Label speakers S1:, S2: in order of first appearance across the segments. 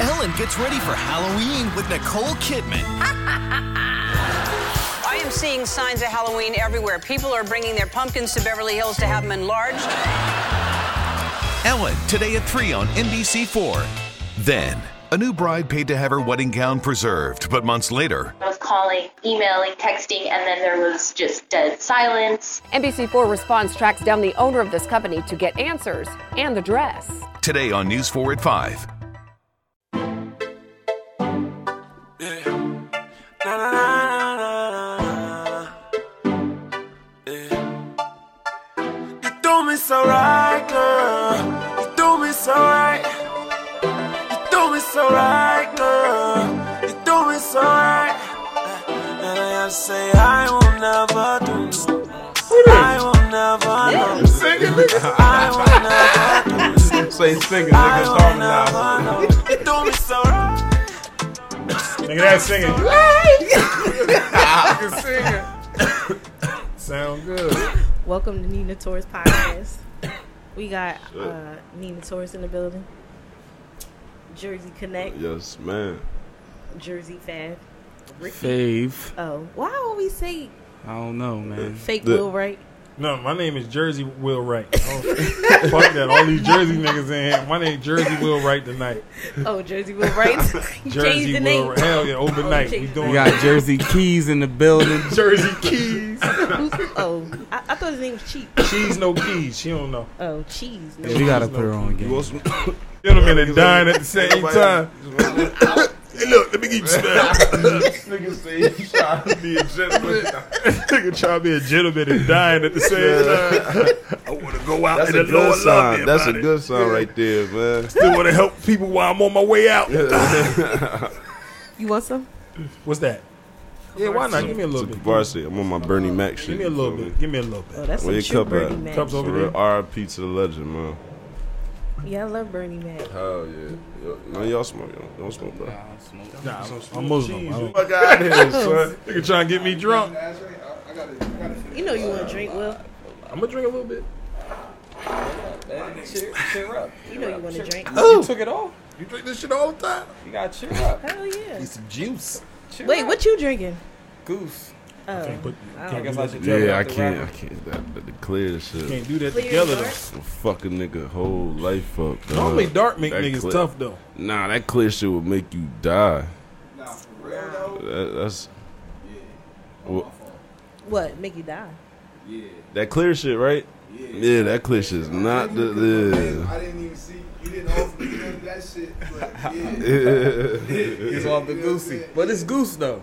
S1: Ellen gets ready for Halloween with Nicole Kidman.
S2: I am seeing signs of Halloween everywhere. People are bringing their pumpkins to Beverly Hills to have them enlarged.
S1: Ellen, today at 3 on NBC4. Then, a new bride paid to have her wedding gown preserved, but months later,
S3: was calling, emailing, texting, and then there was just dead silence.
S4: NBC4 Response tracks down the owner of this company to get answers and the dress.
S1: today on News 4 at 5.
S5: Na, na, na, na, na, na. Yeah. You do me so right, girl. You do me so right. You do me so right, girl. You do me so right. And I have to say, I will never do this. I will never do this. I will never do this.
S6: So he's singing,
S5: I
S6: nigga,
S5: will
S6: starting now.
S5: never do this. You do me so right.
S6: Nigga, that singing. Fucking singing. Sound good.
S7: Welcome to Nina Torres podcast. we got uh, Nina Torres in the building. Jersey Connect,
S6: Yes, man.
S7: Jersey Fab.
S8: Fave.
S7: Oh, why always say
S8: I don't know, man.
S7: fake
S6: The-
S7: Will Wright?
S9: No, my name is Jersey Will Wright. Oh, fuck that. All these Jersey niggas in here. My name Jersey Will Wright tonight.
S7: Oh, Jersey Will Wright. You
S9: Jersey
S7: changed the
S9: Will
S7: name.
S9: Wright. Hell yeah, overnight.
S7: changed
S9: we
S7: the
S9: doing
S8: We got Jersey Keys in the building.
S9: Jersey Keys.
S7: Who's- oh, I, I thought his name was Cheap.
S9: She's no keys. She don't know.
S7: Oh, cheese. No.
S8: We gotta put her on
S6: You
S8: game.
S6: want some?
S9: Gentlemen and dying at the same time.
S6: hey, look, let me get you some.
S9: Nigga say he trying to be a gentleman. Nigga trying to be a gentleman and dying at the same time. I want to go out
S6: That's
S9: and
S6: a
S9: the Lord
S6: good
S9: love me
S6: sign. That's a
S9: about it.
S6: good sign right there, man.
S9: Still want to help people while I'm on my way out.
S7: You want some?
S9: What's that? Yeah, why not? Give me a little bit.
S6: Varsity, I'm on my Bernie Mac shit.
S9: Give me a little
S6: you feel
S9: bit. Give me a little
S7: Oh,
S9: bit.
S7: that's
S6: Where
S7: some
S6: your
S7: true
S6: cup
S7: Bernie
S6: at?
S7: Mac.
S9: Cups
S6: For
S9: over
S6: real,
S9: there.
S6: RIP to the legend, man.
S7: Yeah, I love Bernie Mac.
S6: Hell yeah. Yo, No, y'all smoke. Y'all don't smoke, bro.
S9: Nah, I'm Muslim. I don't-
S6: Fuck out here,
S7: Oh,
S6: son.
S9: Nigga trying to get me drunk.
S7: You know you want to drink, Will.
S9: I'm gonna drink a little bit.
S7: You know you want to drink.
S9: You drink this shit all the time?
S7: Hell yeah.
S8: some juice.
S7: Wait, what you drinking?
S8: Goose.
S7: Oh,
S9: But can't, do
S8: guess I should tell you
S6: Yeah, I
S8: about the
S6: can't. I
S8: rapper.
S6: can't. That, that, clear this shit.
S9: can't do that
S7: Clear
S9: together
S7: your
S9: though.
S7: heart.
S6: Will Fuck a nigga whole life up. dog.
S9: Normally dark make
S6: That
S9: niggas
S6: clear-
S9: tough though.
S6: Nah, that clear shit would make you die. Nah, for real though. That, that's well,
S7: what make you die?
S6: that clear shit, right? Yeah, that clear shit is not the. the
S10: I didn't even see. You didn't offer me none of that shit. But yeah,
S8: It's off the goosey. But it's goose though.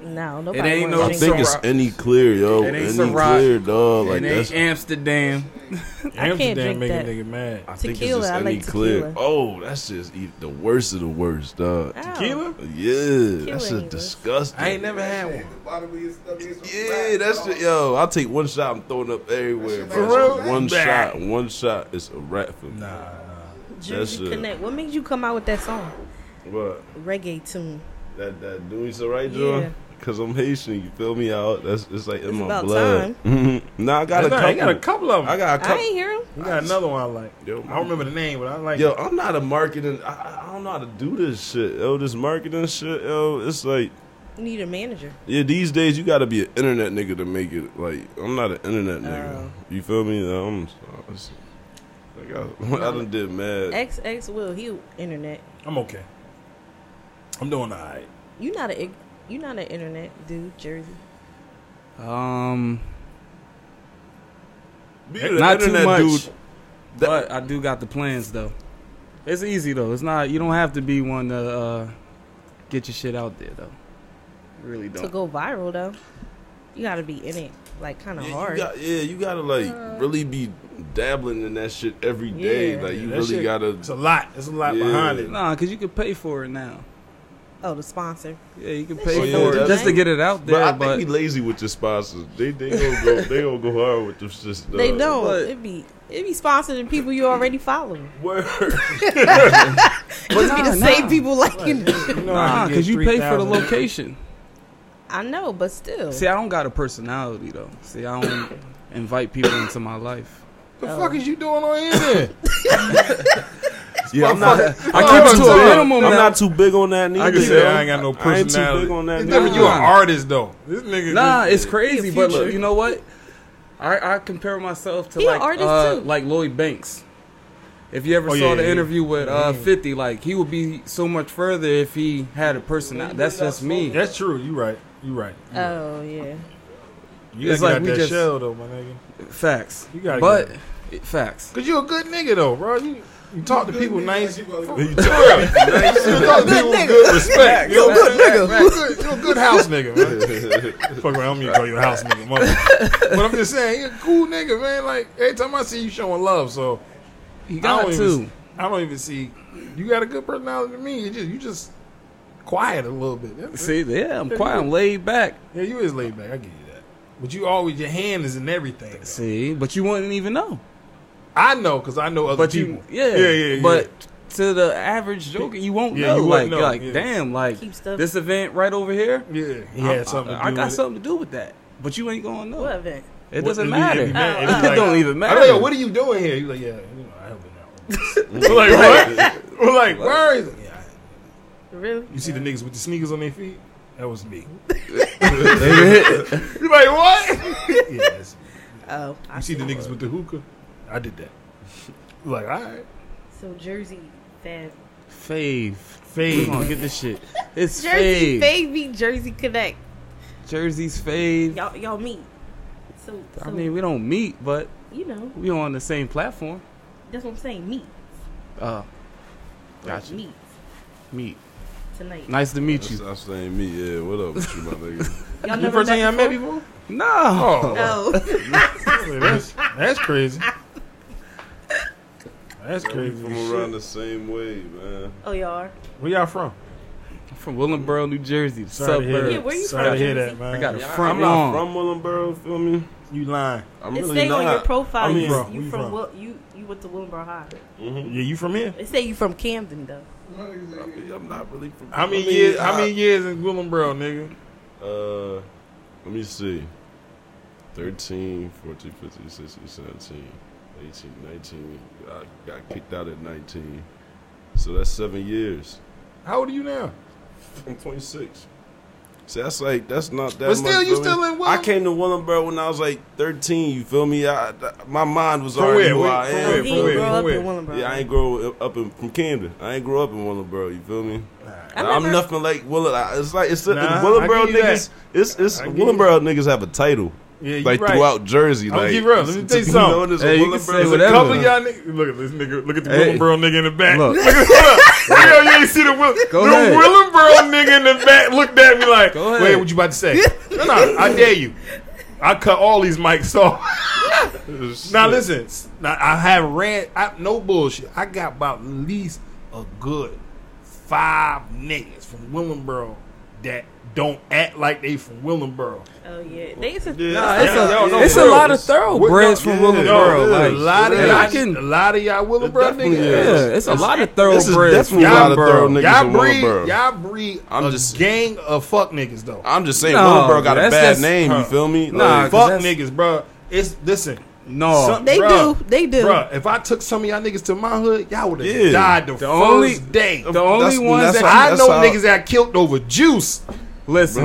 S7: No, nobody.
S8: ain't
S7: wanna
S8: no-
S6: I
S7: drink
S6: think it's
S8: Ciroc.
S6: any clear, yo.
S8: It ain't
S6: Any
S8: Ciroc.
S6: clear, dog. Like
S8: and it
S6: that's.
S8: ain't Amsterdam.
S7: I can't
S9: Amsterdam
S7: drink
S9: make
S7: that.
S9: a nigga mad.
S6: I think it's
S7: Tequila,
S6: just
S7: I
S6: any
S7: like
S6: clear.
S7: tequila.
S6: Oh, that's just e- the worst of the worst, dog.
S8: Ah.
S7: Oh.
S9: Tequila?
S6: Yeah, that
S7: ain't
S6: shit
S7: good.
S6: disgusting.
S8: I ain't never had one.
S10: the bottom of your stomach is
S6: Yeah, that's the yo. I'll take one shot. I'm throwing up everywhere.
S10: That shit
S6: bro.
S10: like a rat.
S6: One
S9: Bah.
S6: shot. One shot is a rat for me. Nah.
S7: Jersey
S6: That's it.
S7: Connect. What made you come out with that song?
S6: What?
S7: Reggae tune.
S6: That that doing so right,
S7: Yeah.
S6: John? Because I'm Haitian. You feel me out? That's it's like in
S7: It's
S6: my
S7: about
S6: blood. Mm-hmm. Nah, I got a
S9: Nah,
S6: couple.
S9: I got a couple of them.
S6: I got a
S7: I
S6: couple.
S7: ain't hear him.
S9: We got another one I like.
S6: Yo,
S9: I don't remember the name, but I like
S6: Yo,
S9: it.
S6: I'm not a marketing. I- I, I don't know how to do this shit. Yo, this marketing shit. Yo, it's like
S7: You need a manager.
S6: yeah. These days, you got to be an internet nigga to make it. Like I'm not an internet nigga.
S7: Oh.
S6: You feel me? I'm. it's- like, I, I done did mad.
S7: XX Will. He internet.
S9: I'm okay. I'm doing alright.
S7: You not a you not an internet dude, Jersey.
S8: Um,
S6: Be the
S8: not too
S6: internet
S8: much.
S6: dude.
S8: But I do got the plans though. It's easy though. It's not. You don't have to be one to uh, get your shit out there though. You really
S7: To
S8: don't.
S7: go viral though, you gotta be in it like kind of
S6: Yeah, you
S7: hard.
S6: got, yeah, you gotta like really be dabbling in that shit every day.
S7: Yeah.
S6: Like you
S9: That
S6: really
S9: shit-
S6: gotta.
S9: It's a lot. It's a lot
S6: Yeah.
S9: behind it.
S8: Nah, cause you could pay for it now.
S7: oh, the sponsor.
S8: Yeah, you can
S7: shit
S8: pay
S6: don't
S8: for
S6: do
S8: it just to
S7: nothing.
S8: get it out
S6: but I
S8: there.
S6: think
S8: But,
S6: we lazy with your sponsors. They they don't go they don't go hard with them shit. dog.
S7: They don't.
S8: but-
S7: it be it be sponsored in people you already follow.
S6: Word.
S8: but
S7: Just be the same people like you.
S9: You know I
S8: Nah,
S9: can get
S8: cause you pay for the
S9: 3,000.
S8: location.
S7: I know, but still.
S8: See, I don't got a personality though. See, I don't invite people into my life.
S9: What the fuck is you doing on here? then?
S6: Yeah, I'm not. I keep
S8: I'm
S6: it to a
S8: not too-
S6: minimum.
S8: I'm
S6: I'm
S8: not
S6: not too big on that. Neither,
S9: I can say I ain't got no
S6: I ain't
S9: personality.
S6: too big on that.
S9: It's different.
S8: neither.
S9: You an artist though. This nigga.
S8: Nah,
S9: this-
S8: it's crazy,
S7: a
S8: but look,
S7: future.
S8: you know what? I, I compare myself to
S7: He a
S8: like
S7: artist,
S8: uh,
S7: too.
S8: like Lloyd Banks. If you ever
S9: Oh,
S8: saw
S9: yeah,
S8: the
S9: yeah,
S8: interview with uh, Fifty, like he would be so much further if he had a personality. That's just me.
S9: That's true. You right. You right. You right.
S7: Oh yeah.
S9: You
S8: it's
S9: gotta get
S8: like
S9: out
S8: we
S9: that
S8: just-
S9: shell though, my nigga.
S8: Facts.
S9: You gotta
S8: but
S9: get
S8: it- facts.
S9: Cause you a good nigga though, bro. You you talk to people nice.
S10: Nigga.
S9: You talk to people with good respect. You a good nigga. You a good- you a good house nigga, man. Fuck around, I'm gonna call you a house nigga, mother. But I'm just saying, you a cool nigga, man. Like every time I see you showing love, so
S8: You
S9: I
S8: got
S9: don't
S8: to.
S9: even. I don't even see. You got a good personality to me. You just you just quiet a little bit. That's it.
S8: See, yeah, I'm quiet, I'm laid back.
S9: Yeah, you is laid back. I give you that. But you always your hand is in everything. though.
S8: See, but you wouldn't even know.
S9: I know because I know other
S8: But
S9: people.
S8: you, yeah,
S9: yeah, yeah.
S8: But to the average Joker, you won't
S9: Yeah,
S8: know.
S9: you
S8: like,
S9: wouldn't know,
S8: like,
S9: yeah.
S8: damn, like
S7: Keep stuff-
S8: this event right over here.
S9: yeah, yeah, he
S8: I'm-
S9: had something. To do
S8: I, I got
S9: with it.
S8: something to do with that, but you ain't gonna know.
S7: What event?
S8: It
S9: What-
S8: doesn't
S9: it-
S8: matter.
S9: It,
S8: It,
S9: it, it, it, like,
S8: don't even
S9: I
S8: matter.
S9: don't know. What are you doing here? He's like, yeah, you know, I helping out. We're like, what? We're like, where is? Yeah.
S7: Really?
S9: You see the niggas with the sneakers on their feet? That was me. You're like, what? yeah, that's me.
S7: Oh, I
S9: You see the niggas with the hookah? I did that. Like, all right.
S7: So Jersey Fab.
S8: Fave, fave, come on, get this shit. It's
S7: Jersey
S8: fave.
S7: baby, Jersey Connect.
S8: Jersey's fave.
S7: Y'all, y'all meet. So, so
S8: I mean, we don't meet, but
S7: you know,
S8: we on the same platform.
S7: that's what I'm saying. Meet,
S8: Uh,
S7: Like,
S8: Gotcha.
S7: meet
S8: meet.
S7: tonight.
S8: Nice to meet
S6: That's,
S8: you.
S6: I'm saying me. Yeah, what up with you, my nigga?
S7: Y'all
S9: The
S7: never
S9: first time
S7: met
S9: I met before?
S8: No,
S9: Oh,
S7: No.
S9: that's, that's crazy. That's
S6: We
S9: crazy.
S6: from around the same way, man.
S7: oh, y'all are.
S9: Where y'all from?
S8: from Willenboro, New Jersey, the
S9: Sorry to hear
S8: suburb.
S9: that.
S7: Yeah, where you
S9: Sorry
S7: from,
S9: to hear
S7: Jersey?
S9: that, man.
S8: I got a front
S6: I'm
S8: lawn.
S6: not from Willenboro, feel me?
S9: You lying.
S6: I'm
S7: It
S6: really
S7: say
S6: not.
S7: on your profile
S6: I mean,
S7: you,
S9: bro,
S7: you
S9: we
S7: from
S9: from-
S7: Will, you you went to Willenboro High.
S9: Yeah, you from here?
S7: It say you from Camden though.
S6: I'm not really from.
S9: How many
S6: I mean,
S9: years? How
S6: I-
S9: many years in Willenboro, nigga?
S6: Uh, let me see. 13, 14, 15, 16, 17, 18, 19. I got kicked out at 19. So that's seven years.
S9: How old are you now?
S6: I'm 26. So that's like, that's not that
S9: But still,
S6: much,
S9: you
S6: feel me?
S9: still in Willem-
S6: I came to Willenboro when I was like 13, you feel me? I, I- my mind was
S9: From
S6: already
S9: where?
S6: who
S9: Where-
S6: I
S9: from
S6: am.
S7: So
S9: where?
S6: you
S7: he
S9: from
S6: feel
S9: where?
S7: Oh, grew
S6: me?
S9: from
S7: up
S9: where?
S7: in Willenboro.
S6: Yeah, I ain't grow up in, from Camden. I ain't grow up in Willenboro, you feel me?
S7: I
S6: Nah, I'm
S7: remember-
S6: nothing like Willen. I- It's like it's
S9: Nah,
S6: nah, Willenboro
S9: I give you
S6: niggas. It's it's
S9: I give you
S6: Willenboro niggas have a title.
S9: Yeah, you
S6: like
S9: right.
S6: throughout Jersey.
S9: I'm gonna
S6: like,
S9: keep real. Let me
S6: to
S9: tell you
S6: be
S9: something.
S6: known as a
S8: Hey, you can
S6: Willenboro-
S8: say
S9: There's
S8: whatever.
S9: a couple of y'all niggas. Look at this nigga. Look at the
S8: Hey.
S9: Willenboro nigga in the back.
S8: Look.
S9: Look, at look. Yo, you ain't see the Will.
S8: Go
S9: the
S8: ahead.
S9: Willenboro nigga in the back looked at me like,
S8: Go ahead.
S9: "Wait, what you about to say?" no, no, I dare you. I cut all these mics off. now listen. s- Now I have ran. I, no bullshit. I got about at least a good five niggas from Willenboro that don't act like they from Willenboro.
S7: Oh yeah, they used to.
S8: Nah, it's
S6: Yeah,
S8: a,
S6: y'all know
S8: it's a
S6: real.
S8: lot of thoroughbreds from
S6: yeah,
S8: Willenboro.
S6: yeah,
S8: like,
S9: a lot of
S8: yeah,
S9: y'all,
S8: I can-
S9: a lot of y'all Willenboro
S6: definitely
S9: niggas.
S6: is.
S8: yeah, it's a lot of thoroughbreds.
S6: This is definitely a
S9: Y'all
S6: lot of
S8: Willenboro.
S6: thorough niggas
S9: Y'all
S6: in
S9: breed,
S6: Willenboro.
S9: y'all breed
S6: I'm
S9: a
S6: just-
S9: gang of fuck niggas though.
S6: I'm just saying,
S8: No,
S6: Willenboro got a
S8: that's
S6: bad
S8: just-
S6: name. You
S9: Huh.
S6: feel me?
S8: Nah,
S6: Like,
S8: 'cause
S9: fuck
S8: that's-
S9: niggas, bro. It's listen.
S8: No,
S9: some-
S7: They
S9: bruh,
S7: do. They do.
S9: Bruh, if I took some of y'all niggas to my hood, y'all would have
S6: Yeah.
S9: died the, first
S8: only-
S9: day.
S8: the only
S6: that's-
S8: ones
S6: that's
S8: that
S6: how-
S9: I
S6: that's
S9: know
S6: how-
S9: niggas that killed over juice,
S8: listen,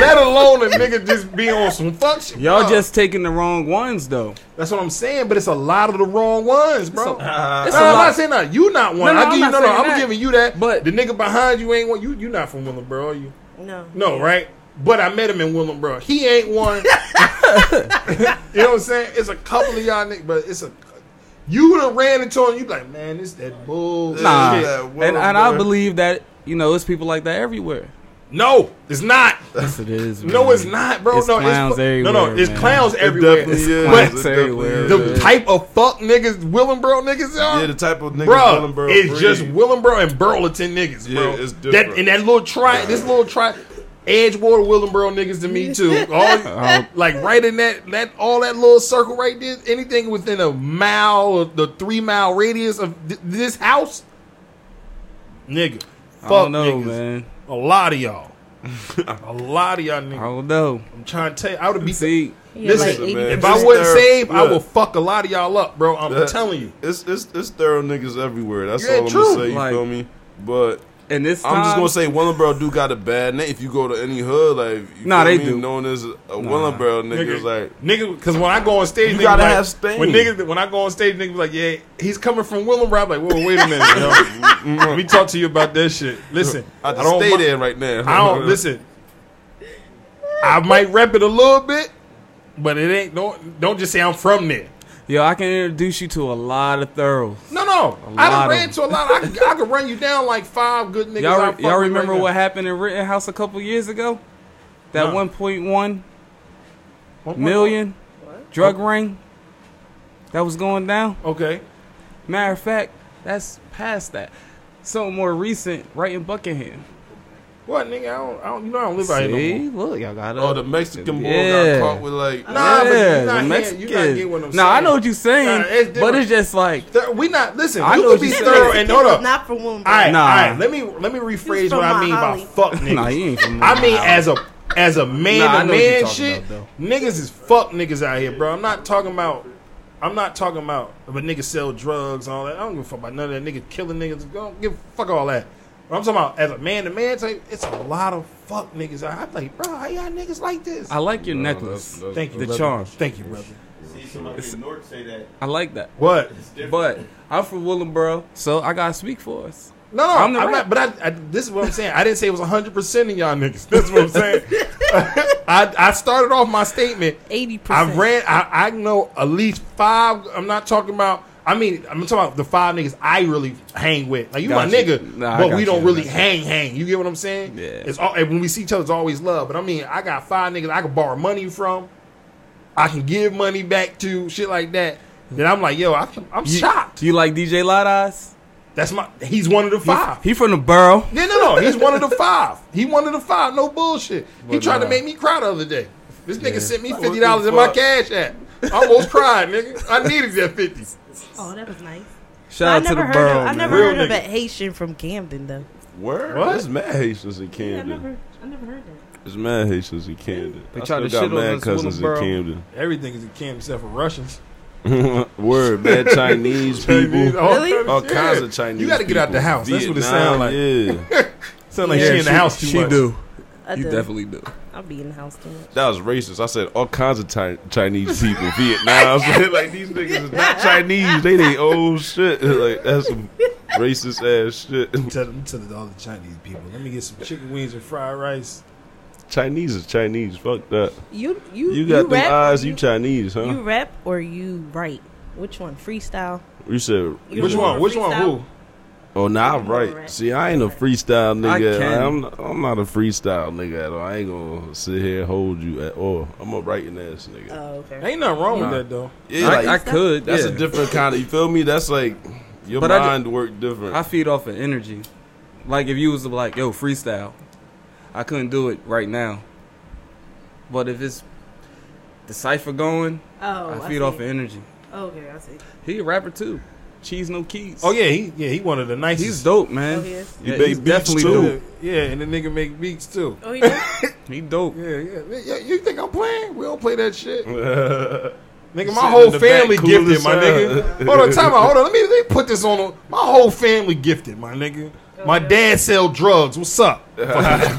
S9: let alone a nigga just be on some fuck shit.
S8: y'all
S9: bruh.
S8: just taking the wrong ones though.
S9: that's what I'm saying. But it's a lot of the wrong ones, bro.
S8: It's
S9: Nah,
S8: a
S9: I'm
S8: lot.
S9: not saying that. You not one.
S8: No, no,
S9: I
S8: I'm
S9: give you
S8: not
S9: no, no.
S8: saying
S9: I'm
S8: that.
S9: giving you that.
S8: But-
S9: the nigga behind you ain't one. You you not from Willenboro, are you?
S7: No.
S9: No, right? But I met him in Willenboro. He ain't one. you know what I'm saying? It's a couple of y'all niggas, but it's a. You would have ran into him. You like, man, this that bullshit.
S8: Nah,
S6: Yeah,
S8: and, and I
S6: Willenboro.
S8: believe that you know it's people like that everywhere.
S9: No, it's not.
S8: Yes, it is.
S9: No,
S8: man.
S9: it's not, bro.
S8: It's
S9: no,
S8: clowns
S9: it's fu- No, no,
S8: everywhere,
S9: it's
S8: man.
S9: clowns
S6: It
S9: everywhere.
S6: definitely is.
S9: But
S6: It
S8: Clowns
S6: definitely
S8: everywhere,
S6: is.
S9: the
S8: man.
S9: type of fuck niggas Willenboro niggas are.
S6: yeah, the type of niggas
S9: Bro,
S6: Willenboro
S9: it's
S6: breed.
S9: just Willenboro and Burlington niggas, bro.
S6: Yeah, it's
S9: that
S6: different.
S9: and that little try, this little try, Edgewater Willenboro niggas to me too.
S6: Uh,
S9: All, like right in that that all that little circle right there, anything within a mile, or the three mile radius of th- this house, nigga.
S8: I
S9: Fuck
S8: don't know,
S9: niggas.
S8: man.
S9: A lot of y'all, a lot of y'all
S8: I
S9: niggas.
S8: don't know.
S9: I'm trying to tell you, I would have beat.
S8: See,
S7: He had
S9: Listen,
S7: like 80
S6: man.
S9: if I
S6: Just
S9: wouldn't
S6: there-
S9: save, I
S6: look.
S9: will fuck a lot of y'all up, bro. I'm
S6: That-
S9: telling you.
S6: It's it's it's thorough niggas everywhere. That's
S9: Yeah,
S6: all I'm
S9: true.
S6: gonna say. You
S8: Like-
S6: feel me? But
S8: And this time,
S6: I'm just gonna say Willowboro do got a bad name. If you go to any hood, like you feel
S8: Nah, they
S6: me?
S8: do.
S6: Known as a Willowboro nigga, it's like
S9: nigga, because when I go on stage,
S6: You
S9: nigga
S6: gotta
S9: like-
S6: have stain.
S9: When niggas, when I go on stage, niggas be like, yeah, he's coming from Willem. Rob, like, whoa, wait a minute, yo. Let me talk to you about that shit. Listen,
S6: I
S9: I,
S6: just
S9: don't
S6: stay
S9: mi-
S6: there right now.
S9: I don't listen. I might rep it a little bit, but it ain't. Don't don't just say I'm from there.
S8: yo, I can introduce you to a lot of thoroughs.
S9: No, no.
S8: A
S9: I
S8: lot
S9: done
S8: of
S9: ran
S8: them.
S9: to a lot. I, could- I could run you down like five good niggas. I
S8: Y'all,
S9: fuck
S8: y'all
S9: with
S8: remember
S9: right now.
S8: what happened in Rittenhouse a couple years ago? That
S9: No.
S8: 1.1 million drug ring that was going down.
S9: Okay.
S8: Matter of fact, that's past that. Something more recent, right in Buckingham.
S9: What nigga? I don't. I don't you know I don't live out here. No
S8: See, look, y'all got
S6: Oh,
S8: it.
S6: the Mexican boy
S8: Yeah.
S6: got caught with like.
S9: Nah. but you're
S8: yeah,
S9: not
S8: the
S9: hearing-
S8: Mexicans.
S9: you're not getting what I'm
S8: Nah, I
S9: saying.
S8: know what you're saying,
S9: Nah, it's
S8: but
S9: different.
S8: it's just like
S9: more. Th- we not listen.
S8: I
S9: you
S8: know
S9: could
S8: what
S9: be
S8: you said.
S9: thorough and hold up.
S7: Not from Wilmington.
S9: All right,
S8: Nah.
S9: all right. Let me let me rephrase
S7: from
S9: what I mean
S7: Mahali.
S9: by fuck niggas.
S8: Nah, you ain't from
S9: I mean
S8: Mahali.
S9: as a as a man
S8: Nah, I
S9: to
S8: know what you're
S9: man
S8: talking
S9: shit.
S8: about,
S9: niggas is fuck niggas out here, bro. I'm not talking about. I'm not talking about if a nigga sell drugs and all that. I don't give a fuck about none of that. Nigga killing niggas. I don't give a fuck all that. But I'm talking about as a man to man type. It's a lot of fuck niggas. out here. I'm like, bro, how y'all niggas like this?
S8: I like your necklace,
S6: that's-
S9: Thank you,
S8: the
S9: brother.
S8: charm.
S9: Thank you, brother.
S10: See somebody in North say that.
S8: I like that.
S9: What?
S8: But I'm from Willemboro, so I gotta speak for us.
S9: No, no,
S8: I'm
S9: I'm,
S8: the
S9: not. But I, I, this is what I'm saying. I didn't say it was 100 percent in y'all niggas. That's what I'm saying. I, I started off my statement.
S7: 80%.
S9: I ran. I, I know at least five. I'm not talking about. I mean, I'm talking about the five niggas I really hang with. Like you,
S8: Got
S9: my
S8: you.
S9: nigga,
S8: Nah, I
S9: but
S8: got
S9: we don't
S8: you.
S9: really
S8: That's
S9: hang, hang. You get what I'm saying?
S8: Yeah.
S9: It's all and when we see each other, it's always love. But I mean, I got five niggas I can borrow money from. I can give money back to shit like that. Then I'm like, yo, I, I'm
S8: You,
S9: shocked.
S8: You like DJ Light Eyes?
S9: That's my. He's one of the five.
S8: He from the borough.
S9: No, no, no. He's one of the five. He one of the five. No bullshit. he
S8: But,
S9: tried to
S8: uh,
S9: make me cry the other day. This nigga sent me
S6: What
S9: fifty dollars
S6: the
S9: in my
S6: fuck?
S9: cash app. I almost cried, nigga. I needed that fifty.
S7: Oh, that was nice. I
S8: Shout out
S7: never
S8: to the
S7: heard
S8: borough.
S7: of, I
S8: man.
S7: never
S9: Real
S7: heard of
S9: nigga.
S7: a Haitian from Camden though.
S6: Where?
S9: What?
S6: It's mad Haitians in
S7: Yeah, I
S6: Camden.
S7: never, I never heard that.
S6: It's mad Haitians in Camden.
S8: They
S6: I
S8: tried
S6: still
S8: to
S6: got
S8: shit on
S6: mad
S8: us,
S6: cousins in
S8: Willowboro.
S6: Camden.
S9: Everything is in camp except for Russians.
S6: Word, mad Chinese people.
S7: Really?
S6: All kinds of Chinese.
S9: Oh, You got to get out the
S6: people.
S9: house. That's what it
S6: Vietnam,
S9: sounds like.
S6: Yeah,
S9: Sound like
S7: Yeah,
S9: she in the house too
S8: she
S9: much.
S8: do.
S7: I
S8: You
S7: do.
S8: definitely do.
S7: I'll be in the house too much.
S6: that was racist. I said all kinds of Chi- Chinese people, Vietnam. like these niggas is not Chinese. They they old shit. Like that's some racist ass shit.
S9: Tell them to the other Chinese people. Let me get some chicken wings and fried rice.
S6: Chinese is Chinese. Fuck that.
S7: You you
S6: You got them
S7: rap,
S6: eyes. You Chinese, huh?
S7: You
S6: You,
S7: rap or you write? Which one? Freestyle.
S6: said.
S7: You
S9: Which
S7: more
S9: one? Which one?
S7: freestyle?
S9: Who?
S6: Oh, nah,
S7: You
S6: right.
S7: rap.
S6: See, I ain't a freestyle
S8: I
S6: nigga.
S8: can.
S6: I am I'm not a freestyle nigga at all. I ain't gonna sit here and hold you at all. I'm a writing ass nigga.
S7: Oh, okay.
S9: Ain't nothing wrong with that though.
S6: yeah,
S8: I,
S6: like,
S8: I could.
S6: that's
S8: yeah.
S6: a different kind of. You feel me? That's like your
S8: But I ju-
S6: mind work different.
S8: I feed off of energy. Like if you was to be like, yo, freestyle, I couldn't do it right now. But if it's the cipher going,
S7: Oh,
S8: I
S7: I
S8: feed
S7: see. Oh,
S8: off of energy.
S7: Okay, I see.
S8: He a rapper too. Cheese no keys.
S9: Oh yeah, he yeah he one of the nicest.
S8: he's dope, man.
S7: Oh, he is?
S6: You
S8: Yeah,
S6: make
S8: he's
S6: beats,
S8: definitely
S6: too.
S8: dope.
S9: Yeah, and the nigga make beats too.
S7: Oh, you do?
S8: He dope.
S9: Yeah, yeah, yeah. You think I'm playing? We don't play that shit. Nigga,
S6: Sitting
S9: my whole
S6: in the back,
S9: family
S6: cool
S9: gifted,
S6: as
S9: my
S6: hell.
S9: nigga. Hold on, time out. Hold on. Let me, let me put this on. a- My whole family gifted, my nigga. My dad sell drugs. What's up? I'm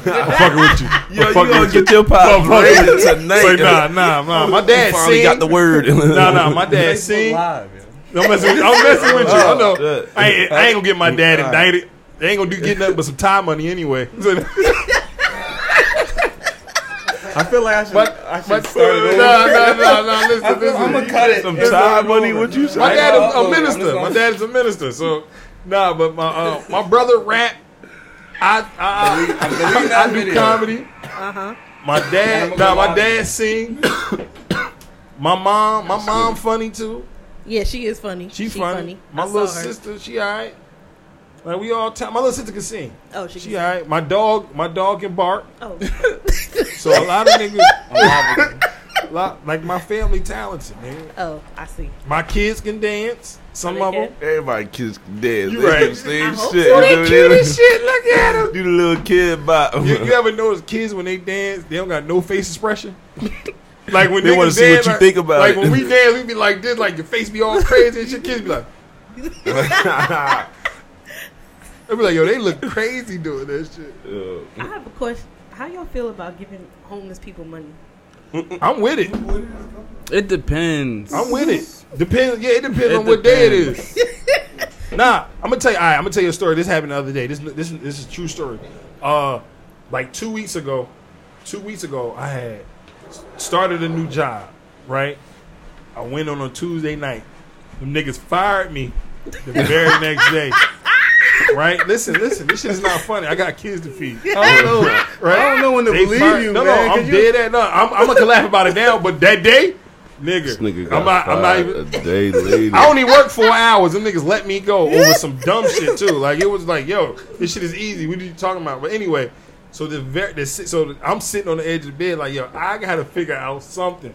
S9: fucking with you. I'm
S6: Yo,
S9: fucking
S6: you gonna
S9: with you.
S6: get your pop rated tonight?
S9: Say, nah, nah, nah. My dad
S6: finally
S9: sing.
S6: got the word.
S9: Nah, nah. My dad sing. I'm
S8: Live, yo.
S9: messing, with- I'm messing with you. I know.
S6: shit.
S9: I ain't, I ain't gonna get my dad indicted. They ain't gonna do get nothing but some time money anyway.
S8: I feel like I should.
S9: But-
S8: I should
S9: but-
S8: start it over.
S9: Nah, nah, nah, nah. Listen, listen.
S8: I'ma cut it.
S6: Some
S8: It's
S6: time
S8: over.
S6: money? What you say?
S9: My dad is
S8: Uh-oh,
S9: a
S8: I'm just
S9: minister.
S8: gonna-
S9: My dad is a minister. So, nah, but my uh, my brother rap. I I, I, I, do comedy. Uh huh.
S7: Uh-huh.
S9: My dad, nah, my dad sing. my mom, my mom funny too.
S7: yeah, she is funny.
S9: She,
S7: She's
S9: funny. My
S7: I
S9: little
S7: saw her.
S9: sister, she alright. Like we all time. My little sister can sing.
S7: Oh, she.
S9: She alright. My dog, my dog can bark.
S7: Oh,
S9: So a lot of niggas, a lot, like my family talented, man.
S7: oh, I see.
S9: My kids can dance. Some
S7: They
S9: of
S7: can?
S9: them.
S6: Everybody kids dead.
S9: You
S6: they
S9: right.
S6: do the same
S7: I hope
S6: shit.
S7: so.
S6: You know
S9: They
S6: what
S9: cute
S6: I mean?
S9: as shit. Look at them.
S6: Do the little kid bop.
S9: You, you ever notice kids when they dance, they don't got no face expression? Like when
S6: They wanna
S9: niggas
S6: see what
S9: dance,
S6: you
S9: like-
S6: think about
S9: Like
S6: it.
S9: when we dance, we be like this, like your face be all crazy and shit. Kids be like, they be like, yo, they look crazy doing that shit.
S7: I have a question. How y'all feel about giving homeless people money?
S9: I'm with it.
S8: It depends.
S9: I'm with it. Depends. Yeah, it depends on what day it is. nah, I'm gonna tell you. All right, I'm gonna tell you a story. This happened the other day. This this this is a true story. Uh, like two weeks ago, two weeks ago, I had started a new job. Right, I went on a Tuesday night. Them niggas fired me the very next day. Right, listen, listen. This shit is not funny. I got kids to feed.
S8: I don't know. I don't know when to
S9: They
S8: believe
S9: fired-
S8: you,
S9: no,
S8: man.
S9: No,
S8: 'cause
S9: I'm
S8: you-
S9: dead at no. I'm, I'm gonna laugh about it now, but that day, nigga,
S6: This nigga got
S9: I'm not. I'm not even.
S6: fired a day later.
S9: I only worked four hours. Them niggas let me go over some dumb shit too. Like it was like, yo, this shit is easy. What are you talking about? But anyway, so the very the, si- so I'm sitting on the edge of the bed like, yo, I gotta figure out something.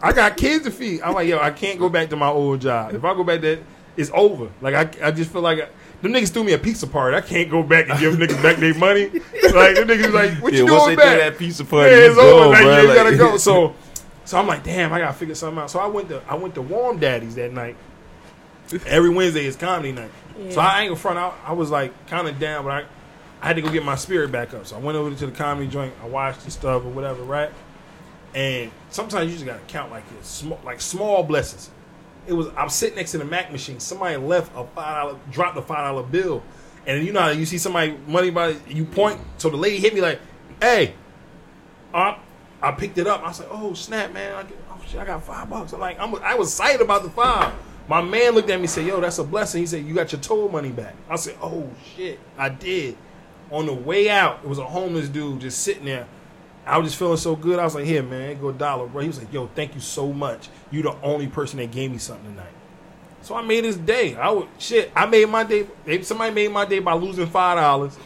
S9: I got kids to feed. I'm like, yo, I can't go back to my old job. If I go back, that it's over. Like I, I just feel like. I, them niggas threw me a pizza party. I can't go back and give niggas back their money. Like them niggas like, what
S6: yeah,
S9: you
S6: once
S9: doing
S6: they throw
S9: back?
S6: that piece of party,
S9: Yeah,
S6: you
S9: it's over.
S6: gone,
S9: like,
S6: bruh,
S9: you
S6: like-
S9: gotta go. So, so I'm like, damn, I gotta figure something out. So I went to I went to Warm Daddies that night. Every Wednesday is comedy night. So I ain't in front. I, I was like kind of down, but I I had to go get my spirit back up. So I went over to the comedy joint. I watched the stuff or whatever, right? And sometimes you just gotta count like it's small, like small blessings. It was I'm sitting next to the Mac machine. Somebody left a five dollar, dropped a five dollar bill, and you know how you see somebody money by you point. So the lady hit me like, "Hey, I, I picked it up. I was like, "Oh snap, man! I, get, oh, shit, I got five bucks." I'm like, I'm, I was excited about the five. My man looked at me and said, "Yo, that's a blessing." He said, "You got your toll money back." I said, "Oh shit, I did." On the way out, it was a homeless dude just sitting there. I was just feeling so good. I was like, "Here, man, go a dollar, bro." He was like, "Yo, thank you so much. You the only person that gave me something tonight." So I made his day. I would shit. I made my day. they- Somebody made my day by losing five dollars.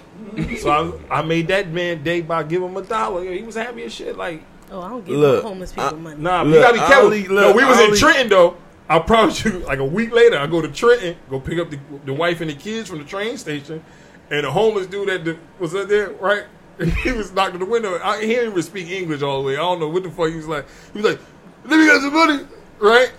S9: so I, I made that man day by giving him a dollar. Yo, He was happy as shit. Like
S7: Oh, I don't give
S6: Look,
S7: homeless people money.
S9: nah, we
S6: Look,
S9: gotta be
S6: I
S9: careful.
S6: only-
S9: No,
S6: look,
S9: we was
S6: I
S9: in
S6: only-
S9: Trenton though. I promise you. Like a week later, I go to Trenton, go pick up the, the wife and the kids from the train station, and the homeless dude that the, was up there right. He was knocking the window. I, he didn't even speak English all the way. I don't know what the fuck he was like. He was like, "Let me get some money, right?"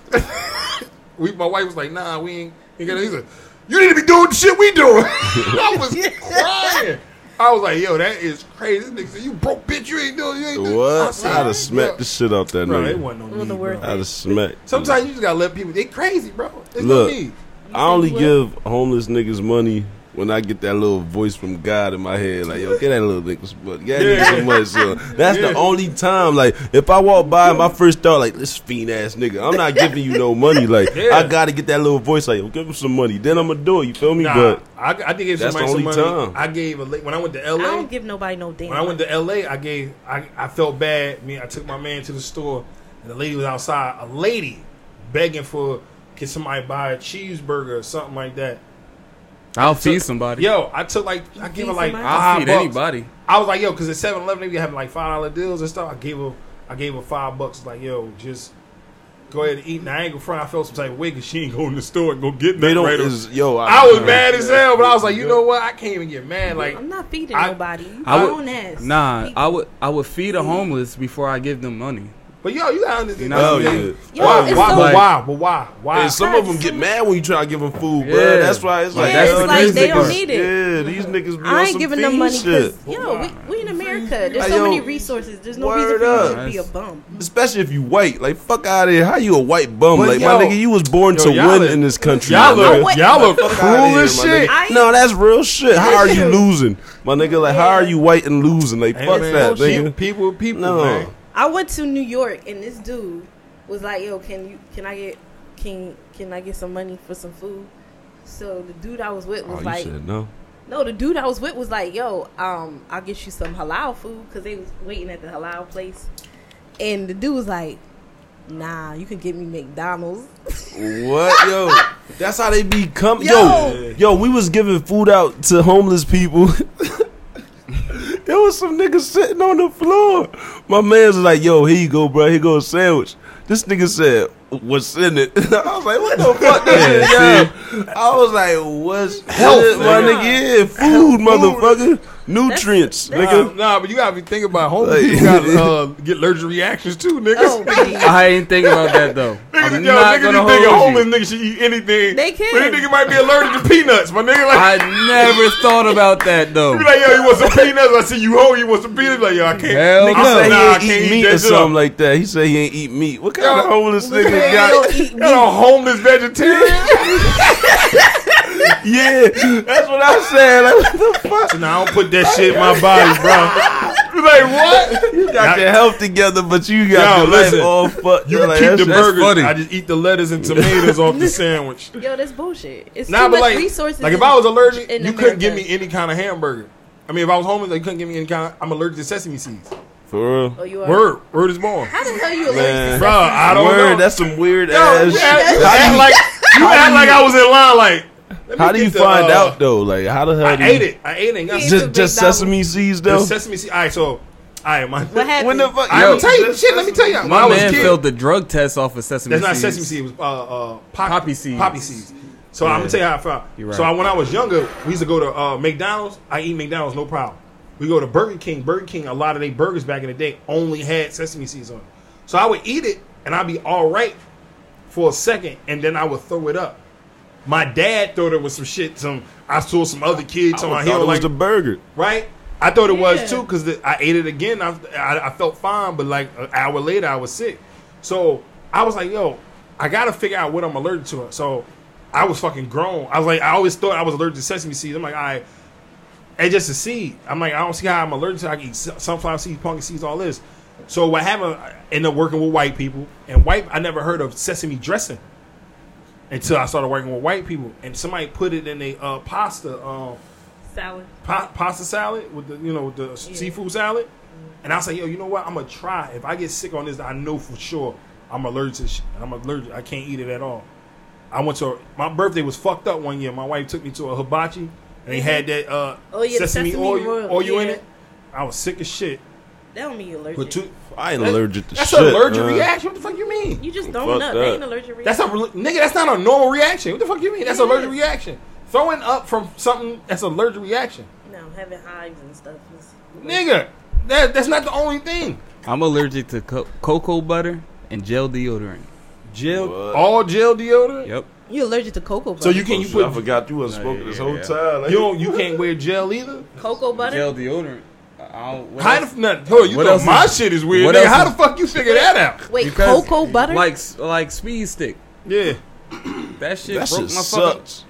S9: we my wife was like, nah, we ain't, ain't gonna. He's like, you need to be doing the shit we doing. I was crying. I was like, yo, that is crazy. This nigga said, you broke bitch, you ain't doing, you ain't doing. I
S6: What?
S9: said,
S6: I'd have smacked the shit out that
S9: Bro, it
S6: nigga.
S9: wasn't no
S7: Well,
S9: need,
S7: the
S9: bro.
S7: word
S6: I'd have smacked.
S9: Sometimes you just gotta let people. They crazy, bro. It's no
S6: Look,
S9: need.
S6: I only
S7: what?
S6: give homeless niggas money when I get that little voice from God in my head, like, yo, get that little nigga some money. Get that nigga some money, son. That's the only time, like, if I walk by, my first thought, like, this fiend ass nigga, I'm not giving you no money. Like, I gotta get that little voice, like, yo, give him some money. Then I'm gonna do it, you feel me?
S9: Nah,
S6: But
S9: I, I think it's
S6: that's
S9: somebody
S6: the
S9: some
S6: only
S9: money.
S6: time.
S9: I gave a la- when I went to
S7: I
S9: L.A.
S7: don't give nobody no damn.
S9: When I went to LA, I gave I, I felt bad. I mean, I took my man to the store, and the lady was outside. A lady begging for can somebody buy a cheeseburger or something like that.
S8: I'll feed somebody.
S9: Yo, I took like I gave her like
S7: I'll
S9: five
S8: I'll feed
S9: bucks.
S8: anybody.
S9: I was like, yo, because at 7-Eleven they be having like five dollar deals and stuff. I gave her I gave her five bucks. Like, yo, just go ahead and eat. And I ain't gonna front. I felt some type of way because she ain't going to the store and go get
S6: they
S9: that
S6: don't,
S9: right.
S6: is, yo,
S9: I was mad as hell, but I was like, you know what? I can't even get mad. Like,
S7: I'm not feeding
S9: I-
S7: nobody.
S8: I
S7: Grown
S8: would,
S7: ass
S8: nah,
S7: people.
S8: I would, I would feed a homeless before I give them money.
S9: but yo, you gotta understand.
S8: Nah,
S6: Oh,
S9: Why-
S6: yeah.
S7: Yo,
S9: why,
S7: it's
S9: why,
S7: so-
S9: but why? But why? Why?
S6: And some of them get mad when you try to give them food, bro.
S8: Yeah.
S6: That's why it's
S8: Yeah,
S6: like,
S8: it's
S6: yo,
S8: like
S6: these
S8: they don't
S6: niggas-
S7: need it.
S6: Yeah, these niggas be on
S7: I ain't
S6: some
S7: giving them
S6: fiend
S7: money
S6: shit.
S7: because you know we, we in America. There's
S6: Hey,
S7: so
S6: yo,
S7: many resources. There's no
S6: word
S7: reason for you to
S8: up.
S7: be a bum.
S6: especially if you white. Like fuck out of here. How you a white bum?
S9: But
S6: like
S9: yo-
S6: my nigga, you was born
S9: yo,
S6: to
S9: y'all
S6: win
S9: are-
S6: in this country.
S9: Y'all
S6: my nigga.
S9: look, y'all look
S6: Fuck
S9: cruel
S6: outta here,
S9: as
S6: my
S9: shit.
S6: nigga.
S7: I-
S6: no, that's real shit. How are you losing, my nigga? Like how are you white and losing? Like
S9: Hey,
S6: fuck
S9: man,
S6: that,
S9: shit,
S6: nigga.
S9: People, people,
S6: No.
S9: man.
S7: I went to New York and this dude was like, "Yo, can you can I get can can I get some money for some food?" So the dude I was with
S6: Oh,
S7: was
S6: you
S7: like,
S6: said no.
S7: "No, the dude I was with was like, yo, um, I'll get you some halal food because they was waiting at the halal place." And the dude was like, "Nah, you can get me McDonald's."
S6: What yo? That's how they be coming. Yo,
S7: Yo.
S6: yo, we was giving food out to homeless people. there was some niggas sitting on the floor. My man's like, "Yo, here you go, bro. Here go a sandwich." This nigga said, "What's in it?" I was like, "What the fuck is it, yo?" I was like, "What's help, my nigga? Yeah, food, motherfucker." nutrients,
S9: Nigga,
S6: nigga.
S9: nah, but you gotta be thinking about home. You gotta uh, get allergic reactions too, niggas.
S7: Oh, geez.
S8: I ain't thinking about that though.
S9: Niggas,
S8: I'm
S9: yo,
S8: not
S9: niggas
S8: gonna
S9: be thinking
S8: hold
S9: homeless
S8: you.
S9: niggas should eat anything.
S7: They can.
S9: But that nigga might be allergic to peanuts, my nigga. Like,
S8: I never thought about that though.
S9: you be like, yo, you want some peanuts? I see you home. You want some peanuts? Like, yo, I can't.
S8: Hell
S9: nigga,
S8: no.
S9: said,
S6: Say
S9: nah, I
S6: he ain't
S9: can't
S6: eat
S9: eat
S6: meat
S9: that
S6: or
S9: shit up.
S6: something like that. He say he ain't eat meat. What kind
S9: Yo,
S6: of homeless nigga
S7: man,
S6: got?
S7: you don't eat
S9: That a homeless vegetarian.
S6: Yeah, that's what I said. Like, what the fuck?
S9: nah, I don't put that shit in my body, bro. You like what?
S6: You got
S9: Nah.
S6: your health together, but you got
S9: Yo,
S6: your life
S9: listen.
S6: all fucked.
S9: You
S6: You're
S9: can
S6: like,
S9: keep
S6: that's
S9: the
S6: just-
S9: burgers.
S8: funny.
S9: I just eat the lettuce and tomatoes off the sandwich.
S7: Yo, that's bullshit. It's
S9: Nah,
S7: too
S9: but
S7: much
S9: like,
S7: resources.
S9: like if
S7: in-
S9: I was allergic, you
S7: in
S9: couldn't give me
S7: America.
S9: any kind of hamburger. I mean, if I was homeless, you couldn't give me any kind. Of, I'm allergic to sesame seeds.
S6: For real.
S7: Oh, you are.
S9: Word, word is born.
S7: How the hell you allergic?
S6: Man.
S7: to
S9: Bro, I don't
S6: Word,
S9: know.
S6: that's some weird
S9: Yo,
S6: ass
S9: you
S6: shit.
S9: act, you
S6: How do
S9: act
S6: you-
S9: like you act like I was in line. Like, let me
S6: How do
S9: get
S6: you
S9: the,
S6: find
S9: uh,
S6: out though? Like how the hell?
S9: I
S6: do
S9: ate
S6: you,
S9: it. I ate it. Got
S7: Just-
S6: Just,
S7: It's a
S6: just
S7: big double.
S6: sesame seeds
S9: the
S6: though.
S9: sesame seed. All right, so, all right, my.
S7: What happened?
S6: When the fuck?
S9: I
S8: Yo.
S9: will tell you, shit. Let me tell you. When
S8: My
S9: I was a
S8: man
S9: kid,
S8: failed the drug test off of sesame
S9: That's
S8: seeds.
S9: not sesame seed. It was uh, uh, pop-
S8: Poppy seeds.
S9: Poppy seeds. So I'm gonna tell you how I felt.
S8: You're right.
S9: So I, when I was younger, we used to go to uh, McDonald's. I eat McDonald's, no problem. We go to Burger King. Burger King, a lot of their burgers back in the day only had sesame seeds on. it. So I would eat it and I'd be all right for a second, and then I would throw it up. My dad thought it was some shit. Some I saw some other kids on my
S6: I thought
S9: hill
S6: it was
S9: like
S6: the burger.
S9: right? I thought it
S7: Yeah.
S9: was too because I ate it again. I, I I felt fine, but like an hour later, I was sick. So I was like, yo, I gotta figure out what I'm allergic to. So I was fucking grown. I was like, I always thought I was allergic to sesame seeds. I'm like, I. It's just a seed. I'm like, I don't see how I'm allergic to. I can eat su- sunflower seeds, pumpkin seeds, all this. So what happened? I ended up working with white people, and white. I never heard of sesame dressing until I started working with white people, and somebody put it in a uh, pasta. Um,
S7: salad?
S9: pa- pasta salad with the you know with the seafood salad, and I say, yo, you know what? I'm gonna try. If I get sick on this, I know for sure I'm allergic. To shit. I'm allergic. I can't eat it at all. I went to my birthday was fucked up one year. My wife took me to a hibachi, and they had that uh,
S7: Oh, yeah, the
S9: sesame,
S7: sesame
S9: oil,
S7: oil,
S9: oil in
S7: yeah.
S9: it. I was sick as shit.
S7: That don't mean you're allergic.
S9: But two,
S6: I ain't
S9: That's-
S6: allergic to
S9: that's
S6: shit.
S9: an allergic
S6: uh.
S9: reaction. What the fuck you mean?
S7: you just
S6: Fuck
S7: don't know. That ain't
S6: that.
S7: allergic reaction.
S9: That's a rel- nigga. That's not a normal reaction. What the fuck you mean? That's an allergic reaction. Throwing up from something that's an allergic reaction.
S7: no having hives and stuff. Is,
S9: Nigga, that, that's not the only thing.
S8: I'm allergic to co- cocoa butter and gel deodorant.
S9: Gel,
S6: What?
S9: all gel deodorant.
S8: Yep.
S7: you allergic to cocoa butter?
S9: So you can you
S6: Oh, shit, I
S9: put you
S6: forgot you was smoking this whole
S8: yeah.
S6: time. Like,
S9: don't, you can't wear gel either.
S7: cocoa butter?
S8: Gel deodorant. I don't, what
S9: How the
S8: else?
S9: f- nah, hold on, you
S8: What
S9: thought
S8: else
S9: my
S8: is-
S9: shit is weird.
S8: what
S9: Nigga,
S8: else
S9: how
S8: is-
S9: the fuck you figure that out?
S7: Wait,
S8: Because-
S7: cocoa butter?
S8: Like like speed stick.
S9: Yeah,
S8: That shit
S6: that
S8: broke
S6: shit
S8: my fucking
S6: sucks.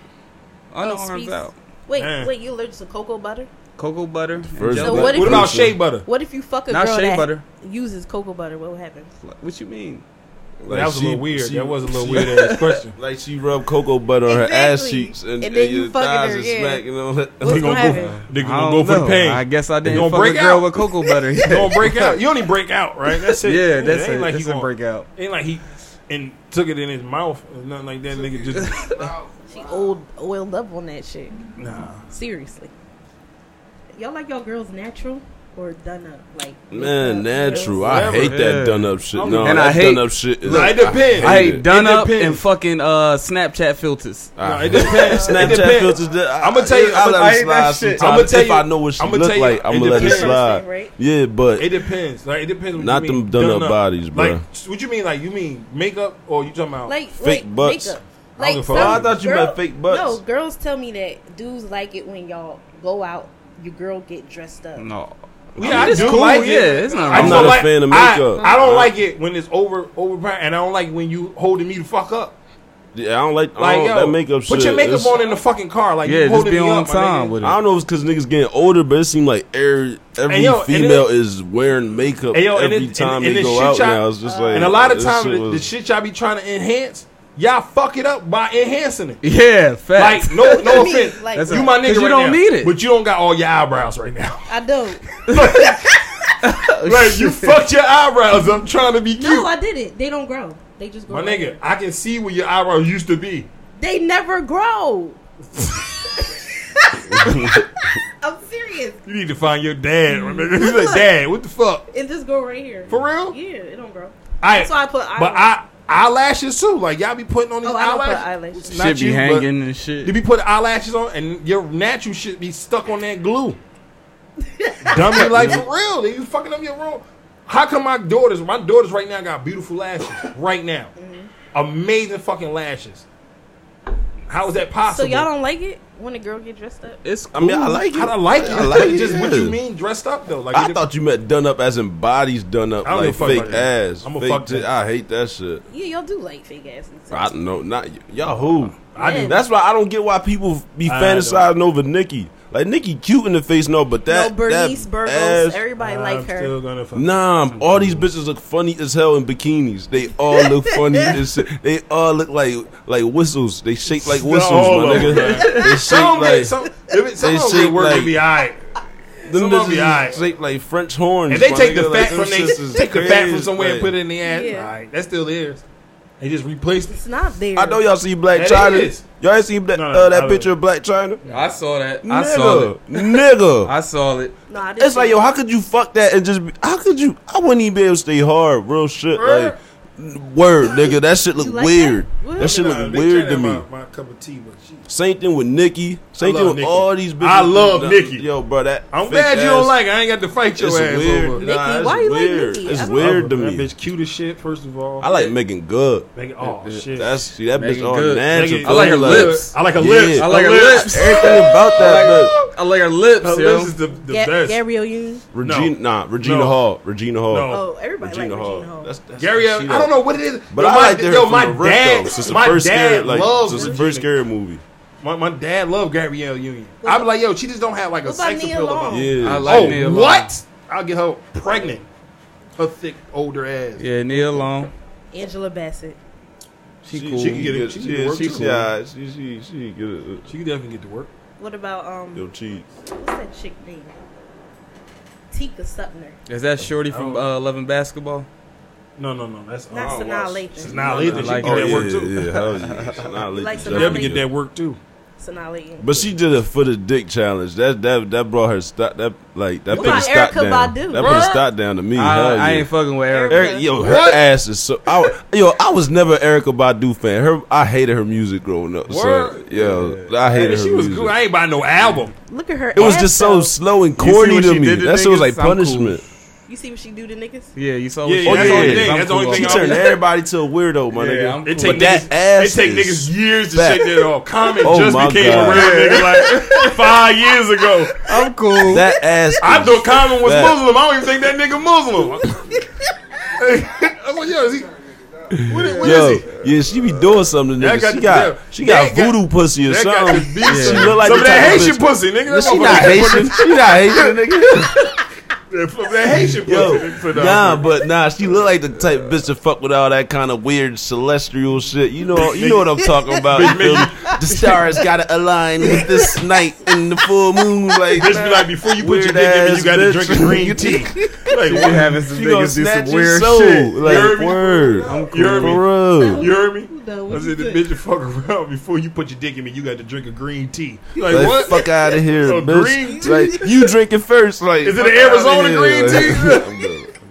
S7: Oh,
S8: underarms
S7: speed-
S8: out.
S7: wait,
S9: Man.
S7: wait, you allergic to cocoa butter?
S8: Cocoa butter. and
S6: First
S8: gel
S7: So
S8: butter.
S7: what if
S9: What about
S7: you,
S9: shea butter?
S7: What if you fuck a
S8: Not
S7: girl
S8: shea
S7: that
S8: butter.
S7: uses cocoa butter? What would happen?
S8: What you mean?
S6: Like,
S9: that was
S6: she-
S9: a little weird.
S6: she-
S9: that was a little
S6: she-
S9: weird ass question.
S6: Like she rubbed cocoa butter on her ass
S7: Exactly.
S6: cheeks and,
S7: And
S6: and
S7: then you
S6: your
S7: fucking
S6: thighs
S7: her,
S6: and
S7: yeah.
S6: smack and all that.
S7: What's gonna
S9: go,
S7: happen?
S9: nigga
S8: I
S9: gonna go
S8: don't
S9: for the
S8: know.
S9: pain.
S8: I guess I didn't
S9: gonna
S8: fuck
S9: break
S8: a girl
S9: out.
S8: with cocoa butter.
S9: You gonna break out. You only break out, right? That's it.
S8: Yeah, that's
S9: ain't
S8: a,
S9: like
S8: that's
S9: he
S8: a
S9: gonna break.
S8: breakout.
S9: Ain't like he and took it in his mouth or nothing like that. Nigga just
S7: She old oiled up on that shit.
S9: nah.
S7: Seriously. Y'all like y'all girls natural or done up? Like
S6: Man, natural. I
S9: Whatever.
S6: hate
S8: Yeah.
S6: that done up shit. No,
S8: And
S6: that
S8: I hate-
S6: done up shit. Is,
S9: Nah, it depends.
S8: I
S6: it.
S8: hate done
S9: It
S8: up
S9: depends.
S8: and fucking uh, Snapchat filters.
S6: I
S9: No, it
S6: hate
S9: depends. It
S6: Snapchat
S9: depends.
S6: filters. that- I,
S9: I'ma tell you-
S6: I
S9: I'ma- I
S6: let it
S9: hate that
S6: slide
S9: shit.
S6: sometimes.
S9: I'ma tell
S6: if
S9: you-
S6: I know what she
S9: I'ma
S6: look
S9: tell you,
S6: like, I'm
S9: it
S6: gonna let it
S9: depends.
S6: slide.
S7: Right?
S6: Yeah, but
S9: It depends. Like it depends. What
S6: Not
S9: you mean,
S6: them done up bodies, bruh.
S9: Like what you mean? Like you mean makeup or you talking about?
S7: like
S6: Fake
S7: like
S6: butts.
S7: Makeup.
S9: I don't
S7: Like
S9: give a fuck. I
S6: thought you
S7: girl-
S6: meant fake butts.
S7: No, girls tell me that dudes like it when y'all go out. Your girl get dressed up.
S8: No,
S9: Yeah,
S8: I mean,
S9: I
S8: it's
S9: do
S8: cool,
S9: like
S8: yeah,
S9: it.
S8: it's not
S9: I
S8: wrong.
S9: just
S8: I'm
S6: not
S9: don't
S6: a
S9: like-
S6: fan of
S9: I-
S6: makeup. Uh-huh.
S9: I, don't like it when it's over overpowering, and I don't like when you holding me the fuck up.
S6: yeah, I don't like, I
S9: Like
S6: don't,
S9: yo,
S6: Oh, that makeup
S9: put
S6: shit.
S9: your makeup
S6: it's-
S9: on in the fucking car. Like
S8: yeah,
S9: you
S8: just
S9: holding
S8: be
S9: me
S8: on
S9: up, my
S8: time
S9: nigga.
S8: with it.
S6: I don't know if it's because niggas getting older, but it seems like every, every
S9: And yo, and
S6: female
S9: it-
S6: is wearing makeup
S9: And yo, and
S6: every
S9: it- and-
S6: time
S9: and
S6: they
S9: the
S6: go
S9: shit
S6: out
S9: y'all-
S6: now. It's just like
S9: And a lot of
S6: this
S9: times the,
S6: was-
S9: the shit y'all be trying to enhance, y'all fuck it up by enhancing it.
S8: Yeah, facts.
S9: Like no, no
S7: I mean,
S9: offense,
S7: like-
S8: That's
S9: you
S8: a-
S9: my nigga
S8: 'cause you
S9: right
S8: don't
S9: now,
S8: need it.
S9: but you don't got all your eyebrows right now.
S7: I don't.
S9: Like you fucked your eyebrows. I'm trying to be cute.
S7: No, I didn't. They don't grow. They just grow.
S9: My nigga,
S7: right here.
S9: I can see where your eyebrows used to be.
S7: They never grow. I'm serious.
S9: You need to find your dad, my nigga. He's like, Dad, what the fuck?
S7: It just go right here.
S9: For real?
S7: Yeah, it don't grow.
S9: I,
S7: That's why I put
S9: But
S7: eyeliner.
S9: I eyelashes too. Like y'all be putting on these
S7: Oh, I don't put
S9: eyelashes.
S7: eyelashes.
S9: It's
S8: shit
S9: not
S8: be
S9: you, but
S8: hanging and
S9: You
S8: shit.
S9: be putting eyelashes on, and your natural shit be stuck on that glue. Dummy, like for real, you fucking up your room. How come my daughters, my daughters right now got beautiful lashes right now,
S7: Mm-hmm.
S9: amazing fucking lashes. How is that
S7: So
S9: possible?
S7: y'all don't like it when a girl get dressed up?
S8: It's
S6: I mean, I like it.
S9: How I like it.
S6: I like it.
S9: Just
S6: yeah.
S9: what you mean dressed up though? Like
S6: I thought you meant done up as in bodies done up
S9: I don't
S6: like
S9: give a fuck
S6: fake
S9: about that.
S6: ass.
S9: I'ma
S6: fake
S9: fuck
S6: tit-
S9: that.
S6: I hate that shit.
S7: Yeah, y'all do like fake asses.
S6: I don't know. Not y- y'all who? I
S7: do.
S6: That's why I don't get why people be
S9: I
S6: fantasizing over Nikki. Like Nikki, cute in the face, no, but that
S7: no, Bernice
S6: that
S7: Burgos.
S6: ass-
S7: everybody
S9: I'm
S7: like her.
S9: still gonna fuck.
S6: Nah, all these bitches look funny as hell in bikinis. They all look funny as shit. They all look like like whistles. They shape like
S9: Not
S6: whistles,
S9: all
S6: my
S9: of
S6: nigga.
S9: them.
S6: They
S9: Some of
S6: shape
S9: it-
S6: like
S9: some if it- some
S6: they
S9: of
S6: shape
S9: them work
S6: like-
S9: like, be alright.
S6: them
S9: some of 'em be
S6: bitches
S9: alright.
S6: shape like French horns.
S9: If they
S6: my
S9: take the
S6: nigga. Like,
S9: fat
S6: them
S9: from they
S6: shits is
S9: take the fat from
S6: crazy.
S9: somewhere and
S6: Like,
S9: put it in the ass,
S7: Yeah.
S9: all right, that still is. They just replaced it.
S7: It's not there.
S6: I know y'all see Black
S9: That
S6: China.
S9: is.
S6: Y'all ain't see Black,
S9: No,
S6: uh, that
S9: I-
S6: picture of Black China?
S8: I saw that. I
S6: nigga,
S8: saw it.
S6: nigga.
S8: I saw it.
S7: No, I didn't
S6: It's like, yo, how could you fuck that and just? Be, how could you? I wouldn't even be able to stay hard. Real shit,
S9: Word.
S6: like word, nigga. That shit look
S7: like
S6: weird.
S7: that?
S6: That,
S7: What?
S6: shit
S9: Nah,
S6: look
S9: they
S6: weird to
S9: tryna
S6: me.
S9: My, my cup of tea, but she-
S6: Same thing with Nikki. Same
S9: I
S6: thing
S9: love
S6: with
S9: Nicki.
S6: all these bitches.
S9: I love
S6: Nah,
S9: Nicki.
S6: Yo, bro, that.
S9: I'm
S6: fake
S9: glad you don't
S6: ass-
S9: like. it. I ain't got to fight your
S6: It's
S9: ass
S6: weird.
S9: over.
S6: Nah,
S7: Nicki,
S6: it's
S7: why you like
S6: weird.
S7: Nicki? I
S6: It's
S7: don't-
S6: weird to
S9: that
S6: me.
S9: bitch cute as shit. First of all,
S6: I like Megan Good.
S9: Megan. Oh shit,
S6: That's see that bitch
S8: Megan
S6: all
S8: Good.
S6: natural.
S9: Megan- I like her
S6: Feel
S8: lips.
S9: I like her
S6: Yeah.
S9: lips.
S8: I like her lips.
S6: Everything about that look.
S8: I like her lips,
S9: Her
S8: yo.
S9: lips is the, the
S7: Ga-
S9: best.
S7: Gabrielle Union.
S6: Regina, nah, Regina
S9: No.
S6: Hall. Regina Hall.
S9: No.
S7: Oh, everybody
S6: Regina
S7: like
S6: Hall.
S7: Regina Hall.
S6: That's, that's
S9: Gary, uh,
S6: what
S9: I
S6: she
S9: don't
S6: like.
S9: know what it is.
S6: But
S9: yo,
S6: I
S9: my,
S6: like that
S9: yo,
S6: from
S9: my
S6: the rip,
S9: dad,
S6: though. Since the
S9: my
S6: first
S9: dad
S6: scary, like,
S9: loves
S6: since the
S9: Regina.
S6: first scary movie.
S9: My, my dad loved Gabrielle Union. I'd be like, yo, she just don't have like a
S7: What about
S9: sex
S7: Nia
S9: appeal.
S7: Long?
S9: About her.
S6: Yeah.
S8: I like
S9: oh,
S8: Nia Long.
S9: what? I'll get her pregnant. Her thick, older ass.
S8: Yeah, Nia Long.
S7: Angela Bassett.
S6: she,
S9: cool. she can get it- she can
S6: yeah,
S9: work
S6: she,
S9: too.
S6: cool. yeah, she, she, she can get it.
S9: She could definitely get to work.
S7: What about um?
S6: Yo, cheat.
S7: What's that chick name? Tika Sutner.
S8: Is that Shorty from uh, Loving Basketball?
S9: No, no, no. That's
S7: Not
S9: oh,
S7: Sanaa
S9: She's
S7: Lathan.
S9: not lethal.
S8: I
S9: She
S8: like
S9: can
S8: her.
S9: get that work
S6: Oh, yeah,
S9: too.
S6: yeah, hell yeah. She's not late.
S7: Like
S6: She's
S7: some
S9: She
S6: definitely
S9: ever
S7: Sanaa
S9: get that work too.
S7: Sanaa Lathan.
S6: But she did it for the dick challenge. That that that brought her stop. That like that
S7: What
S6: put a
S7: about
S6: stop
S7: Erykah
S6: down.
S7: Badu?
S6: That put a
S7: What?
S6: stop down to me.
S8: I,
S6: Hell
S8: I
S6: yeah.
S8: ain't fucking with Eric.
S6: Eric, yo, her
S9: What?
S6: ass is so. I, yo, I was never Erica Badu fan. Her, I hated her music growing up. So,
S9: Word.
S6: yo, I hated her
S9: she was
S6: music.
S9: cool. I ain't buy no album.
S7: Look at her.
S6: It was
S7: ass,
S6: just so
S7: though.
S6: slow and
S8: see
S6: corny
S8: what
S6: to
S8: she
S6: me.
S8: did to
S6: That shit was like
S8: niggas? I'm cool.
S6: punishment. Oh,
S7: You see what she do to niggas?
S8: Yeah, you saw
S9: Yeah,
S8: what
S9: yeah, that's
S8: she did.
S9: the only
S8: I'm
S9: thing. That's the only
S8: cool
S9: thing
S6: She
S8: off
S9: I'm-
S8: it.
S6: turned everybody to a weirdo, my
S8: Yeah,
S6: nigga.
S8: I'm
S9: It
S8: cool.
S9: take
S6: But that
S9: niggas,
S6: ass
S9: It take
S6: is
S9: niggas years to
S6: fat.
S9: shake that off. Common
S6: Oh
S9: just
S6: my
S9: became
S6: God.
S9: a real nigga like five years ago.
S8: I'm cool.
S6: That ass.
S9: I
S6: is
S9: thought Common was
S6: fat.
S9: Muslim. I don't even think that nigga Muslim. I was like, yo, is he? What, is- what is
S6: Yo,
S9: he?
S6: yeah, she be doing something,
S9: That
S6: nigga.
S9: got
S6: she
S9: the-
S6: got,
S9: yeah.
S6: she got
S9: That got-
S6: voodoo pussy or
S9: That got
S6: something.
S9: the beast.
S6: She look like
S9: Some
S6: the
S9: of that
S6: type of
S9: Haitian
S6: bitch-
S9: pussy, nigga. That
S6: But she
S9: motherfucker-
S6: not Haitian. She not Haitian, nigga.
S9: Some of that Haitian pussy.
S6: Yo,
S9: put out.
S6: nah, but nah, she look like the type of bitch to fuck with all that kind of weird celestial shit. You know, you know what I'm talking about. you feel me? the stars gotta align with this night and the full moon. Like,
S9: Bitch be like, before you put your
S6: Weird
S9: dick in me,
S6: ass
S9: you gotta
S6: bitch.
S9: drink a green tea. Like,
S8: You having some
S6: she gonna
S8: niggas do
S6: snatch
S8: some
S6: your
S8: weird
S6: soul.
S8: shit.
S6: Like,
S9: You heard me?
S6: word.
S9: You heard me?
S6: For real.
S9: You heard me?
S7: No,
S9: I
S7: what you
S9: said, the
S7: think?
S9: bitch to fuck around before you put your dick in me, you got to drink a green tea. Like,
S6: Like,
S9: what?
S6: fuck out of here,
S9: A green
S6: bitch.
S9: tea?
S6: Like, you drink it first. Like,
S9: Is it
S6: fuck
S9: an
S6: outta
S9: Arizona
S6: here.
S9: green
S6: Like,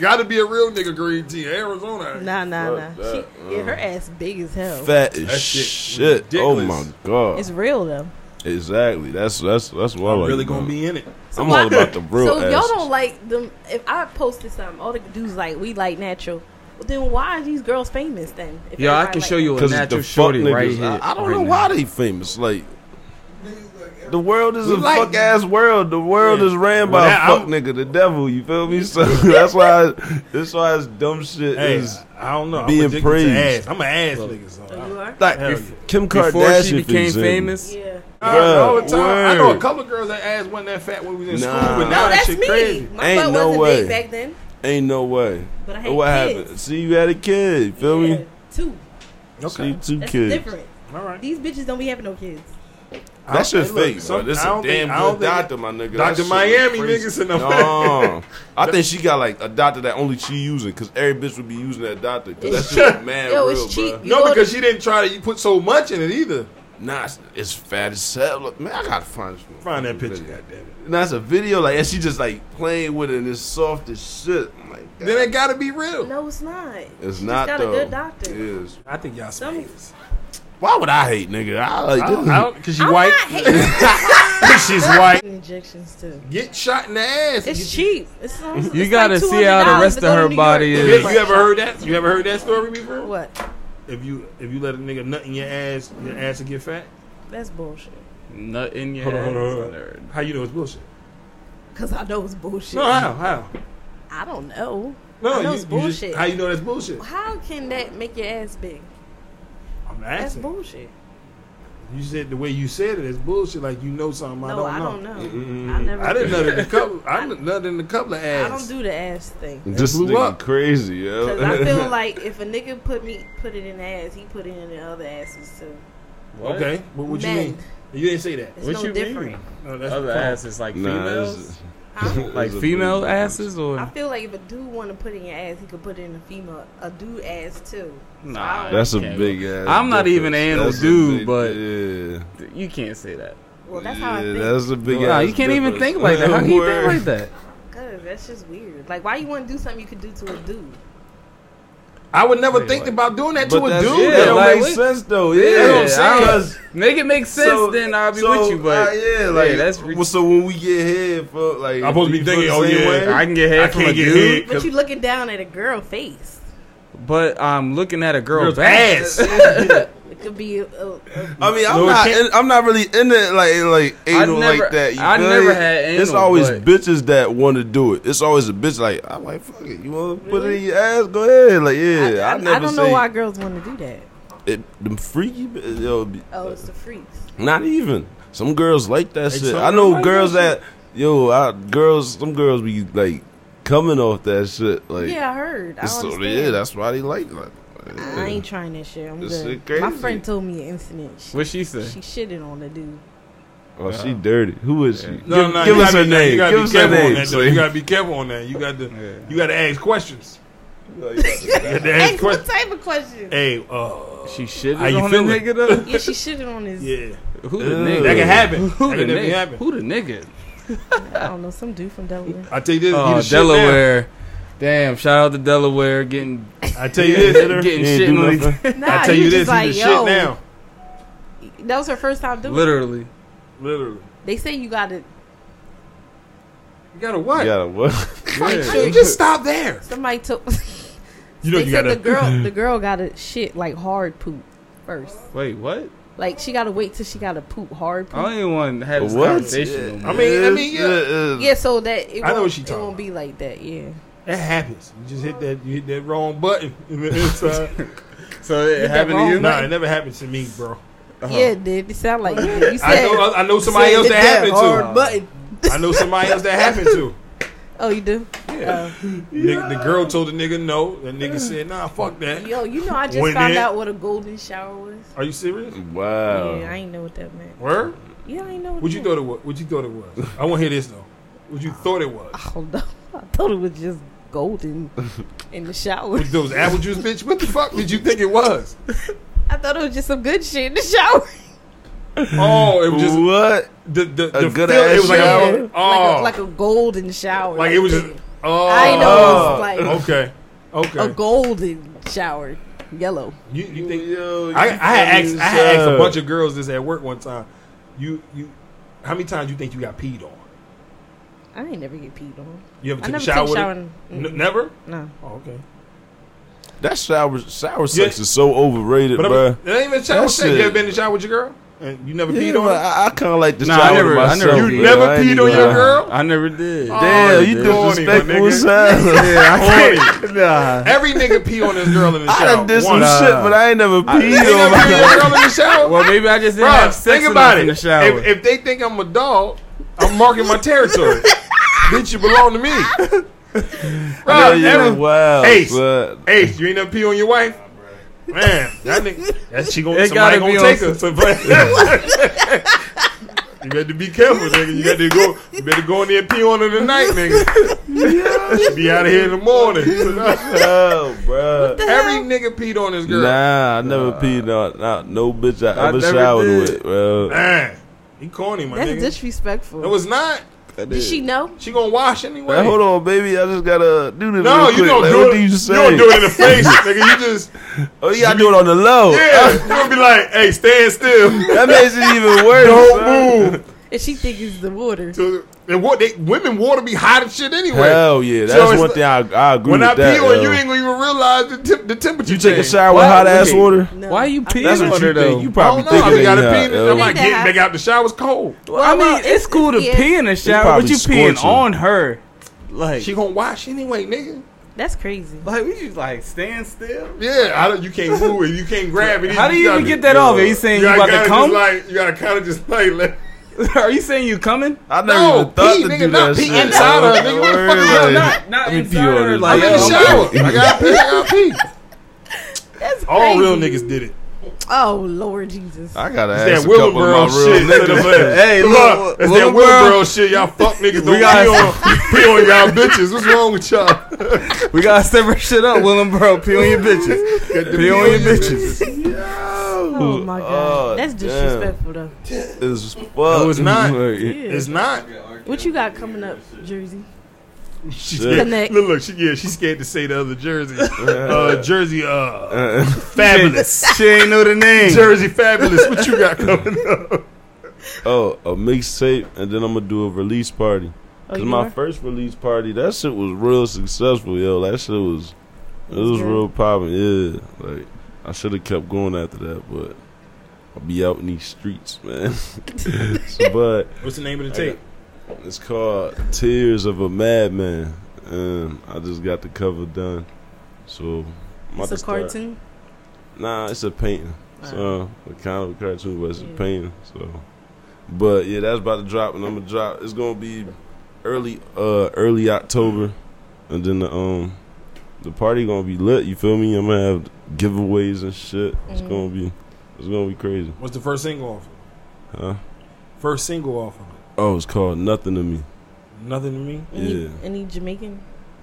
S9: Gotta be a real nigga green tea. Arizona.
S7: Nah, nah, nah. She, yeah, her ass big as hell.
S6: uh. Fat as
S9: That shit
S6: shit. Oh my
S9: ridiculous.
S6: god.
S7: It's real though.
S6: exactly. That's that's that's what
S9: I'm
S6: like,
S9: really
S6: man.
S9: gonna be in it.
S6: I'm all about the real.
S7: so y'all
S6: asses.
S7: don't like them. If I posted something, all the dudes like we like natural. Well, then why are these girls famous then? If
S8: Yo, I
S7: everybody
S8: can
S7: like
S8: show you
S7: them?
S8: a
S6: it's
S8: natural
S6: the
S8: shorty
S6: fuck
S8: right
S6: niggas.
S8: here.
S6: I, I don't
S8: right
S6: know
S8: now.
S6: why they famous. Like
S10: Niggas like
S6: the world is
S9: We
S6: a
S9: like-
S6: fuck ass world. The world
S9: Yeah.
S6: is ran
S9: Well,
S6: by
S9: that-
S6: a fuck
S9: I'm-
S6: nigga, the devil. You feel me? So that's why. I, that's why it's dumb shit.
S9: Hey,
S6: is
S9: I don't know.
S6: being
S9: I'm addicted
S6: praised.
S9: To ass. I'm an ass nigga. So
S7: You
S9: I,
S7: are.
S6: like
S9: Hell yeah.
S6: Kim Kardashian
S8: Before she
S6: for
S8: became
S6: example.
S8: famous,
S7: Yeah.
S9: I, all the time. I know a
S6: word.
S9: couple of girls that ass wasn't that fat when we was in
S6: Nah.
S9: school, but now
S6: No,
S7: No,
S9: that
S7: Oh, that's
S9: shit
S7: me.
S9: crazy.
S7: My
S6: Ain't
S7: butt
S6: no
S7: wasn't
S6: way.
S7: big back then.
S6: Ain't no way.
S7: But I had
S6: what
S7: kids.
S6: happened? See, you had a kid. Feel
S7: Yeah,
S6: me?
S7: two.
S6: See, two
S7: That's
S6: kids.
S7: different.
S9: All right.
S7: These bitches don't be having no kids.
S6: That shit
S9: Hey, look,
S6: fake,
S9: some-
S6: bro. This
S9: I
S6: is a
S9: don't think-
S6: damn
S9: I don't
S6: good
S9: think-
S6: doctor, my
S9: Dr.
S6: nigga. That shit
S9: Miami,
S6: crazy.
S9: niggas in the-
S6: No, I think she got like a doctor that only she using, cause every bitch would be using that doctor. 'cause that shit was mad
S7: Yo,
S6: real,
S7: it's cheap.
S6: bro.
S7: You
S9: No,
S7: go
S9: because
S7: to-
S9: she didn't try to you put so much in it either.
S6: Nah, it's, it's fat as hell. Look, man, I gotta find this one.
S9: Find that picture, goddamn it.
S6: Nah, it's a video like, and she just like playing with it, and it's soft as shit. I'm like,
S9: Then it gotta be real.
S7: No, it's not.
S6: it's
S7: She
S6: not
S7: just got
S6: though.
S7: a good doctor.
S6: It is.
S9: I think y'all some
S7: Some-
S9: haters.
S6: Why would I hate nigga? I like this.
S9: Because she's white.
S7: I hate
S9: she's white.
S7: injections too.
S9: Get shot in the ass.
S7: It's cheap. It's, um, it's
S8: You
S7: like
S8: gotta see how the
S7: $200 to
S8: rest of
S7: go to
S8: her
S7: New
S8: body
S7: York.
S9: You,
S8: is.
S9: you ever heard that? You ever heard that story before?
S7: What?
S9: If you if you let a nigga nut in your ass, your ass will get fat.
S7: That's bullshit.
S8: Nut in your
S9: Hold on, hold on, hold
S8: ass.
S9: on. How you know it's bullshit?
S7: Cause I know it's bullshit.
S9: No, how? How?
S7: I don't know.
S9: No,
S7: I know
S9: you,
S7: it's
S9: you just-
S7: bullshit.
S9: how you know that's bullshit?
S7: How can that make your ass big?
S9: I'm
S7: That's
S9: asking.
S7: bullshit.
S9: you said the way you said it is bullshit. Like you know something.
S7: No,
S9: I
S7: I
S9: don't
S7: don't
S9: know.
S7: know. I never.
S9: I didn't nut in a couple. I didn't nut in a couple of
S7: I
S9: ass.
S7: don't do the ass thing.
S6: This
S9: blew
S6: nigga
S9: up.
S6: crazy, yo.
S7: Cause I feel like if a nigga put me put it in the ass, he put it in the other asses too.
S9: Okay, what would you
S7: Men.
S9: mean? You didn't say that.
S7: It's
S8: What
S7: no
S8: you mean?
S7: different.
S9: No, that's
S8: Other
S9: wrong.
S8: asses like
S6: Nah, it's-
S8: females,
S7: Huh?
S8: like
S6: it's a
S8: female
S6: thing.
S8: asses,
S7: I
S8: or
S7: feel like if a dude want to put it in your ass, he could put it in a female, a dude ass too.
S8: Nah,
S7: I don't-
S6: That's a
S8: Can't
S6: big ass.
S8: I'm not even an
S6: difference.
S8: anal
S6: That's a
S8: dude,
S6: big-
S8: but-
S6: yeah.
S8: you can't say that.
S7: well, that's how I
S6: Yeah,
S7: think.
S6: That's a big
S8: Nah,
S6: ass.
S8: you can't even
S6: difference.
S8: think like that. How can you think like that?
S7: Cause that's just weird. Like, why you want to do something you could do to a dude?
S9: I would never think about doing that to
S6: But
S9: a
S6: that's,
S9: dude.
S6: yeah,
S9: that
S6: that
S9: don't
S8: like-
S9: make
S6: makes sense though. Yeah,
S8: Yeah,
S9: what I'm saying.
S8: I don't-
S6: 'Cause-
S8: Make it make sense,
S6: so-
S8: then I'll be
S6: so,
S8: with you. But
S6: uh, yeah, like
S8: that's
S6: that's.
S8: re-
S6: so when we get head, for like
S9: I'm supposed to be
S6: you feel
S9: thinking,
S6: the
S9: oh,
S6: same
S9: yeah,
S6: way?
S8: I can get head
S9: I
S8: from
S9: can't
S8: a
S9: get
S8: dude,
S9: head.
S7: But you looking down at a girl face.
S8: but I'm looking at a girl
S9: Girl's
S8: back.
S9: ass.
S7: It could be a, a, a
S6: I mean, I'm
S9: No, it
S6: not.
S9: can't-
S6: In, I'm not really in it like like anal
S8: never-
S6: like that. You
S8: I
S6: feel
S8: never
S6: me?
S8: had anal,
S6: It's always
S8: but-
S6: bitches that want to do it. It's always a bitch like I'm like fuck it. You want to put it in your ass? Go ahead. Like yeah, I,
S7: I, I,
S6: never
S7: I don't know
S6: say-
S7: why girls want to do that.
S6: It, them freaky. bi- Yo, be-
S7: Oh, it's the freaks.
S6: not even. Some girls like that shit.
S9: some
S6: I know
S9: like
S6: girls
S9: that
S6: that yo, I, girls. Some girls be like coming off that shit. Like
S7: Yeah, I heard. I don't
S6: so,
S7: understand.
S6: yeah, that's why they like that.
S7: I ain't trying that shit. I'm
S6: This
S7: good.
S6: shit crazy.
S7: My friend told me an incident. She,
S8: What she said?
S7: she shitted on the dude.
S6: Oh, she dirty. Who is she?
S9: No,
S6: give
S9: no,
S6: give
S9: you
S6: us
S9: gotta
S6: her
S9: be-
S6: name.
S9: You gotta
S6: Give
S9: be
S6: us her
S9: careful on
S6: name.
S9: that, though. You gotta be careful on that. You got to, you got to ask questions. You got to ask
S7: Ask what
S9: questions.
S7: type of question?
S9: Hey, uh,
S8: She shitted
S9: How you
S8: on the
S9: feeling?
S8: nigga though.
S7: Yeah, she shitted on his.
S9: yeah,
S8: Who the
S6: Ew.
S8: nigga?
S9: that can happen.
S8: Who
S9: that
S8: the
S9: can definitely
S8: nigga?
S9: happen.
S8: Who the nigga?
S7: I don't know, some dude from Delaware.
S9: I tell you this, you
S8: Oh,
S9: the shit now.
S8: Delaware. Damn, shout out to Delaware getting
S9: I tell you this,
S8: getting
S6: He ain't
S8: shit
S6: do
S8: on
S6: nothing.
S8: the-
S7: Nah,
S9: I tell
S7: he
S9: you
S7: just
S9: this, you the
S7: like, yo,
S9: shit now.
S7: that was her first time doing. it.
S8: Literally.
S9: Literally,
S7: They say you gotta
S9: you gotta what?
S6: Yeah, what?
S7: like
S9: So you
S7: shoot.
S9: just stop there.
S7: Somebody took.
S9: You know
S7: they
S9: you
S7: said
S9: gotta.
S7: the girl, the girl gotta shit like hard poop first.
S8: Wait, what?
S7: Like she gotta wait till she gotta poop hard
S8: I
S7: poop.
S8: don't even want to have this
S6: What?
S8: conversation. no
S9: I
S8: more.
S9: mean, I mean, Oh, yeah,
S7: Yeah, so that it
S9: I know
S7: won't-
S9: what she
S7: it
S9: talking
S7: won't be like that. Yeah,
S9: that happens. You just hit that, you hit that wrong button. Inside.
S8: So it happened to
S7: wrong
S8: you?
S9: Nah, it never happened to me, bro.
S7: yeah. It did it sound like you did. you said?
S9: Uh-huh. I know, I know somebody
S7: said
S9: else
S7: hit
S9: that happened
S7: hard
S9: to.
S7: button.
S9: I know somebody else that happened to.
S7: Oh, you do?
S9: Nigga, the girl told the nigga no. The nigga said, nah, fuck that.
S7: Yo, you know I just
S9: Went
S7: found
S9: in.
S7: out what a golden shower was.
S9: Are you serious?
S6: Wow.
S7: Yeah, I ain't know what that meant.
S9: Word?
S7: Yeah, I ain't know what.
S9: What
S7: it
S9: Oh. you
S7: meant.
S9: thought it was? What you thought it was? I want to hear this though. What you thought it was?
S7: I don't know. I thought it was just golden in the shower.
S9: What you thought it was apple juice, bitch? What the fuck did you think it was?
S7: I thought it was just some good shit in the shower.
S9: Oh, it was just
S6: what?
S9: the the, the
S6: A good
S9: feel-
S6: ass
S9: It was like
S6: shower?
S9: a, oh,
S7: Like, a, like a golden shower.
S9: like it was just
S7: that.
S9: oh.
S7: I know Oh,
S9: oh.
S7: it was like
S9: Okay, okay.
S7: a golden shower, yellow.
S9: you, you think
S6: Yo,
S9: I, I had asked I had asked a bunch
S6: of.
S9: of girls this at work one time. You you, how many times you think you got peed on?
S7: I ain't never get peed on.
S9: You ever
S7: I
S9: took a
S7: never
S9: shower?
S7: take
S9: with
S7: shower.
S9: it?
S7: in-
S9: N-
S7: mm,
S9: never.
S7: No,
S9: Oh, okay.
S6: That shower shower sex
S9: Yeah.
S6: is so overrated,
S9: But
S6: bro.
S9: I'm, it ain't even shower
S6: That
S9: sex. You
S6: shit-
S9: ever been in the shower with your girl and you never peed on her?
S6: I, I kind of like the
S8: Nah, I
S6: shower
S8: never- I
S6: myself.
S8: never peed.
S6: bro.
S8: You
S9: never
S6: I ain't
S9: peed
S6: even
S9: on your
S6: lying.
S9: girl?
S8: I never did.
S6: Damn, you
S9: Horny, my
S6: disrespectful
S9: nigga.
S6: as hell. Yeah, I can't. Nah.
S9: Every nigga pee on this girl in the
S6: I
S9: shower.
S6: done did some
S9: once.
S6: shit, but I ain't never
S9: You ain't
S6: peed on
S9: never peed
S6: my
S9: on a girl in the shower.
S8: Well, maybe I just didn't
S9: Bruh,
S8: have sex
S9: think about
S8: enough
S9: it.
S8: in the shower.
S9: If, if they think I'm a dog, I'm marking my territory. Bitch, you belong to me.
S6: Yeah,
S9: Bruh,
S6: yeah,
S9: every-
S6: wow.
S9: Ace.
S6: but-
S9: Ace, you ain't never pee on your wife. Man, that nigga, that she gonna
S8: It
S9: somebody
S8: gotta
S9: gonna
S8: be
S9: take
S8: on
S9: her. Somebody- you better be careful, nigga. You better go. You better go in there and pee on her tonight, nigga. She be out of here in the morning.
S6: Oh, bro.
S9: Every nigga peed on this girl.
S6: Nah, I never peed on nah, no bitch I,
S8: I
S6: ever
S8: never
S6: showered
S8: did.
S6: with, bro.
S9: Man, he corny, my
S7: that's
S9: Oh, nigga.
S7: disrespectful.
S9: It was not.
S7: Did she know?
S9: She gonna wash anyway.
S6: Hey, hold on, baby. I just gotta do this.
S9: No,
S6: real
S9: you
S6: quick.
S9: don't
S6: Like,
S9: do
S6: what
S9: it.
S6: do you
S9: you
S6: say?
S9: don't do it in the face, nigga. You just
S6: Oh, you gotta do it on the low.
S9: yeah. You gonna be like, hey, stand still.
S6: That makes it even worse.
S9: Don't move.
S7: And she think it's the water.
S9: So, And what they women water be hot as shit anyway.
S6: Hell yeah,
S9: So
S6: that's
S9: it's
S6: one
S9: like-
S6: thing I, I agree
S9: when
S6: with
S9: I pee
S6: that.
S9: on you,
S6: yo.
S9: you ain't gonna even realize the, temp- the temperature.
S6: You take a
S9: change.
S6: shower with
S8: Why-
S6: hot ass
S8: okay.
S6: water.
S7: No,
S8: Why are you
S7: I-
S8: peeing
S6: That's
S8: on
S6: what
S8: her
S6: you
S8: though?
S6: think. You
S9: I
S6: probably
S9: don't know. I
S6: thinking
S9: just got
S6: that.
S9: a pee in
S6: you
S9: it.
S6: hot,
S9: I'm
S6: yo.
S9: like,
S7: Think that
S9: get back out the shower. It's cold.
S8: Well, I
S7: Well,
S8: mean, it's
S7: it's-
S8: cool to
S7: yeah.
S8: pee in the shower,
S6: probably
S8: but you peeing
S6: scorching.
S8: on her. Like,
S9: She gonna wash anyway, nigga.
S7: that's crazy.
S8: like we just like stand still.
S9: Yeah, I don't, you can't move it. You can't grab it.
S8: How do you
S9: gotta
S8: even
S9: be-
S8: get that off? Are you saying you
S9: gotta
S8: about to
S9: kinda
S8: come?
S9: Just like, you gotta kind of just like. Let,
S8: Are you saying you coming?
S6: I never
S9: No,
S6: even thought
S9: pee,
S6: to
S9: nigga,
S6: do
S9: not
S6: that
S9: pee
S6: shit.
S9: inside
S6: yo.
S9: of, nigga. What the
S6: Don't
S9: fuck
S6: worry
S9: is
S6: about it.
S8: not
S6: Let me pee
S8: inside
S6: on
S8: her,
S6: it.
S8: like-
S9: I'm in the
S8: I'm
S9: shower. I gotta pee. I gotta pee.
S7: That's crazy.
S9: All real niggas did it.
S7: Oh Lord Jesus.
S6: I gotta
S9: It's
S6: ask
S9: that
S6: a couple
S9: Willenboro
S6: of my real
S9: shit.
S6: niggas.
S9: hey,
S6: Hey,
S9: look,
S6: look,
S9: it's that
S6: Willenboro-
S9: Willenboro shit. Y'all fuck niggas don't
S8: got-
S9: pee on, pee on y'all bitches. What's wrong with y'all?
S8: We gotta separate shit up, Willem, bro. Pee on your bitches. Pee on your bitches.
S7: Oh my God.
S6: Oh,
S7: that's
S6: damn.
S7: disrespectful though.
S6: It's fuck. No,
S9: it's not.
S7: Yeah.
S9: It's not.
S7: What you got coming up, Jersey?
S9: She scared,
S7: Connect.
S9: look, look, she yeah, she's scared to say the other Jersey. Uh, Jersey, uh, fabulous.
S8: She ain't know the name.
S9: Jersey, fabulous. What you got coming up?
S6: Oh, a mixtape, and then I'm gonna do a release party. Cause
S7: Oh, you
S6: my
S7: are?
S6: first release party, that shit was real successful, yo. That shit was, it was
S7: good.
S6: real popping. Yeah, like I should have kept going after that, but I'll be out in these streets, man. but
S9: What's the name of the
S6: tape? it's called Tears of a Madman, and I just got the cover done. So I'm about
S7: It's
S6: to
S7: a
S6: start-
S7: cartoon.
S6: Nah, it's a painting. So a kind of a cartoon, but it's
S7: Yeah.
S6: a painting. So, but yeah, that's about to drop, and I'm gonna drop. It's gonna be early, uh, early October, and then the um, the party gonna be lit. You feel me? I'm gonna have giveaways and shit. It's gonna be, it's gonna be crazy,
S9: What's the first single off?
S6: huh?
S9: First single off of it.
S6: Oh, it's called Nothing to Me.
S9: Nothing to me.
S7: Any,
S6: Yeah.
S7: any Jamaican?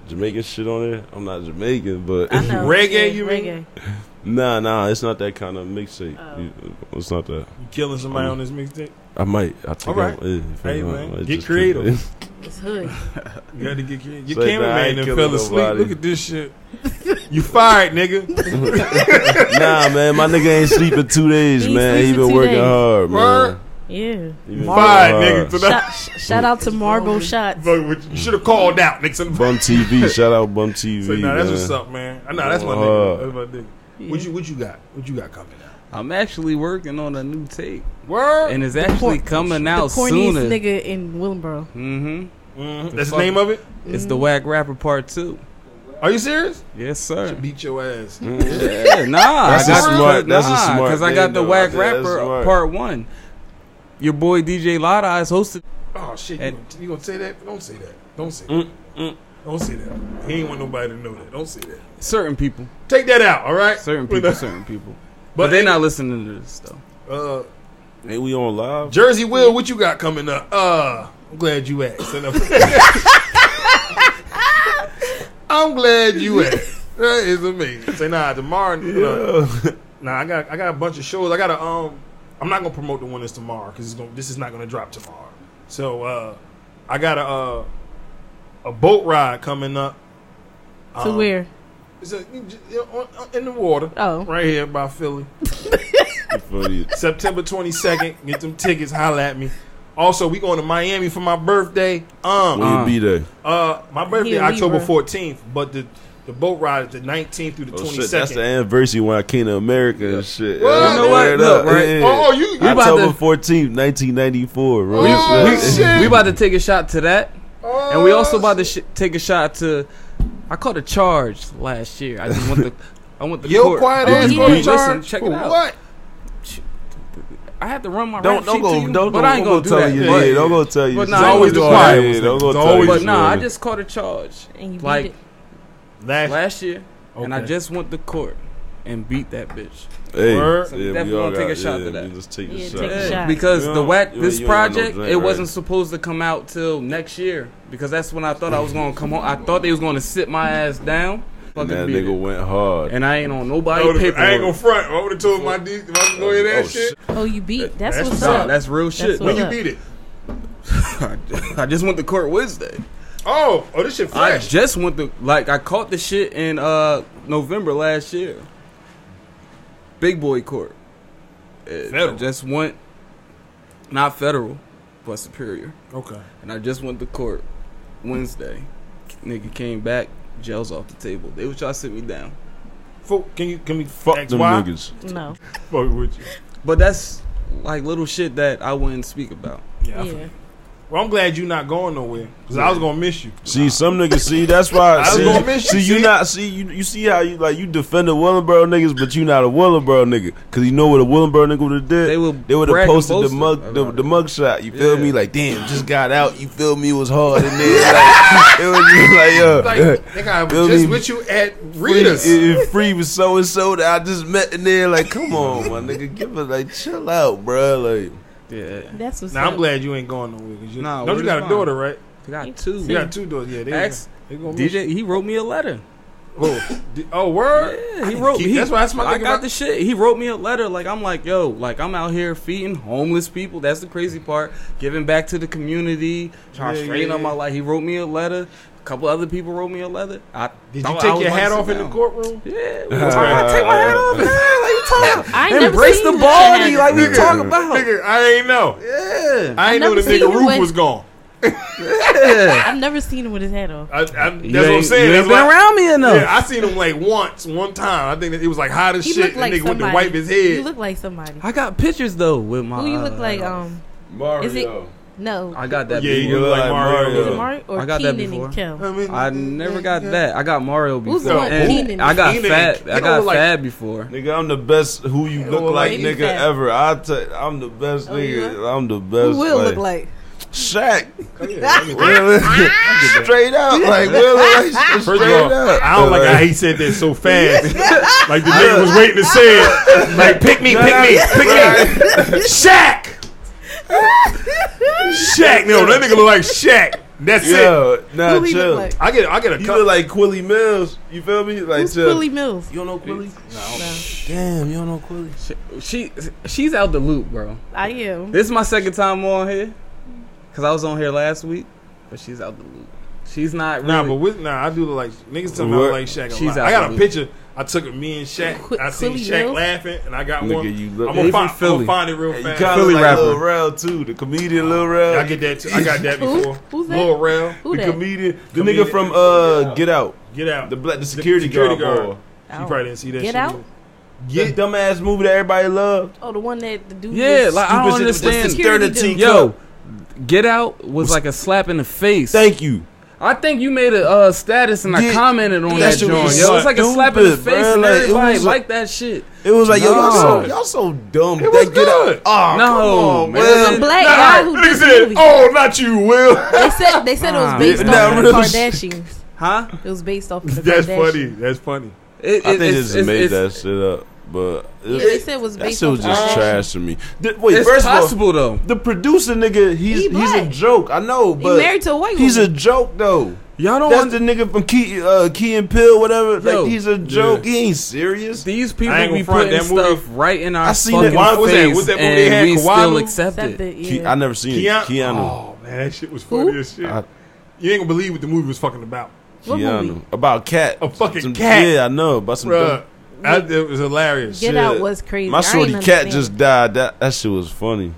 S6: Jamaican shit on there. I'm not Jamaican, but
S7: I know.
S9: Reggae,
S7: Yeah,
S9: you mean?
S7: Reggae.
S6: nah, nah, it's not that kind of mixtape.
S7: Oh.
S6: You- It's not that.
S9: You killing somebody on this mixtape?
S6: I might. I think.
S9: All right.
S6: I, yeah, if
S9: Hey,
S6: I-
S9: man,
S6: I
S9: get
S6: just-
S9: creative.
S7: It's hood.
S9: You got to get your, your
S6: Say, nah, I
S9: cameraman
S6: ain't
S9: and
S6: killing
S9: fell asleep.
S6: nobody.
S9: Look at this shit. You fired, nigga.
S6: nah, man, my nigga ain't sleep in two days,
S7: He
S6: man.
S7: sleep
S6: He
S7: in
S6: been
S7: two
S6: working
S7: days.
S6: hard,
S9: Word.
S6: man.
S7: Yeah.
S6: He been
S9: Fired,
S6: working
S9: nigga.
S6: hard.
S9: Tonight.
S7: Shout, sh- shout out to Margot Shots.
S9: Fuck with you. You should have called out, nigga.
S6: Bum TV, shout out Bum TV.
S9: So, nah, that's
S6: man.
S9: what's up, man. I know that's my
S6: Word.
S9: nigga. That's my nigga. What you what you got? What you got coming out?
S8: I'm actually working on a new tape,
S9: Word.
S8: and it's actually coming out
S7: the corniest
S8: sooner.
S7: nigga in Willenboro.
S8: Mm-hmm.
S9: That's the name of it.
S8: It's
S6: Mm.
S8: the Whack Rapper Part Two.
S9: Are you serious?
S8: Yes, sir.
S9: Beat your ass.
S8: Yeah, nah,
S6: That's
S8: I
S6: a
S8: got the-
S6: smart- that's a
S8: nah,
S6: smart
S8: I got
S6: thing,
S8: the
S6: though.
S8: Whack
S6: Yeah, that's
S8: Rapper
S6: smart.
S8: Part One. Your boy DJ Lada is hosted.
S9: Oh shit! You
S8: And-
S9: gonna, you gonna say that? Don't say that. Don't say that. Don't say that. He ain't want nobody to know that. Don't say that.
S8: Certain people,
S9: Take that out. All right.
S8: certain
S9: We're
S8: people,
S9: not-
S8: certain people. But,
S9: But
S8: they're
S9: they-
S8: not listening to this though.
S9: Uh,
S6: Ain't we on live?
S9: Jersey Will, what you got coming up? Uh, I'm glad you asked. And I'm- I'm glad you asked. That is amazing. Say nah, tomorrow. uh, nah, I got I got a bunch of shows. I got to um. I'm not gonna promote the one that's tomorrow because it's gonna this is not gonna drop tomorrow. So uh, I got a uh, a boat ride coming up.
S7: To
S9: Um,
S7: where?
S9: It's a, on- on- in the water.
S7: Oh.
S9: right here by Philly.
S6: For you.
S9: September 22nd. Get them tickets. Holla at me. Also, we going to Miami for my birthday. Um,
S6: When you be there?
S9: uh, my birthday
S7: Here,
S9: October
S7: Libra.
S9: 14th, but the the boat ride is the 19th through the
S6: Oh,
S9: 22nd.
S6: shit, that's the anniversary when I came to America and shit.
S9: Well,
S6: Yeah,
S9: you know what?
S6: word
S8: Look,
S6: up.
S8: right?
S6: Yeah.
S9: Oh, you, you about
S6: October
S8: to-
S6: 14th, 1994, bro.
S9: Oh,
S6: Yeah.
S9: shit.
S8: We about to take a shot to that, and we also
S6: Oh,
S8: about to
S9: shit.
S8: sh- take a shot to. I caught a charge last year. I just want the. I want the
S9: Yo,
S8: court.
S9: quiet
S8: Did
S9: ass
S8: you
S9: going to
S8: listen,
S9: charge.
S8: check
S9: for
S8: it out.
S9: What?
S8: I had to run my
S6: Don't
S8: rap
S6: don't
S8: sheet
S6: go
S8: to you,
S6: don't
S8: but
S6: go,
S8: I ain't
S6: don't go
S8: gonna do
S6: tell
S8: that.
S6: you.
S8: but,
S6: yeah, don't go tell you.
S8: but
S6: shit.
S8: nah, It's always the
S6: Yeah,
S9: quiet ones.
S6: Don't go
S9: It's
S6: tell you.
S9: always
S8: but
S6: shit.
S8: nah, I just caught a charge
S7: And you beat
S8: like
S7: it.
S9: Last
S8: last year, and I
S9: Okay.
S8: just went to court and beat that bitch.
S6: Hey,
S9: Word.
S8: So
S6: yeah, we
S8: definitely
S6: all
S8: gonna take
S6: got-
S8: a shot
S6: yeah,
S8: to that.
S6: we Just take
S7: Yeah,
S6: a
S7: take a
S8: Yeah,
S6: shot.
S7: shot.
S8: Because
S6: You
S8: the
S6: don't-
S8: whack
S6: you-
S8: this
S6: you don't want no
S8: project,
S6: drink,
S8: it
S6: right?
S8: wasn't supposed to come out till next year because that's when I thought I was gonna come home. I thought they was gonna sit my ass down,
S6: And
S8: fucking
S6: that
S8: beat
S6: nigga
S8: it.
S6: went hard.
S8: and I ain't on
S9: I,
S8: nobody
S9: would've-
S8: paper.
S9: I ain't gonna front. I would have told my D. If I was gonna go hear that
S6: Oh,
S9: shit,
S6: shit.
S7: Oh, you beat. That's,
S9: That's
S7: what's
S9: what's
S7: up.
S9: up.
S8: that's real shit.
S7: what's
S9: when you
S7: up.
S9: beat it.
S8: I, I just went to court Wednesday.
S9: Oh, oh, this shit
S8: I
S9: fresh.
S8: just went to like I caught the shit in uh November last year. Big boy court. It- I
S9: Federal.
S8: just went, not federal, but superior.
S9: okay.
S8: And I just went to court Wednesday. Nigga came back, jails off the table. They was trying to sit me down.
S9: Fo- can you can we
S6: Fuck
S9: ask
S6: them
S9: why?
S6: niggas.
S7: No.
S9: Fuck with you.
S8: But that's like little shit that I wouldn't speak about.
S9: Yeah. I
S7: Yeah.
S9: forget. Well, I'm glad you're not going nowhere because I was gonna miss you.
S6: See, some niggas see that's why.
S9: was gonna
S6: see,
S9: miss
S6: see,
S9: you,
S6: you
S9: see?
S6: not see you. You see how you like you defend the Willenboro niggas, but you not a Willenboro nigga because you know what a Willenboro nigga would have did.
S8: They would
S6: they would have
S8: brag and
S6: posted the
S8: boast
S6: mug the,
S8: about
S6: the
S8: it.
S6: mug shot. You feel
S8: Yeah.
S6: me? Like damn, just got out. You feel me? It was hard in there. Like, it was just like yo.
S9: nigga, I
S6: Feel me?
S9: you at
S6: Free, it- it free was so and so that I just met in there. Like, come on, my nigga, give it like, chill out, bruh. Like,
S8: Yeah.
S7: That's what's
S9: Now
S7: up.
S9: I'm glad you ain't going nowhere. 'cause you,
S8: Nah,
S9: don't
S8: word
S9: you
S8: is
S9: got a
S8: mine.
S9: daughter, right?
S8: I got two.
S9: You got two daughters. Yeah, they,
S8: Ask
S9: they gonna miss
S8: DJ, he wrote me a letter.
S9: Oh, d- oh, word.
S8: Yeah, he wrote.
S9: Keep-
S8: He,
S9: that's why that's my
S8: I
S9: nigga.
S8: got
S9: About
S8: the shit. He wrote me a letter. Like I'm like, yo, like I'm out here feeding homeless people. That's the crazy part. Giving back to the community. Trying
S9: Yeah,
S8: to straighten
S9: yeah,
S8: up my
S9: yeah.
S8: life. He wrote me a letter. A couple other people wrote me a letter. I
S9: Did you
S8: thought I
S9: take
S8: was
S9: your
S8: about to
S9: hat
S8: sit
S9: off in the
S8: down.
S9: courtroom?
S8: Yeah, we talking about take my hat off, man. Like you talking
S7: I
S8: about
S7: ain't
S8: embrace
S7: never
S8: the
S7: seen you with your
S8: body,
S7: hat
S8: like we
S9: off.
S8: talk about.
S9: Nigga, I ain't know.
S8: Yeah,
S9: I ain't know
S7: never
S9: the
S7: seen
S9: nigga
S7: you
S9: roof
S7: with-
S9: was gone.
S7: I've never seen him with his hat on.
S9: I, I, that's
S8: You
S9: what I'm
S8: ain't-
S9: saying.
S8: You
S9: That's
S8: ain't been
S9: why-
S8: around me enough.
S9: Yeah, I seen him like once, one time. I think that it was like hot as
S7: He
S9: shit.
S7: looked like
S9: the nigga
S7: somebody.
S9: went to wipe his
S7: You
S9: head.
S7: look like somebody.
S8: I got pictures though with my.
S7: Who you look
S8: uh,
S7: like? Um,
S6: Mario.
S7: Is it- no.
S8: I got that.
S9: Yeah, you
S8: before.
S9: look like Mario.
S7: Was it Mario or
S8: I got that
S7: Keenan
S8: before.
S7: and Kel?
S9: mean,
S8: I never got that. I got Mario before.
S7: Who's the one?
S8: And
S7: Keenan.
S8: I got
S9: Keenan.
S8: Fab.
S9: He
S8: I
S9: don't
S8: got
S9: look like-
S8: Fab before.
S6: Nigga, I'm the best who you look
S9: well,
S6: like
S7: maybe
S6: nigga
S7: that.
S6: ever. I t- I'm the best
S7: Oh, you
S6: nigga. I'm the best.
S7: Who will look like?
S6: Shaq.
S9: Yeah,
S6: Really? straight up. Like, really? Like,
S9: First
S6: straight
S9: of all,
S6: up.
S9: I don't like how he said that so fast. like the nigga was waiting to say it. Like pick me, pick me, pick me. Shaq. Shaq. No, that nigga look like Shaq. That's it.
S6: Yo, nah,
S7: Who he
S6: chill.
S7: look like?
S9: I get, I get a
S6: You
S9: couple.
S6: look like Quilly Mills. You feel me? Like,
S9: uh,
S7: Who's
S6: chill.
S7: Willie Mills?
S6: You don't know Quilly?
S7: No,
S6: Damn, you don't know Quilly?
S8: She she's out the loop, bro.
S7: I am.
S8: This is my second time on here, cause I was on here last week, but she's out the loop. She's not really.
S9: Nah, but with nah, I do look like niggas tell me I
S6: What?
S9: look like Shaq a
S8: She's
S9: lot. I got a
S8: absolute.
S9: picture I took of me and Shaq.
S7: Qu-
S9: I seen
S7: Quilly
S9: Shaq
S7: Mills?
S9: laughing, and I got
S6: Nigga,
S9: one.
S6: you look-
S9: I'm gonna
S8: He from
S9: find, I'm gonna
S8: Philly.
S9: fiil it real
S6: Hey, you
S9: fast.
S6: kind of
S8: Philly
S6: like
S8: rapper.
S6: Lil Rel, too. The comedian Lil Rel.
S9: I get that. Too. I got that
S7: Who?
S9: before.
S7: Who's that?
S9: Lil Rel.
S7: Who
S6: the
S7: that?
S6: comedian. The
S9: Comedian.
S6: nigga from uh, Get Out.
S9: Get out.
S6: The black, the security,
S9: security guard.
S6: guard. boy.
S9: you probably didn't see that.
S7: Oh. Get
S9: shit.
S7: out.
S6: Yeah, dumbass movie that everybody loved.
S7: Oh, the one that the dude.
S8: yeah,
S7: was-
S8: like I don't
S6: Stupid shit with the
S8: understand.
S7: Security
S6: Eternity
S7: dude.
S8: Yo, Get Out was like a slap in the face.
S6: Thank you.
S8: I think you made a uh, status and I
S6: Yeah,
S8: commented on
S6: that
S8: that,
S6: shit
S8: joint.
S6: was
S8: Yo, it's like a slap in the
S6: stupid,
S8: face,
S6: bruh.
S8: and
S6: Like, it
S8: everybody
S6: was like-
S8: like that shit.
S6: It was like, yo, y'all so,
S8: No.
S6: y'all so dumb.
S9: It was
S6: That Get Out-
S9: good.
S6: Oh,
S8: No,
S6: come on,
S8: man.
S6: man.
S7: It was a black guy who
S9: Nigga
S7: did the
S9: said,
S7: movie.
S9: "Oh, not you, Will."
S7: They said they said it was
S9: Ah.
S8: Nah,
S7: based
S6: nah,
S7: off of the
S6: real
S7: Kardashians.
S8: Huh?
S7: It was based off of the
S9: That's
S7: Kardashians.
S9: funny. That's funny.
S8: It,
S6: I
S8: it-
S6: think
S8: it's-
S6: just
S8: it's-
S6: made that
S8: it's-
S6: shit up, but
S7: Yeah, they said it was
S6: that
S7: based
S6: shit
S7: off
S6: was
S7: of
S6: just
S7: the-
S6: trash to me. Th- wait,
S8: It's
S6: first of all,
S8: possible though.
S6: the producer nigga, he's
S7: He
S6: he's a
S7: black.
S6: joke. I know,
S7: He
S6: but
S7: married to a white
S6: he's a
S7: woman.
S6: joke though.
S8: Y'all don't
S6: That's
S8: want
S6: the nigga from Key, uh, Key and Pill, whatever.
S8: Yo.
S6: like he's a joke. He ain't serious.
S8: these
S9: I
S8: people
S9: ain't
S8: be
S9: gonna front
S8: putting
S9: that movie.
S8: stuff right in our
S6: I seen that-
S8: fucking
S9: Why- what's that-
S8: face,
S9: what's that movie they
S8: and
S9: had?
S8: we still
S9: Koala?
S8: accept
S7: Except
S8: it.
S7: that,
S6: Ke-
S7: yeah.
S6: I never seen
S9: Keanu.
S6: it. Keanu.
S9: Oh man, that shit was funny
S7: Who?
S9: as shit.
S6: I-
S9: you ain't gonna believe what the movie was fucking about,
S7: What
S6: Keanu.
S7: movie?
S6: About cat.
S9: A fucking
S6: Some-
S9: cat.
S6: Yeah, I know. About some dumb-
S9: Bruh, That It was hilarious.
S7: Get Out was crazy. I
S6: My
S7: ain't
S6: shorty cat
S7: understand.
S6: just died. That that shit was funny.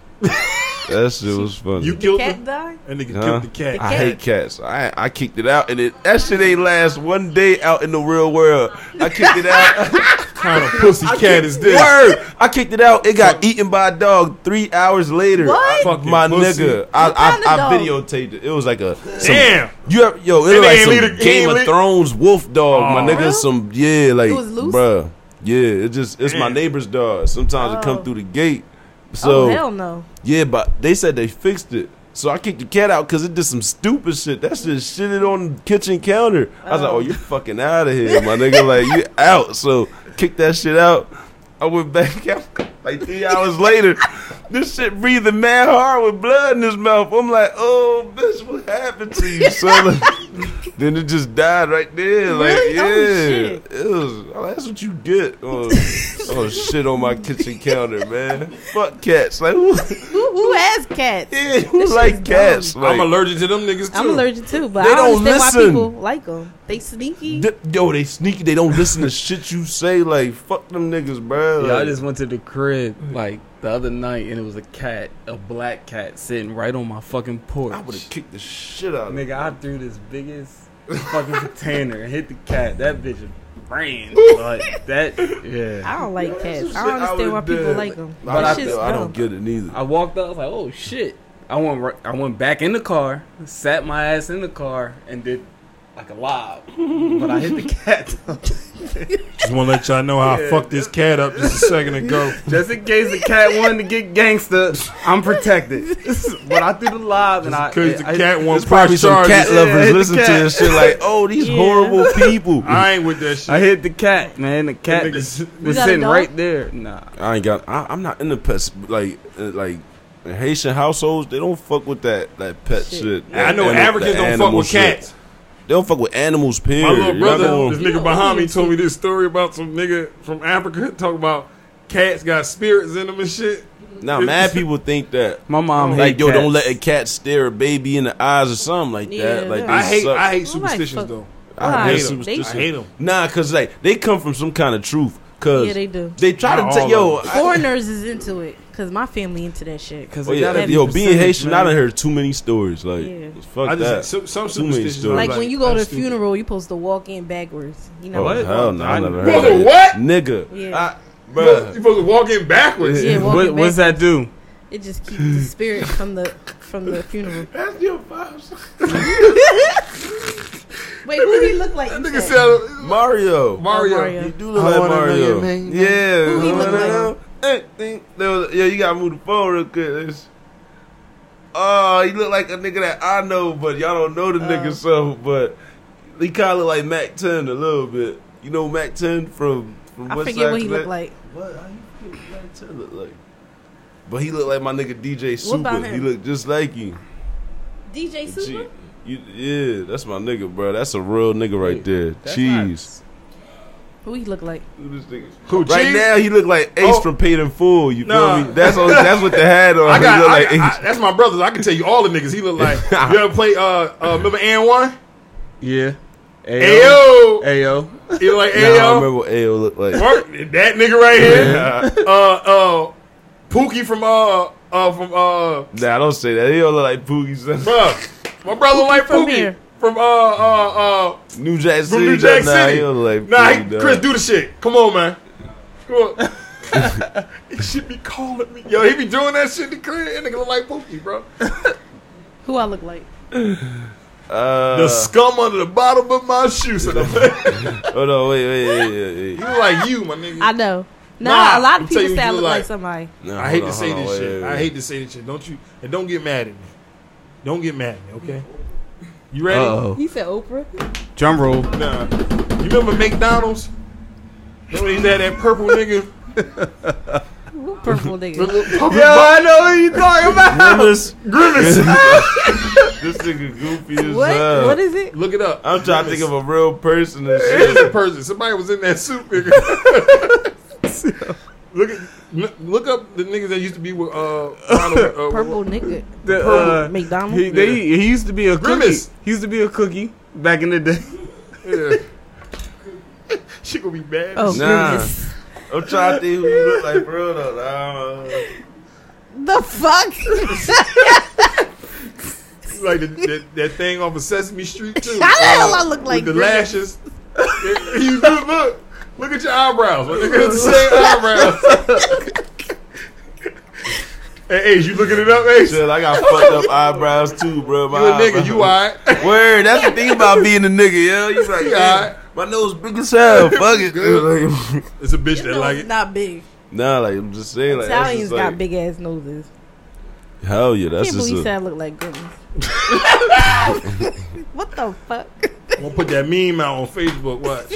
S6: that shit was funny.
S9: You killed
S7: Cat
S9: him.
S7: died.
S9: That nigga
S6: Huh?
S9: killed the cat.
S6: I hate cats. I I kicked it out, and it that shit ain't last one day out in the real world. I kicked it out.
S9: kind of pussy cat is this?
S6: Word. I kicked it out. It got eaten by a dog three hours later.
S7: What?
S9: Fucking
S6: my
S9: pussy.
S6: nigga. I
S7: What kind of
S6: I, I,
S7: dog?
S6: videotaped it. It was like a some-
S9: Damn.
S6: You ever, yo,
S9: And
S6: it was
S9: they
S6: like
S9: ain't
S6: some
S9: leave the- they
S6: Game
S9: ain't
S6: of
S9: leave-
S6: Thrones wolf dog, my
S9: Aw.
S6: nigga. Some yeah, like
S7: It was loose?
S6: bruh. Yeah, it just it's my
S9: Damn.
S6: neighbor's dog. Sometimes it
S7: Oh.
S6: come through the gate.
S7: Oh
S6: So
S7: hell no.
S6: yeah, but they said they fixed it. So I kicked the cat out because it did some stupid shit. That shit shitted on the kitchen counter. I was like, oh, you're fucking out of here, my nigga. Like, you out. So kicked that shit out. I went back out like three hours later. This shit breathing mad hard with blood in his mouth. I'm like, oh, bitch, what happened to you, son? then it just died right there. Like,
S7: Really?
S6: yeah.
S7: Oh, shit.
S6: It was, oh, that's what you get. Oh, oh, shit on my kitchen counter, man. Fuck cats. Like, who-
S7: Who Who has cats?
S6: Yeah, who like cats?
S9: I'm allergic to them niggas too.
S7: I'm allergic too, but
S6: They
S7: I don't
S6: don't
S7: understand
S6: listen.
S7: why people like them. They sneaky.
S6: D- yo, they sneaky. They don't listen to shit you say. Like fuck them niggas, bro.
S8: Yeah, I just went to the crib like the other night, and it was a cat, a black cat, sitting right on my fucking porch.
S6: I would have kicked the shit out of
S8: Nigga, I threw this biggest fucking container and hit the cat. That bitch ran. Like that, yeah.
S7: I don't like cats. I
S6: Shit,
S7: don't understand why
S6: would've
S7: people
S6: did.
S7: like them.
S6: I,
S8: That
S6: don't-
S7: shit's
S6: I
S7: dumb.
S6: don't get it neither.
S8: I walked up, I was like, oh shit. I went, ri- I went back in the car, sat my ass in the car, and did like a lob, but I hit the cat.
S9: Just want to let y'all know how I fucked this cat up just a second ago.
S8: Just in case the cat wanted to get gangster, I'm protected. but I threw the lob, and I,
S9: Because the cat
S8: I-
S6: There's
S9: won't
S6: probably
S9: press
S6: some
S9: charges.
S6: cat lovers
S8: Yeah,
S6: listen
S8: the
S6: to
S8: cat.
S6: this shit like, oh, these
S7: Yeah.
S6: horrible people. I,
S9: I ain't with that shit.
S8: I hit the cat, man. The cat
S9: niggas-
S8: was,
S7: You
S8: was
S7: got a
S8: sitting
S7: dog?
S8: right there. Nah.
S6: I ain't got. I, I'm not into pets. Like, uh, like in Haitian households, they don't fuck with that that pet shit.
S9: I
S6: That
S9: know
S6: ani-
S9: Africans
S6: that
S9: don't fuck
S6: animal
S9: with
S6: shit.
S9: cats.
S6: They don't fuck with animals. Period.
S9: My little
S6: Y'all
S9: brother,
S6: gonna-
S9: this nigga behind me, told me this story about some nigga from Africa talking about cats got spirits in them and shit.
S6: Now, mad people think that.
S8: My mom hates
S6: Like, yo, don't let a
S8: it.
S6: cat stare a baby in the eyes or something like
S7: Yeah,
S6: that. Like,
S7: no.
S6: they
S9: I hate,
S6: suck.
S9: I hate
S7: I'm like,
S9: superstitions
S7: fuck.
S9: though.
S6: I
S7: Why?
S6: hate
S7: They-
S6: superstitions.
S9: I hate 'em.
S6: Nah, cause like they come from some kind of truth. Cause
S7: Yeah, they do.
S6: They
S9: Not
S6: try to
S9: all
S6: take yo.
S9: of
S6: I-
S7: Foreigners is into it because my family into that shit.
S8: Cause
S6: Oh
S8: it
S6: yeah,
S8: gotta be
S6: yo, being
S8: percentage,
S6: Haitian, I
S8: man.
S6: done heard too many stories. Like,
S7: Yeah.
S6: fuck
S9: I just
S6: that.
S9: some, some
S6: Too many
S9: superstitions.
S6: stories.
S9: I'm
S6: Like
S7: Like, when you go to a
S9: that's stupid.
S7: funeral, you supposed to walk in backwards. You know
S6: oh,
S8: What?
S6: Hell no, I
S8: I-
S6: never heard
S9: Brother,
S6: that.
S9: what?
S6: Nigga,
S7: Yeah.
S6: I,
S9: You
S6: bruh.
S9: supposed to walk in backwards.
S7: Yeah, walking
S8: What, what's that do?
S7: It just keeps the spirit from the from the funeral.
S9: That's your vibes.
S7: Wait, who he look like? you
S9: Nigga
S7: said?
S9: said
S6: Mario.
S9: Mario.
S7: Oh, Mario.
S6: You do look
S9: I
S6: like
S9: wanna know
S6: Mario.
S9: your name.
S6: Yeah.
S7: Who he look like?
S6: Eh, like? Yo, you gotta move the phone real quick. It's- Oh, he look like a nigga that I know, but y'all don't know the
S7: Uh.
S6: nigga so. But he kind of look like Mac Ten a little bit. You know Mac Ten from from
S7: I
S6: West
S7: forget
S6: Side
S7: what he
S6: Connect?
S7: looked like.
S6: What? How you think Mac Ten look like? But he look like my nigga DJ
S7: What about
S6: Super. He
S7: him?
S6: look just like you.
S7: DJ Super.
S6: Gee, you- yeah, that's my nigga, bro. That's a real nigga right there.
S8: that's
S6: Cheese.
S7: Who he look like?
S9: Who,
S6: Right
S9: Cheese?
S6: now, he look like Ace
S9: Oh.
S6: from Paid in Full. You
S9: Nah.
S6: feel me? That's all, that's what they had on.
S9: I got,
S6: he look
S9: I,
S6: like
S9: I-
S6: Ace.
S9: that's my brother. I can tell you all the niggas. He look like. you ever play? Uh, uh remember and one?
S8: Yeah.
S9: Ayo,
S8: Ayo.
S9: he look like
S6: Now I remember
S9: Ayo.
S6: what Ayo looked like.
S9: Mark, that nigga right here. uh, uh, Pookie from uh, uh, from uh,
S6: Nah, I don't say that. He don't look like Poogie's
S9: bruh. My brother like
S7: from
S9: Pookie
S7: here.
S9: from uh, uh, uh,
S6: New Jack City.
S9: from New
S6: though.
S9: Jack
S6: nah,
S9: City.
S6: He don't look like
S9: nah,
S6: Poogie,
S9: he,
S6: dog.
S9: Chris, do the shit. Come on, man. Come on. he should be calling me. Yo, he be doing that shit to Chris. That nigga look like Pookie, bro.
S7: Who I look like?
S6: Uh,
S9: the scum under the bottom of my shoes. he
S6: oh no, wait, wait, wait, wait, wait.
S9: look like you, my nigga.
S7: I know. Nah,
S9: Nah,
S7: a lot
S9: I'm
S7: of
S9: tell
S7: people
S9: you
S7: say I
S9: who
S7: look
S9: like-
S7: like somebody.
S6: Nah,
S9: I hate
S6: hold
S9: to
S6: on,
S9: say
S6: hold on,
S9: this
S6: wait,
S9: shit.
S6: wait,
S9: I
S6: wait.
S9: hate to say this shit. Don't you? And don't get mad at me. Don't get mad at me, okay? You ready?
S8: Uh-oh.
S7: He said Oprah.
S8: Drum roll.
S9: Nah. You remember McDonald's? Remember he's had that purple nigga?
S7: Who purple
S9: uh,
S7: nigga?
S9: Purple
S8: Yo, I know who you talking about.
S6: Grimace.
S9: grimace.
S6: this nigga goofy as
S7: What?
S6: hell.
S7: What is it?
S9: Look it up.
S6: I'm trying to think of a real person and
S9: It is
S6: shit.
S9: a person. Somebody was in that suit, nigga. look at n- look up the niggas that used to be with uh, Ronald, uh
S7: Purple nigga.
S8: The, uh,
S7: McDonald's?
S8: He, they, he used to be a
S9: Grimace.
S8: cookie. He used to be a cookie back in the day.
S9: Yeah. she gonna be mad.
S7: Oh,
S6: Nah.
S7: goodness.
S6: I'm trying to think who he look like, bro. Though. Nah.
S7: The fuck?
S9: She's like the, that, that thing off of Sesame Street too.
S7: How the hell I look like
S9: with the
S7: Grimace?
S9: lashes? you look, look, look at your eyebrows. my nigga. It's the same eyebrows. hey, Ace, you looking it up, Ace? You
S6: Shit, I got fucked up eyebrows too, bro.
S9: a
S6: My
S9: nigga,
S6: eyebrows-
S9: you alright?
S6: Word, that's the thing about being a nigga, yo. You like,
S9: You
S6: yeah,
S9: alright?
S6: my nose big as hell. Fuck it.
S9: Good.
S6: Like,
S9: It's a bitch that
S7: No,
S9: like
S7: it's
S9: it.
S7: not big.
S6: nah, like I'm just saying, like that's
S7: Italians
S6: just
S7: got
S6: like-
S7: big ass noses.
S6: Hell yeah, that's
S7: Can't believe
S6: just.
S7: said I
S6: A,
S7: look like Grimace. what the fuck?
S9: I'm gonna put that meme out on Facebook. Watch.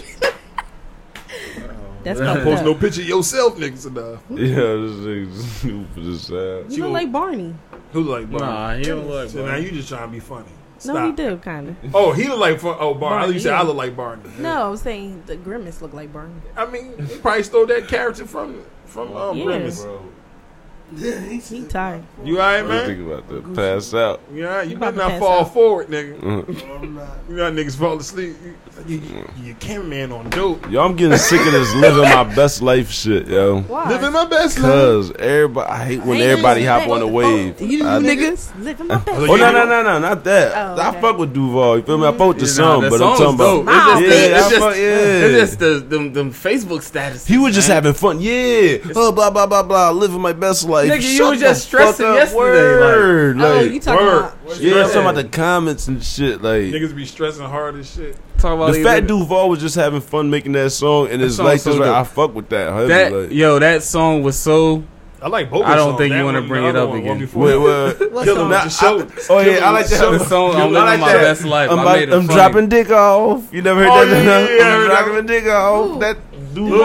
S7: That's not
S8: Nah,
S9: Post
S7: post
S9: no picture of yourself, niggas. uh, Enough.
S6: yeah, this nigga's stupid as hell.
S7: You look like Barney.
S9: Who like Barney?
S8: he don't look
S9: So now you just trying to be funny. Stop.
S7: No, he do kind of.
S9: Oh, he look like fun. Oh, Barney. I thought You said I
S7: Barney, yeah.
S9: look like Barney.
S7: No, I'm saying the grimace look like Barney.
S9: I mean, he probably stole that character from from um,
S7: Yeah.
S9: Grimace.
S6: Bro,
S7: He tired.
S9: You alright,
S6: I
S9: man?
S6: think about that. Pass out.
S9: You alright? You better
S7: about to
S9: not
S7: pass
S9: fall
S7: out.
S9: forward, nigga.
S6: Uh-huh.
S10: No, I'm not.
S9: You know how niggas fall asleep. You, you, you cameraman on dope.
S6: Yo, I'm getting sick of this living my best life shit, yo.
S4: Why?
S9: Living my best life.
S6: Cause everybody, I hate when everybody hop on the wave.
S7: Oh, You, you
S6: I-
S7: niggas living my best.
S6: Oh no no no no not that!
S7: Oh,
S6: I
S7: okay.
S6: fuck with Duval. You feel me? I fuck with the song,
S8: that
S6: but
S8: song
S6: I'm
S8: is
S6: talking
S8: dope.
S6: about
S8: It's just,
S6: yeah,
S8: it's
S6: I
S8: just,
S6: fuck- yeah.
S8: it's just the them, them Facebook status.
S6: He was just having fun. Yeah. Oh, blah, blah, blah, blah. Living my best life.
S8: Nigga, you
S6: Shut
S8: was just
S6: the fuck
S8: stressing
S6: up.
S8: yesterday, like-
S6: Word. Like,
S7: Oh, you talking
S9: word.
S7: about?
S6: yeah, I'm talking about the comments and shit. Like,
S9: Niggas be stressing hard as shit.
S8: Talk about
S6: the
S8: these
S6: fat
S8: niggas.
S6: Duval was just having fun making that song, and it's
S8: song
S6: like,
S8: so
S6: this, like,
S8: dope.
S6: I fuck with that. heavy,
S8: That
S6: like,
S8: yo, that song was so.
S9: I like both.
S8: I don't
S9: songs.
S8: think
S9: That
S8: you
S9: one
S8: wanna
S9: and
S8: bring
S9: the
S8: it
S9: other
S8: up
S9: one,
S8: again.
S9: one before
S6: Wait,
S9: that.
S6: what?
S7: What
S9: Kill
S7: song?
S9: him now.
S7: Just
S9: I- oh yeah, I like
S8: The
S9: that
S8: song I'm living my best life.
S6: I'm,
S8: I
S6: about-
S8: made it
S6: I'm
S8: funny.
S6: dropping dick off. You never heard
S9: Oh,
S6: that?
S9: yeah, yeah, yeah, I
S6: I'm
S9: heard
S6: dropping
S9: that.
S6: dick off. That
S9: Duval.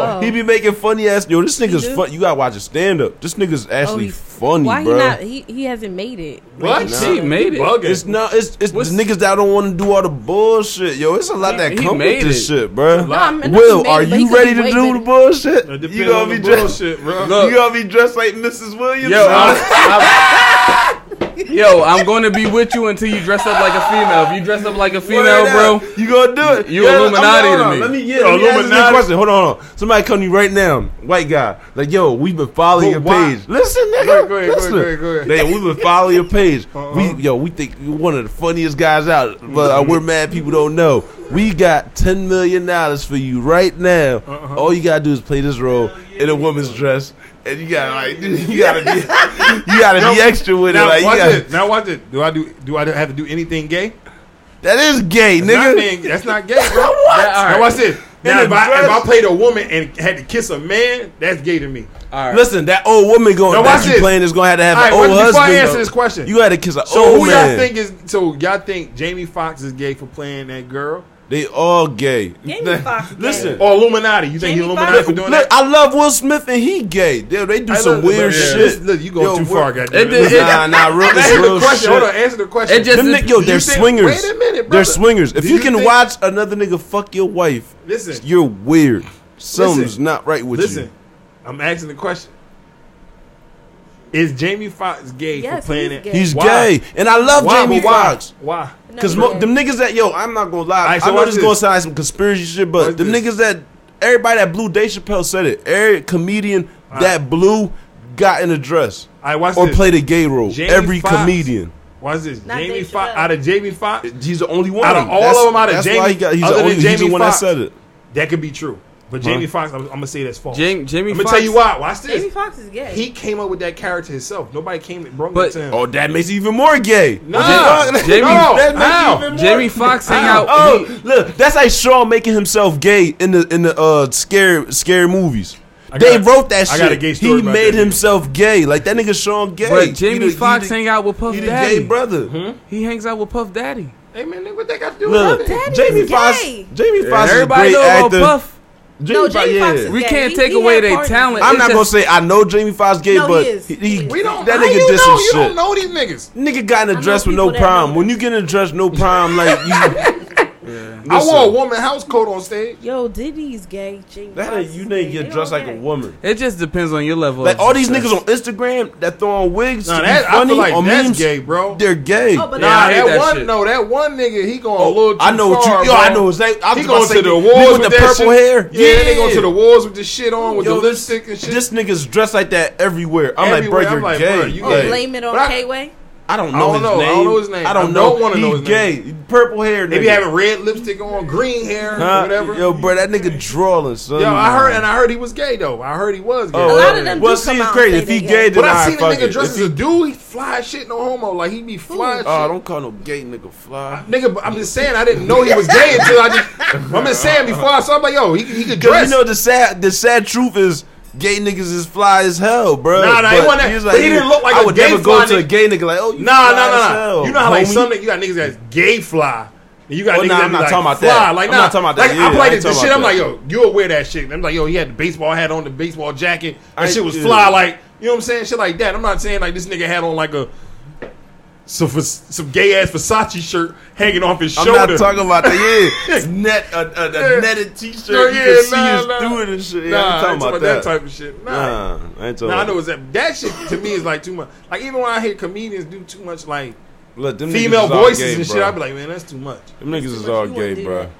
S6: Duval. He be making funny ass. Yo, this nigga's
S7: do?
S6: fun. You gotta watch his stand up. This nigga's actually
S7: he's-
S6: funny,
S7: Why
S6: bro.
S7: Oh, he not? He he hasn't made it.
S9: What?
S6: Nah.
S8: She made it.
S9: Bugging.
S6: It's not. It's it's
S8: What's-
S6: the niggas that don't want to do all the bullshit. Yo, it's a lot that
S8: He- he
S6: come
S8: made
S6: with this
S8: it.
S6: shit, bro.
S7: Nah, I mean,
S6: Will,
S7: he made
S6: are
S7: it, but he
S6: you
S7: could
S6: ready
S7: be
S6: to
S7: way
S6: do
S7: better.
S6: the bullshit?
S9: It
S6: You
S9: depends on
S6: gonna
S9: the
S6: be dressed?
S9: bullshit, bro.
S6: You gonna be dressed like Mrs. Williams?
S8: Yo, I'm, I'm- yo, I'm going to be with you until you dress up like a female. If you dress up like a
S6: Word
S8: female,
S6: up.
S8: bro,
S6: You gonna do it?
S8: You
S6: Yeah,
S8: Illuminati
S6: I'm- hold
S8: to
S6: on,
S8: me.
S6: Let me yeah.
S9: Yo,
S6: Let me ask this nigga
S9: Illuminati.
S6: question. Hold on, hold on. Somebody come to you right now. White guy. Like, yo, we've been following
S9: But
S6: your
S9: why?
S6: page. Listen, nigga.
S9: Go ahead, go ahead, go
S6: Listen.
S9: ahead, go ahead, go ahead.
S6: Man, we've been following your page. We, yo, we think you're one of the funniest guys out. But uh, we're mad people don't know. We got ten million dollars for you right now. All you gotta do is play this role in a woman's dress, and you gotta like, you gotta be, you gotta be extra with it.
S9: Now
S6: Like, you
S9: watch
S6: gotta,
S9: it. Now watch it. Do I do? Do I have to do anything gay?
S6: that is gay,
S9: That's not
S6: nigga.
S9: being- that's not gay, bro.
S8: That-
S9: Now
S8: all right.
S9: watch this. Now
S6: a
S9: if I, if
S6: dress.
S9: I played a woman and had to kiss a man, that's gay to me.
S8: All right.
S6: Listen, that old woman going
S9: Now
S6: to that
S9: watch
S6: you
S9: this.
S6: playing is gonna have to have
S9: All right,
S6: an old
S9: but before I
S6: husband.
S9: answer
S6: though.
S9: this question,
S6: you had to kiss an
S9: so
S6: old
S9: who
S6: Oh, man.
S9: y'all think is? So y'all think Jamie Foxx is gay for playing that girl?
S6: they all gay.
S7: Jamie Foxx.
S6: Listen,
S9: Or Illuminati? You think
S7: Jamie
S9: he Illuminati
S7: Foxx?
S9: for doing
S6: look,
S9: that?
S6: I love Will Smith and he gay. They, they do
S9: Hey,
S6: some
S9: look, look,
S6: weird shit.
S9: Look, you going
S6: Yo,
S9: too
S6: we're-
S9: far, goddamn.
S8: It did- it-
S6: Nah, nah, real, it's
S9: Answer
S6: real
S9: the question.
S6: shit.
S9: Hold on, answer the question.
S8: It just-
S6: Them ni- yo,
S9: You
S6: they're
S9: think-
S6: swingers.
S9: wait a minute,
S6: they're
S9: brother.
S6: swingers. If
S9: Do
S6: you,
S9: you
S6: can
S9: think-
S6: watch another nigga fuck your wife,
S9: Listen.
S6: you're weird. Something's
S9: Listen.
S6: not right with
S9: Listen,
S6: you.
S9: I'm asking the question. Is Jamie Foxx gay
S7: Yes,
S9: for playing
S7: he's
S9: it?
S7: gay.
S6: He's
S9: Why?
S6: gay, and I love
S9: Why?
S6: Jamie
S9: But why?
S6: Foxx.
S9: Why?
S6: Cause
S7: No,
S6: mo- them niggas that yo, I'm not gonna lie.
S9: Alright, so
S6: I know
S9: watch
S6: this
S9: this.
S6: gonna sound some conspiracy shit, but
S9: Watch
S6: the
S9: this.
S6: niggas that everybody that blew Dave Chappelle said it. Every comedian that blew got in a dress
S9: I watch
S6: or
S9: this.
S6: played a gay role.
S9: Jamie
S6: Every
S9: Foxx.
S6: comedian.
S9: Watch this.
S7: Not
S9: Jamie
S7: Dave
S9: Foxx
S7: Chappelle.
S9: out of Jamie Foxx,
S6: He's the only one.
S9: Out of all
S6: That's-
S9: of 'em, out of
S6: that's
S9: Jamie-
S6: why he got, he's
S9: other
S6: the
S9: than
S6: only he's the
S9: Jamie
S6: one
S9: Foxx.
S6: that said it.
S9: that could be true. But Jamie Foxx, I'm, I'm gonna say that's false.
S8: Jam- Jamie
S9: I'm gonna
S8: Foxx-
S9: tell you why. Watch this.
S7: Jamie Foxx is gay.
S9: He came up with that character himself. Nobody came and brought
S8: But-
S9: it to him.
S6: Oh, that makes it even more gay.
S9: no, no,
S8: Jam- Jamie-
S9: that makes
S6: Ow.
S9: it even more-
S8: Jamie Foxx hang out.
S6: Oh, look, that's like Shaw making himself gay in the in the uh scary scary movies.
S9: I
S6: they
S9: got-
S6: wrote that
S9: I
S6: shit.
S9: got a gay story
S6: he
S9: about
S6: made
S9: that.
S6: himself gay. Like that nigga Sean gay.
S8: But
S6: He
S8: Jamie
S6: the- he
S8: Foxx
S6: the-
S8: hang out with Puff
S6: He the
S8: Daddy.
S6: gay brother.
S9: Hmm?
S8: He hangs out with Puff Daddy.
S9: Hey man, look what they got to do
S6: Look,
S9: with it.
S6: Jamie
S7: is
S6: Foxx.
S7: gay.
S6: Jamie Foxx is a
S8: Everybody
S6: great
S8: know about
S6: actor.
S8: Puff.
S6: Jamie
S7: No,
S6: Foxx-
S7: Jamie Foxx is
S8: We
S7: gay.
S8: can't
S7: He-
S8: take
S7: he
S8: away
S7: had
S8: their
S7: parties.
S8: talent.
S6: I'm
S8: It's
S6: not gonna
S8: just-
S6: say I know Jamie Foxx gay,
S7: No, he
S6: but
S7: is.
S6: he,
S7: He is.
S9: We don't.
S6: that
S9: how
S6: nigga
S9: you
S6: did
S9: know?
S6: some
S9: You
S6: shit.
S9: don't know these niggas.
S6: Nigga got in a
S7: know
S6: dress with
S7: people
S6: no
S7: that know
S6: prom.
S7: that.
S6: When you get in a dress, no prom, like you,
S9: I wore a woman house coat on stage.
S7: Yo, Diddy's gay. Jamie
S6: that
S7: Foxx
S6: ain't-
S7: is
S6: you
S7: gay.
S6: didn't
S7: They
S6: get dressed
S7: all
S6: like a
S7: gay.
S6: woman.
S8: It just depends on your level.
S6: Like
S8: of
S6: all these
S8: success.
S6: niggas on Instagram that throw on wigs
S9: Nah,
S6: to
S9: that-
S6: be
S9: I feel
S6: funny
S9: like
S6: on
S9: that's
S6: memes,
S9: gay, bro.
S6: They're gay.
S7: Oh, but
S9: Nah,
S8: I hate
S9: that,
S8: that
S9: one
S8: shit.
S9: no, that one nigga, he going a little too
S6: Oh, I know what you.
S9: far,
S6: Yo,
S9: bro.
S6: I know his name. I was
S9: He
S6: about
S9: going
S6: say,
S9: to the
S6: nigga
S9: awards
S6: with the
S9: that
S6: purple
S9: shit.
S6: hair.
S9: Yeah, they go to the awards with the shit on, with
S6: Yo,
S9: the
S6: this,
S9: lipstick and shit.
S6: this nigga's dressed like that everywhere. I'm
S9: Everywhere.
S6: like,
S9: I'm
S6: bro, you're
S9: like,
S6: gay.
S9: bro, you
S7: Oh,
S9: gay.
S7: blame it on
S9: But I-
S7: K-Way.
S6: I don't
S9: I
S6: know,
S9: don't
S6: his,
S9: know. I
S6: name.
S9: don't know his name.
S6: I don't
S9: I
S6: know.
S9: don't wanna
S6: He's
S9: know his
S6: gay.
S9: name.
S6: Purple hair. Nigga.
S9: They be having red lipstick on, green hair,
S6: Huh?
S9: whatever.
S6: Yo, bro, that nigga drawling. Son.
S9: Yo, I heard, and I heard he was gay though. I heard he was gay.
S6: Oh,
S7: A lot
S6: okay.
S7: of them do
S6: well,
S7: come
S6: see, it's
S7: out
S6: crazy.
S7: and
S6: If
S7: say
S6: he
S7: they
S6: gay,
S7: gay.
S6: then
S9: but I
S6: I
S9: seen a
S6: fuck
S9: nigga
S6: it.
S9: dressed as
S6: If
S9: a
S6: he-
S9: dude. He fly as shit, no homo. Like he be fly. as
S6: Oh,
S9: shit.
S6: don't call no gay nigga fly.
S9: Nigga, but I'm just saying I didn't know he was gay until I just. I'm just saying before I saw him, like, yo, he, he could
S6: Because
S9: dress.
S6: you know the sad, the sad truth is, gay niggas is fly as hell, bro.
S9: Nah, nah, he
S6: But
S9: wasn't that-
S6: was
S9: but he didn't look like
S6: I
S9: a
S6: would
S9: gay
S6: never go
S9: fly
S6: to a
S9: nigga.
S6: gay nigga like, oh, you
S9: Nah,
S6: fly
S9: nah,
S6: as
S9: nah, nah.
S6: hell,
S9: You know how like
S6: homie.
S9: some nigga- you got niggas that's gay fly. And you got
S6: Oh,
S9: niggas
S6: nah,
S9: that
S6: I'm
S9: be
S6: not
S9: like
S6: talking about
S9: fly.
S6: that.
S9: Like,
S6: I'm
S9: nah,
S6: not talking about that.
S9: Like,
S6: Yeah, I
S9: I played
S6: ain't
S9: this, this
S6: talking
S9: shit. I'm
S6: about
S9: like, yo, you'll wear that shit. And I'm like, yo, he had the baseball hat on, the baseball jacket. That
S6: I-
S9: shit was
S6: yeah.
S9: fly. Like, you know what I'm saying? Shit like that. I'm not saying like this nigga had on like a some some gay ass Versace shirt hanging off his
S6: I'm
S9: shoulder.
S6: not talking about the yeah, it's net a, a, a netted T-shirt.
S9: No,
S6: you
S9: yeah,
S6: can see
S9: nah,
S6: us
S9: nah.
S6: through it and shit. Yeah,
S9: nah,
S6: I'm talking
S9: I ain't
S6: about,
S9: that.
S6: that.
S9: type of shit. Nah,
S6: Nah, I ain't talking.
S9: nah, I
S6: about
S9: know it's that. That shit to me is like too much. Like even when I hear comedians do too much, like
S6: Look, them niggas
S9: female
S6: is all
S9: voices
S6: gay,
S9: and shit,
S6: bro.
S9: I'd be like, man, that's too much.
S6: them niggas is
S7: But
S6: all
S7: you wouldn't
S6: gay,
S7: do
S6: bro.
S7: that.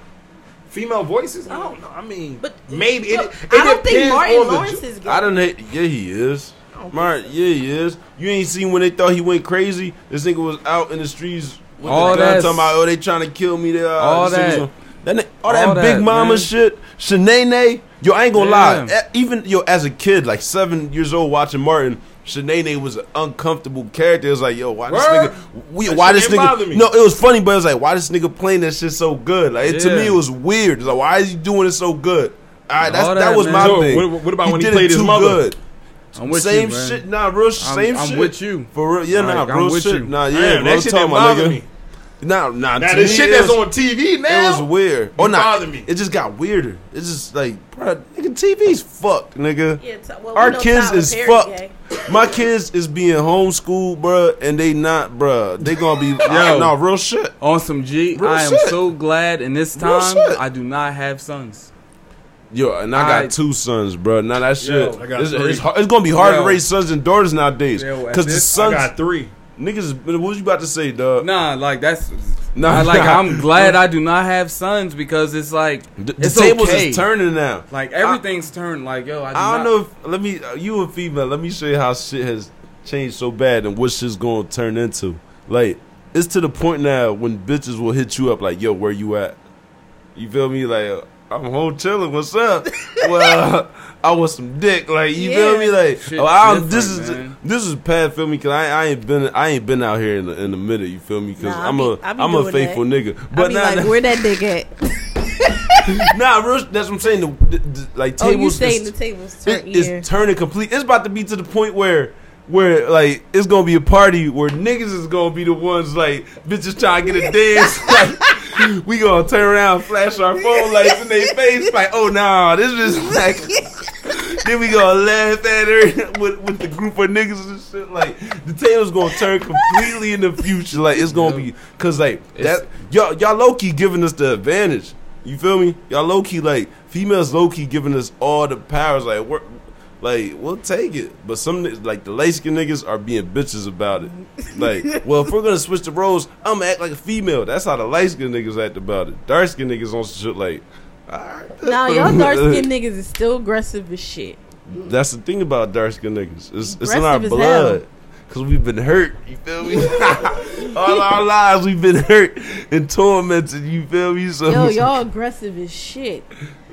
S9: Female voices? I don't know. I mean,
S7: But
S9: maybe it,
S7: look,
S9: it
S7: I don't think
S9: depends
S7: Martin
S9: on the
S7: Lawrence
S9: ju-
S7: is gay.
S6: I don't hate. Yeah, he is.
S7: don't
S6: Mark, yeah, he is. You ain't seen when they thought he went crazy. This nigga was out in the streets with
S8: All
S6: the gun
S8: that's-
S6: talking about, oh, they trying to kill me. They, uh,
S8: All
S6: this nigga's
S8: that.
S6: gonna- that ni- all that
S8: All
S6: big
S8: that,
S6: mama
S8: man.
S6: shit, Shanae. Yo, I ain't gonna lie.
S8: Yeah.
S6: E- Even yo, as a kid, like seven years old, watching Martin, Shanae was an uncomfortable character. It was like, yo, why this
S9: Word?
S6: nigga? We,
S9: That
S6: why
S9: shit
S6: this
S9: didn't bother
S6: nigga?
S9: me.
S6: No, it was funny, but it was like, why this nigga playing that shit so good? Like it, to
S8: Yeah.
S6: me, it was weird. It's like, why is he doing it so good? All right, that's,
S8: All
S6: that,
S8: that,
S6: was
S8: man.
S6: my
S8: So,
S6: thing.
S9: what- what about when he
S6: did it
S9: played his
S6: too
S9: mother?
S8: I'm with
S6: same
S8: you, man.
S6: shit, nah, real same
S8: I'm
S6: shit.
S8: with you.
S6: for real. Yeah,
S8: Like,
S6: nah,
S8: I'm
S6: real
S8: with
S6: shit.
S8: you.
S6: Nah, yeah,
S9: Damn,
S6: bro,
S9: that shit
S6: talking
S9: didn't
S6: about,
S9: bother
S6: nigga.
S9: me.
S6: Nah, nah.
S9: Now
S6: to
S9: the
S6: me,
S9: shit
S6: it
S9: that's
S6: was-
S9: on TV now.
S6: It was weird.
S9: You bother me.
S6: It just got weirder. It's just like, bro, nigga, TV's fucked, nigga.
S7: Yeah, t- well, we
S6: Our
S7: know
S6: kids
S7: Tyler
S6: is
S7: Perry
S6: fucked.
S7: gay.
S6: My kids is being homeschooled, bro, and they not, bro. They gonna be, yo, no, real shit.
S8: On some G, I
S6: Real
S8: am
S6: shit.
S8: so glad in this
S6: Real
S8: time
S6: shit.
S8: I do not have sons.
S6: Yo, and I got
S8: I-
S6: two sons, bro. Now that shit,
S9: I got
S6: it's,
S9: three.
S6: it's, hard- it's gonna be hard
S8: Yo.
S6: to raise sons and daughters nowadays
S8: Yo, at
S6: because the
S8: this-
S9: I
S6: sons,
S9: got three.
S6: niggas, is- what was you about to say, dog?
S8: Nah, like that's
S6: Nah.
S8: I, like I'm glad I do not have sons because it's like
S6: The, the
S8: it's
S6: tables
S8: okay.
S6: is turning now.
S8: Like everything's turned. Like yo, I, do
S6: I don't
S8: not-
S6: know. If, let me, uh, you a female. Let me show you how shit has changed so bad and what shit's gonna turn into. Like it's to the point now when bitches will hit you up like, "Yo, where you at?" You feel me? Like uh, I'm home chilling. What's up? well, I want some dick. Like you feel
S7: Yeah.
S6: me? Like
S8: Shit's
S6: oh, I don't, this is
S8: different, man.
S6: this is bad. Feel me? Cause I, I ain't been I ain't been out here in the, in the minute. You feel me? Cause
S7: Nah, I
S6: I'm
S7: be-
S6: a
S7: I be
S6: am a
S7: doing
S6: faithful
S7: that.
S6: nigga.
S7: I
S6: But
S7: be
S6: now
S7: like, where that nigga at?
S6: nah, real, that's what I'm saying. The, the, the, like
S7: Oh, you
S6: tables,
S7: saying
S6: is-
S7: the tables
S6: it-
S7: turned here?
S6: it's turning complete. It's about to be to the point where, where like it's gonna be a party where niggas is gonna be the ones like bitches trying to get a dance. like we gonna turn around, flash our phone lights in their face, like oh nah, this is like. then we gonna laugh at her with, with the group of niggas and shit. Like the table's gonna turn completely in the future. Like it's gonna be because like
S8: It's-
S6: that y'all y'all low key giving us the advantage. You feel me? Y'all low key like females low key giving us all the powers. Like we're like we'll take it, but some ni- like the light skinned niggas are being bitches about it. Like, well, if we're gonna switch the roles, I'm gonna act like a female. That's how the light skinned niggas act about it. Dark skinned niggas on some shit like. all right.
S7: Nah, y'all dark skinned niggas is still aggressive as shit.
S6: That's the thing about dark skinned niggas. It's, it's in
S7: Aggressive
S6: our
S7: as
S6: blood.
S7: hell.
S6: Cause we've been hurt, you feel me? All our lives we've been hurt and tormented, you feel me? So
S7: Yo, y'all aggressive as shit.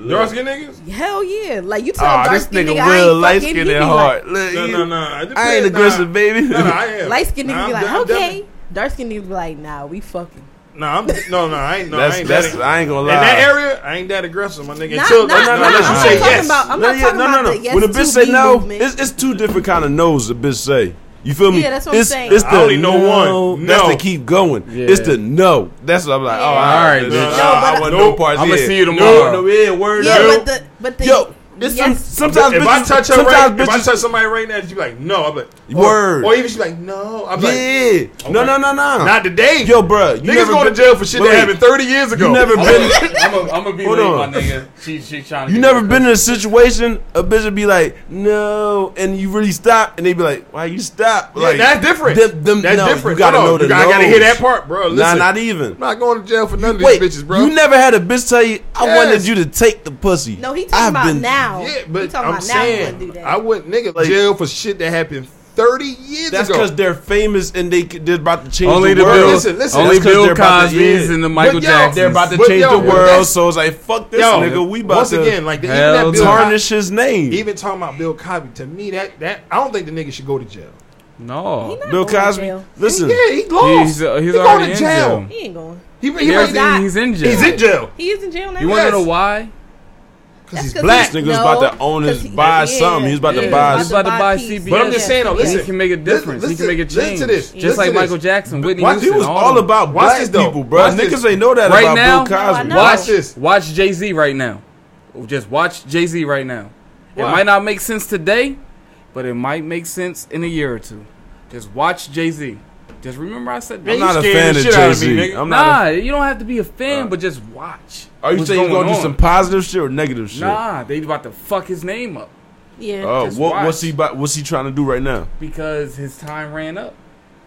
S9: Dark skin niggas?
S7: Hell yeah! Like you tell
S6: Oh,
S7: dark
S6: this
S7: skinned
S6: nigga
S7: nigga, I
S6: real
S7: ain't
S6: light
S7: fucking, he
S6: skinned
S7: be
S6: at
S7: like,
S6: heart. Look,
S9: No,
S6: you-
S9: no, no.
S6: I ain't aggressive, baby.
S9: No, no, I am.
S7: light skinned niggas
S9: Nah, I'm
S7: be like,
S9: de- I'm
S7: okay.
S9: definitely-
S7: Dark skinned niggas be like, nah, we fucking.
S9: Nah, I'm, no, no, I ain't. No, I
S6: that's
S9: ain't
S6: that's
S9: that,
S6: I ain't gonna
S9: in
S6: lie.
S9: that area, I ain't that aggressive, my nigga.
S7: Not,
S9: Until-
S7: not,
S6: no, no,
S7: not.
S6: no,
S7: I'm
S6: she
S7: not
S6: say
S7: talking
S6: yes.
S7: about. I'm
S6: No,
S7: not
S6: yeah,
S7: talking
S6: no,
S7: about
S6: no,
S7: the
S6: no.
S7: yes
S6: when a
S7: to
S6: bitch say
S7: me
S6: no,
S7: movement.
S6: it's, it's two different kind of no's a bitch say. You feel me?
S7: Yeah, that's what I'm
S6: it's,
S7: saying.
S6: It's the
S9: I only know one.
S6: no, That's
S9: No.
S6: to keep going. It's the no. That's what I'm like. Oh, all right,
S8: Alright,
S6: bitch.
S8: bitch.
S6: Nah,
S7: No,
S6: I
S7: but-
S6: want no
S9: Nope.
S6: parts.
S8: I'ma
S6: yeah.
S8: see you tomorrow.
S6: No, no, yeah, word.
S7: yeah,
S6: no.
S7: but the but the
S6: Yo, it's some-
S7: yes,
S6: sometimes
S9: if
S6: bitches,
S9: I touch her right,
S6: sometimes
S9: if I
S6: bitches,
S9: touch somebody right now, she'd be like, no. I'm like, oh.
S6: Word.
S9: Or even she's like, no. I'm like,
S6: yeah. No, no, no, no.
S9: not today.
S6: yo, bruh. You
S9: Niggas
S6: never
S9: going to
S6: been-
S9: jail for shit
S6: Wait,
S9: that happened 30 years ago.
S6: You never been.
S8: I'm gonna I'm gonna be
S6: Hold
S8: late,
S6: on.
S8: my nigga. She she trying. To
S6: You
S8: get
S6: never
S8: me.
S6: been in a situation a bitch would be like, no, and you really stop, and they be like, why you stop?
S9: Yeah,
S6: like
S9: that's different.
S6: Them, them,
S9: that's
S6: no,
S9: different.
S6: You gotta
S9: Hold on.
S6: know the
S9: You gotta, I gotta
S6: no's.
S9: hear that part, bro. Listen,
S6: Nah, not even.
S9: I'm not going to jail for none of these
S6: Wait,
S9: bitches, bro.
S6: you never had a bitch tell you, I
S9: Yes.
S6: wanted you to take the pussy.
S7: no, he talking
S6: I've
S7: about
S6: been-
S7: now.
S9: yeah,
S7: he
S9: but
S7: talking
S9: I'm
S7: about now. he wouldn't do
S9: saying
S7: that.
S9: I wouldn't nigga
S6: Like-
S9: jail for shit that happened 30 years
S6: That's
S9: ago.
S6: because they're famous and they, c- they're about to change
S8: Only
S6: the
S8: the
S6: world.
S8: Bill,
S9: Listen, listen,
S8: only
S6: that's 'cause they're
S8: Bill
S6: about to-
S8: Cosby's
S6: yeah.
S8: and the Michael
S9: But yo,
S8: Jacksons.
S6: They're about to
S9: But
S6: change
S9: yo,
S6: the
S9: but
S6: world,
S9: that's-
S6: so it's like, fuck this
S9: Yo,
S6: nigga. We about
S9: once
S6: to
S9: again, like the, even
S8: Hell
S9: that Bill
S6: tarnish his name.
S9: Even talking about Bill Cosby, to me, that that I don't think the nigga should go to jail.
S8: no.
S7: not
S6: Bill
S7: going to
S6: Cosby,
S7: jail.
S6: listen.
S9: yeah, he lost.
S8: He's, uh, he's
S9: he
S8: already
S9: going to
S8: in
S9: jail.
S8: jail.
S7: He ain't going.
S9: He, he,
S8: He's,
S9: might-
S7: not.
S8: he's in jail.
S9: he's in jail
S7: He is in jail now.
S8: You want to
S9: Yes.
S8: know why?
S9: because he's
S7: That's 'cause
S9: black.
S6: This nigga's
S7: No,
S6: about to own his
S7: 'cause he-
S6: buy
S7: yeah,
S6: something. He's about
S8: yeah.
S6: to buy.
S8: He's about to buy
S7: peace.
S8: CBS.
S9: But I'm just saying, though, listen,
S8: he can make a difference. he
S9: listen-
S8: can make a
S9: listen
S8: change.
S9: to this.
S8: Just
S9: Listen
S8: like
S9: to this.
S8: Michael Jackson, Whitney
S9: Why- he
S8: Houston.
S6: He was
S8: all,
S6: all
S8: of them.
S6: about
S9: Watch
S6: black
S9: this, though.
S6: people, bro.
S9: Watch
S6: Niggas
S9: this.
S6: ain't know that
S8: Right
S6: about
S8: now-
S6: Bill Cosby.
S7: No, I know.
S8: Watch
S9: Watch this.
S8: Watch Jay Z right now. Just watch Jay Z right now. It
S9: Why?
S8: might not make sense today, but it might make sense in a year or two. Just watch Jay Z. Just remember I said
S9: Man,
S8: that.
S9: you
S6: not a
S9: scared
S6: fan
S9: the
S6: of
S9: shit out of me,
S6: Jay-Z.
S9: nigga.
S6: I'm not
S8: Nah, you don't have to be a fan, but just watch.
S6: Are you
S8: what's
S6: saying you're
S8: going
S6: gonna do
S8: on.
S6: some positive shit or negative shit?
S8: Nah, they about to fuck his name up
S7: Yeah.
S6: Oh,
S8: just
S6: what, what's
S8: watch.
S6: he about, what's he trying to do right now?
S8: because his time ran up.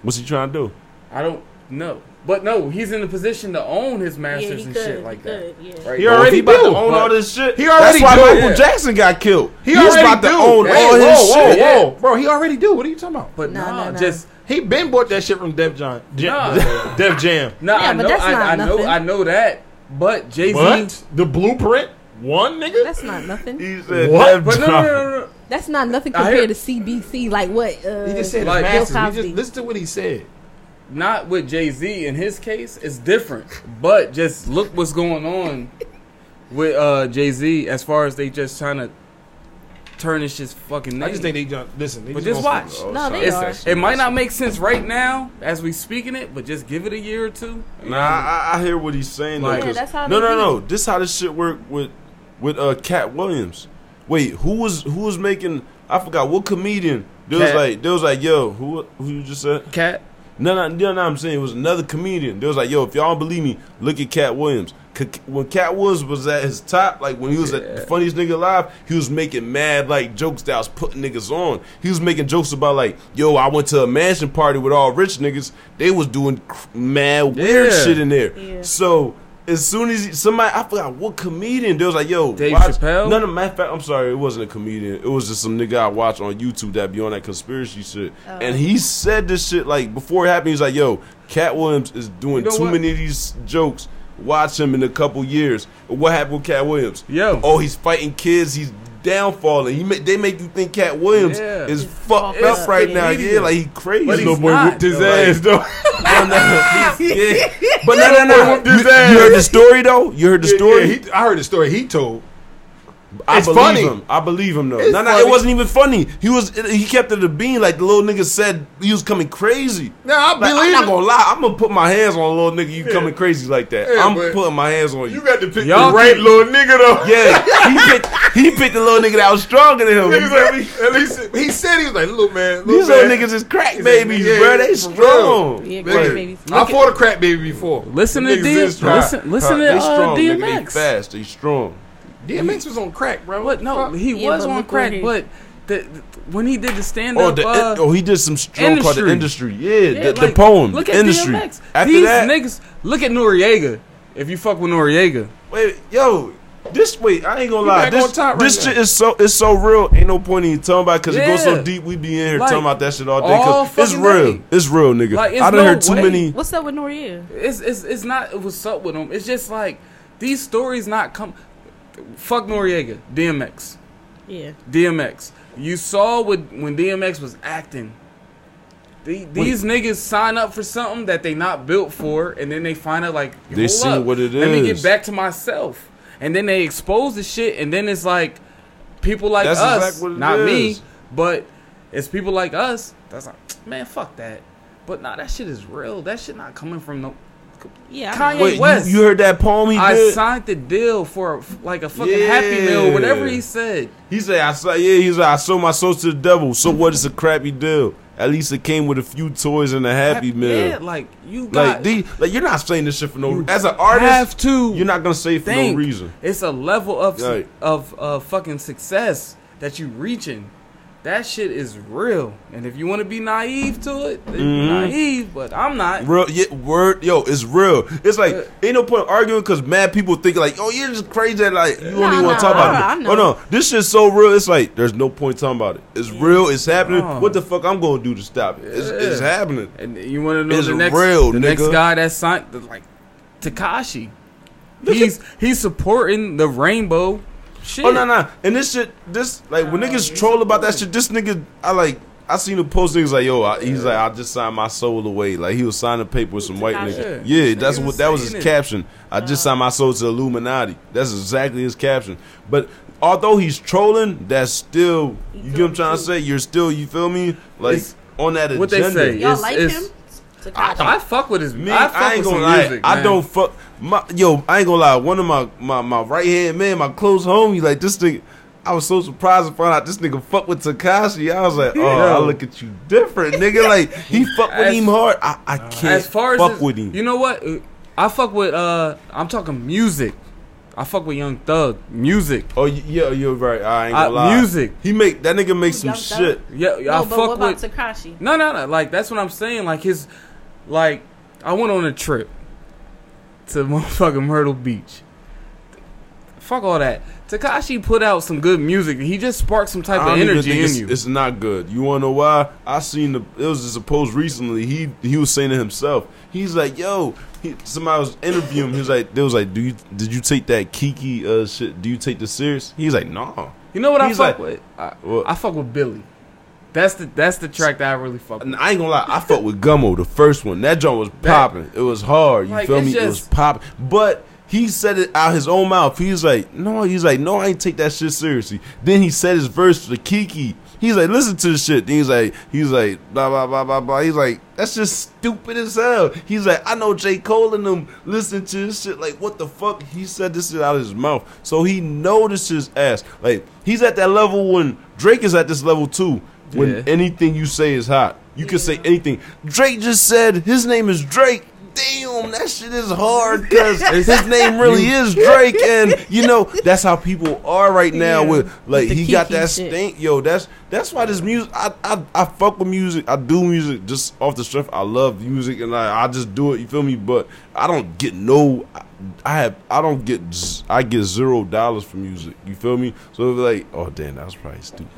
S6: What's he trying to do?
S8: I don't know. But no, he's in a position to own his masters
S7: he
S8: and
S7: could,
S8: shit
S7: he
S8: like
S7: could,
S8: that.
S7: yeah.
S8: Right?
S9: He
S6: Well, if
S9: already
S6: he about to
S9: do.
S6: own
S8: But-
S6: all this shit.
S9: He already
S6: That's why
S9: do.
S6: Michael
S8: Yeah.
S6: Jackson got killed.
S9: He
S6: He's
S9: already
S6: about
S9: do.
S6: to own
S9: Hey,
S6: all
S9: whoa,
S6: his
S9: whoa,
S6: shit.
S9: Whoa,
S8: Yeah.
S9: bro, he already do. What are you talking about?
S8: But
S7: No,
S8: nah,
S7: no, no.
S8: just
S9: He been bought that shit from Def Jam. Jam
S8: Nah.
S9: Def Jam.
S8: no.
S7: Yeah,
S8: I
S7: but
S8: know,
S7: that's not
S8: I, I know,
S7: nothing.
S8: I know that. But Jay Z,
S9: But the blueprint, one nigga.
S7: That's not nothing.
S6: He said
S9: What?
S6: Def
S8: but no, no,
S6: Jam.
S8: no, no, no.
S7: That's not nothing
S8: I hear-
S7: compared to CBC. Like what? Uh,
S9: he just said
S8: Like-
S9: his masters.
S7: Bill
S9: He
S7: Cosby.
S9: just, listen to what he said.
S8: not with Jay Z in his case. It's different. But just look what's going on with uh, Jay Z as far as they just trying to tarnish his fucking name.
S9: I just think they just listen. They
S8: But
S9: just
S8: just
S9: gonna-
S8: watch.
S6: Oh,
S7: No, they
S6: sorry.
S7: are.
S6: That's-
S8: It might not make sense right now as we speaking it, but just give it a year or two.
S6: Nah, I, I hear what he's saying though.
S8: Like- Yeah,
S6: 'cause-
S7: that's how
S6: no,
S7: they
S6: no,
S7: be.
S6: no. This how this shit work with with uh Cat Williams. Wait, who was who was making? I forgot what comedian. They was
S8: Cat.
S6: like, they was like, yo, who who you just said?
S8: Cat.
S6: No, no, no, no. I'm saying it was another comedian. They was like, yo, if y'all don't believe me, look at Cat Williams. C- When Cat Williams was at his top, like when he was at the funniest nigga alive, he was making mad like jokes that was putting niggas on. He was making jokes about like, yo, I went to a mansion party with all rich niggas. They was doing cr- mad weird
S8: Yeah.
S6: shit in there.
S7: Yeah.
S6: So as soon as he, somebody, I forgot what comedian, they was like, yo,
S8: Dave Chappelle?
S6: No, no, matter of fact, I'm sorry, it wasn't a comedian. It was just some nigga I watch on YouTube that be on that conspiracy shit.
S8: Oh.
S6: And he said this shit like before it happened. He's like, yo, Cat Williams is doing
S8: You know
S6: too
S8: what?
S6: many of these jokes. Watch him in a couple years. What happened with Cat Williams?
S8: Yo.
S6: oh, he's fighting kids. He's downfalling. He ma- they make you think Cat Williams
S8: Yeah.
S6: is
S8: He's
S6: fucked
S8: fucked
S6: up
S8: up.
S6: right now.
S8: Idiot.
S6: Yeah, like he crazy.
S8: But he's not, though, like-
S6: though. No, no, yeah. But no, no, no.
S9: Whipped his
S6: You-
S9: ass.
S6: You heard the story though. You heard the story.
S9: Yeah, he, I heard the story he told.
S6: I
S9: It's
S6: believe
S9: funny.
S6: him. I believe him though.
S9: It's
S6: No, no, it
S9: funny.
S6: wasn't even funny. He was he kept it a bean like the little nigga said he was coming crazy.
S9: No, I
S6: Like,
S9: believe
S6: I'm not
S9: it.
S6: gonna lie. I'm gonna put my hands on a little nigga. You coming crazy like that?
S9: Yeah,
S6: I'm
S9: but
S6: putting my hands on you.
S9: You got to pick
S8: Y'all
S9: the right
S8: can-
S9: little nigga though.
S6: yeah, he picked, he picked the little nigga that was stronger than him.
S9: Niggas at least, at least he said he was like, little man, little
S6: These little
S9: man.
S6: niggas is crack
S9: He said,
S6: babies,
S9: yeah,
S6: bro. They
S9: for real.
S6: strong.
S7: Yeah,
S9: Nigga,
S7: crack babies.
S9: I fought a crack baby before.
S8: Listen to
S9: Niggas
S8: D-
S9: is strong.
S8: listen- listen
S9: Huh.
S8: to-
S6: They
S8: Uh,
S6: strong, nigga. They
S8: DMX.
S6: fast. They strong.
S9: DMX was on crack, bro.
S8: What? No, he
S7: Yeah,
S8: was
S7: but
S8: on
S7: look where
S8: crack,
S7: he-
S8: but the, the- when he did the stand
S6: Oh,
S8: up,
S6: the,
S8: uh,
S6: oh, he did some strong called the
S8: Industry.
S6: industry. Yeah,
S8: yeah,
S6: the, the
S8: like,
S6: poem,
S8: Look
S6: the
S8: at
S6: industry.
S8: DMX.
S6: After
S8: These
S6: that,
S8: niggas. Look at Noriega. If you fuck with Noriega,
S6: Wait, yo, this wait, I ain't gonna
S9: You
S6: lie.
S9: back on
S6: This,
S9: top right
S6: this
S9: now.
S6: shit is so it's so real. Ain't no point in you talking about because it goes so
S8: Yeah.
S6: deep. We be in here
S8: Like,
S6: talking about that shit all day
S8: all
S6: because it's
S8: fucking
S6: real.
S8: day.
S6: It's real, nigga.
S8: Like, it's
S6: I done
S8: no
S6: heard too
S8: way.
S6: many.
S7: What's up with Noria?
S8: it's it's it's not what's up with him. It's just like these stories not come. Fuck Noriega, DMX,
S7: Yeah.
S8: DMX. You saw what when DMX was acting. The, these niggas sign up for something that they not built for, and then they find out like
S6: They
S8: hold
S6: see
S8: up,
S6: what it
S8: Let me
S6: is.
S8: get back to myself, and then they expose the shit, and then it's like people like
S6: That's
S8: us,
S6: exactly what it
S8: not
S6: is.
S8: me, but it's people like us. That's like man, fuck that. But nah, that shit is real. That shit not coming from no.
S7: Yeah. I
S8: Kanye
S7: know.
S6: Wait, you-
S8: West.
S6: You, heard that poem he
S8: I
S6: did?
S8: signed the deal for like a fucking Happy Meal, whatever
S6: Yeah.
S8: he said.
S6: he said, "I saw, yeah." He said, "I sold my soul to the devil." So what? It's a crappy deal. At least it came with a few toys and a happy meal.
S8: Yeah, like you
S6: like
S8: got
S6: these, like you're not saying this shit for no.
S8: You
S6: reason. As an artist,
S8: have to
S6: You're not gonna say it for
S8: think
S6: no reason.
S8: it's a level of
S6: Right.
S8: of uh, fucking success that you reaching. That shit is real, and if you want to be naive to it, then be naive. But I'm not.
S6: Mm-hmm. Real, yeah, word, yo, it's real. It's like
S7: Uh,
S6: ain't no point arguing because mad people think like, oh, you're just crazy. and, Like you don't even
S7: Nah,
S6: want to
S7: nah,
S6: talk
S7: I- I
S6: about it.
S7: know.
S6: Oh no, this shit's so real. It's like there's no point talking about it. It's real. It's happening.
S7: Oh.
S8: Nah.
S6: What the fuck I'm gonna do to stop it? It's,
S7: Uh.
S6: it's happening.
S8: And you want to know
S6: It's
S8: the next
S6: real,
S8: the next
S6: nigga.
S8: guy that signed the- like Takashi. He's he's supporting the rainbow. Shit.
S6: Oh no no, and this shit, this like when niggas troll about that shit, this nigga, I like. I seen him post niggas like yo, I, he's like I just signed my soul away. Like he was signing paper with some white nigga.
S8: Yeah.
S6: Yeah, that's
S8: Niggas
S6: what that was his
S8: saying it.
S6: caption. I just signed my soul to Illuminati. That's exactly his caption. But although he's trolling, that's still you get what I'm trying to say. You're still you feel me like
S8: It's-
S6: on that agenda.
S8: what they say.
S7: Y'all
S8: It's-
S7: like
S8: it's-
S7: him?
S8: I, I fuck with his.
S6: Me,
S8: I
S6: I,
S8: fuck
S6: ain't
S8: with
S6: gonna
S8: some
S6: lie.
S8: music.
S6: I
S8: man.
S6: don't fuck my yo. I ain't gonna lie. One of my my, my right hand man, my close homie, like this thing. I was so surprised to find out this nigga fuck with Takashi. I was like, oh, I look at you different, nigga. Like he fuck with
S8: As-
S6: him hard. I, I can't
S8: as far as
S6: fuck
S8: his-
S6: with him.
S8: You know what? Uh, I fuck with uh I'm talking music. I fuck with Young Thug music.
S6: oh y- yeah, you're right. I ain't gonna
S8: Uh,
S6: lie.
S8: music.
S6: He make that nigga make some
S7: Young Thug.
S6: shit.
S8: Yeah, I
S7: No,
S8: fuck
S7: but what about
S8: with
S7: Takashi?
S8: No, no, no. Like that's what I'm saying. Like his, like I went on a trip to motherfucking Myrtle Beach. Fuck all that. Takashi put out some good music. He just sparked some type
S6: I
S8: of
S6: don't even
S8: energy
S6: think
S8: in
S6: it's,
S8: you.
S6: it's not good. You wanna know why? I seen the it was just a post recently. He he was saying to himself, he's like, yo, he, somebody was interviewing him. He was like, they was like, do you did you take that Kiki uh shit? Do you take this serious? He's like, nah.
S8: you know what I
S6: he's like-
S8: fuck with? I,
S6: What?
S8: I fuck with Billy. That's the that's the track that I really fuck with.
S6: And I ain't gonna lie, I fucked with Gummo the first one. That joint was popping. It was hard. You
S8: Like,
S6: feel
S8: it's
S6: me? it was
S8: just-
S6: popping. But he said it out his own mouth. He's like, no, he's like, no, I ain't take that shit seriously. Then he said his verse to Kiki. He's like, listen to this shit. Then he's like, he's like, blah blah blah blah blah. He's like, that's just stupid as hell. He's like, I know J Cole and them listen to this shit. Like, what the fuck? He said this shit out of his mouth, so he noticed his ass. Like, he's at that level when Drake is at this level too. When
S8: Yeah.
S6: anything you say is hot. You can say anything. Drake just said his name is Drake. Damn, that shit is hard because his name really is Drake, and you know that's how people are right now.
S7: Yeah,
S6: With like
S7: with the
S6: he got
S7: Kiki
S6: that
S7: shit.
S6: stink, yo. That's that's why this music. I, I I fuck with music. I do music just off the strength. I love music, and I I just do it. You feel me? But I don't get no. I, I have I don't get z- I get zero dollars for music. You feel me? So it's like, oh damn, that was probably stupid.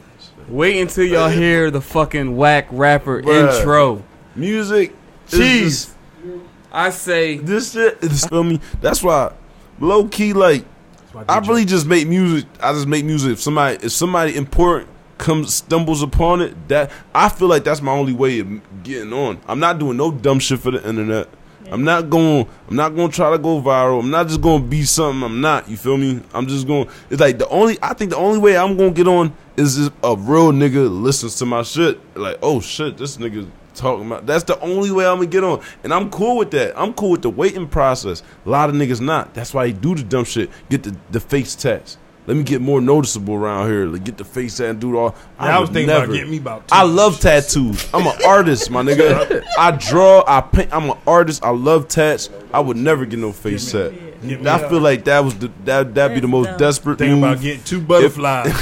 S8: Wait until y'all hear the fucking whack rapper
S6: Bruh.
S8: intro.
S6: Music, is just-
S8: Cheese. I say
S6: this shit. It's, feel me? That's why, low key, like I really just make music. I just make music. If somebody, if somebody important comes stumbles upon it, that I feel like that's my only way of getting on. I'm not doing no dumb shit for the internet. I'm not going. I'm not going to try to go viral. I'm not just going to be something. I'm not. You feel me? I'm just going. It's like the only. I think the only way I'm going to get on is if a real nigga listens to my shit. Like, oh shit, this nigga talking about. That's the only way I'm gonna get on, and I'm cool with that. I'm cool with the waiting process. A lot of niggas not. That's why they do the dumb shit. Get the, the face tats. Let me get more noticeable around here. Like, get the face tat and do it all.
S9: Yeah, I was
S6: would
S9: thinking about getting me about two
S6: I love
S9: shits.
S6: tattoos. I'm an artist, my nigga. I draw. I paint. I'm an artist. I love tats. I would never get no face tat.
S9: Get me
S6: I feel like that was the that that'd be the most
S7: That's dumb.
S6: desperate
S9: Think
S6: thing.
S9: about getting two butterflies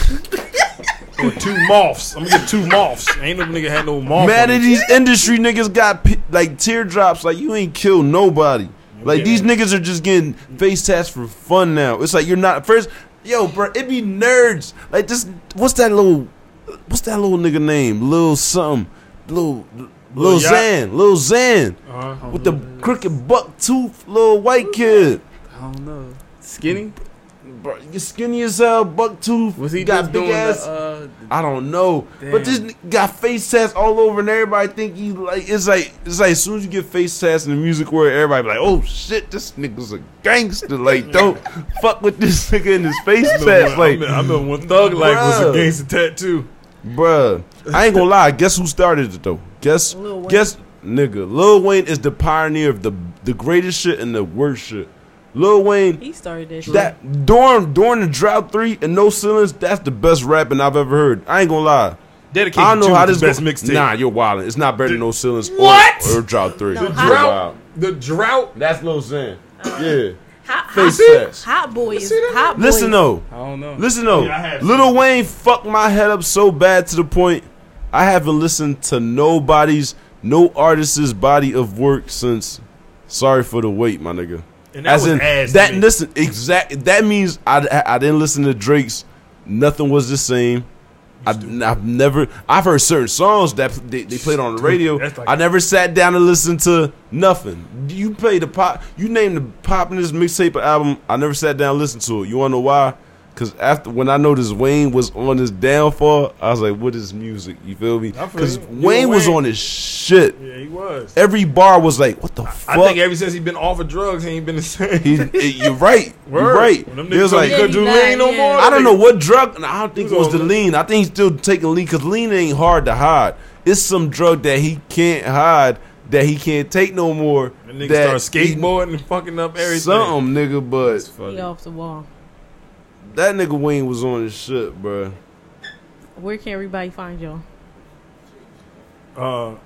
S9: or two moths. I'm gonna get two moths. Ain't no nigga had no moth.
S6: Mad
S9: on
S6: at
S9: it.
S6: these industry niggas got p- like teardrops. Like you ain't killed nobody. Like these niggas are just getting face tats for fun now. It's like you're not first. Yo, bro, it be nerds. Like this. What's that little? What's that little nigga name? Lil something. Lil. Lil
S9: Yachty?
S6: Xan, Lil Xan,
S8: Oh,
S6: with the crooked buck tooth, little white kid,
S8: I don't know. Skinny?
S6: bro, you skinny as hell, buck tooth.
S8: Was he
S6: got
S8: just
S6: big
S8: doing
S6: ass?
S8: the, uh,
S6: I don't know.
S8: Damn.
S6: But this n- got face tats all over, and everybody think you like. It's like it's like as soon as you get face tats in the music world, everybody be like, "Oh shit, this nigga's a gangster." Like, don't fuck with this nigga in his face tats.
S9: I
S6: Like,
S9: remember- I remember when Thug Life was
S6: Bruh.
S9: against the tattoo.
S6: bruh, I ain't gonna lie. Guess who started it though? Guess
S7: Lil Wayne.
S6: guess nigga, Lil Wayne is the pioneer of the the greatest shit and the worst shit. Lil Wayne
S7: He started this. shit.
S6: That during during the drought three and no ceilings, that's the best rapping I've ever heard. I ain't gonna lie.
S9: Dedicated
S6: I don't
S9: to
S6: know how
S9: the
S6: this
S9: best
S6: go-
S9: mixtape.
S6: Nah, you're wildin'. It's not better than no ceilings
S9: What?
S6: or, or drought three.
S7: No,
S6: You're
S7: how-
S6: wild.
S9: The drought.
S6: That's Lil Xan. yeah.
S7: hot,
S6: Face
S7: hot,
S6: ass.
S7: hot boy is hot boy.
S6: Listen though.
S8: I don't know.
S6: Listen though.
S9: Yeah, I have
S6: Lil Wayne fucked my head up so bad to the point I haven't listened to nobody's no artist's body of work since Sorry for the Wait, my nigga.
S9: And that
S6: As
S9: was
S6: in,
S9: ass to
S6: that
S9: me.
S6: listen exact that means I, I, I didn't listen to Drake's Nothing Was the Same. I, I've never I've heard certain songs that they, they played on the radio.
S9: That's like-
S6: I never sat down and listened to nothing. You play the pop, you name the pop in this mixtape or album. I never sat down and listened to it. You wanna know why? Cause after when I noticed Wayne was on his downfall, I was like, "What is music?" You feel me?
S9: I feel
S6: Because
S9: you. You
S6: Wayne,
S9: know
S6: was
S9: Wayne?
S6: on his shit.
S9: Yeah, he was.
S6: Every bar was like, "What the fuck?"
S9: I think ever since he been off of drugs, he ain't been the same.
S6: He- it- you're right. You're
S9: Word.
S6: right.
S9: When them
S6: It was
S9: niggas
S6: like,
S9: like, couldn't do
S7: Yeah,
S9: lean no
S7: yeah.
S9: more.
S6: I don't know what drug. and I don't think
S9: He
S6: it was
S9: was
S6: the
S9: on-
S6: lean. I think he's still taking lean because lean ain't hard to hide. It's some drug that he can't hide that he can't take no more.
S9: That nigga
S6: that
S9: start skateboarding and fucking up
S6: he-
S9: everything.
S6: something, nigga. But
S7: He off the wall.
S6: That nigga Wayne was on his shit, bruh.
S7: Where can everybody find y'all?
S9: Uh,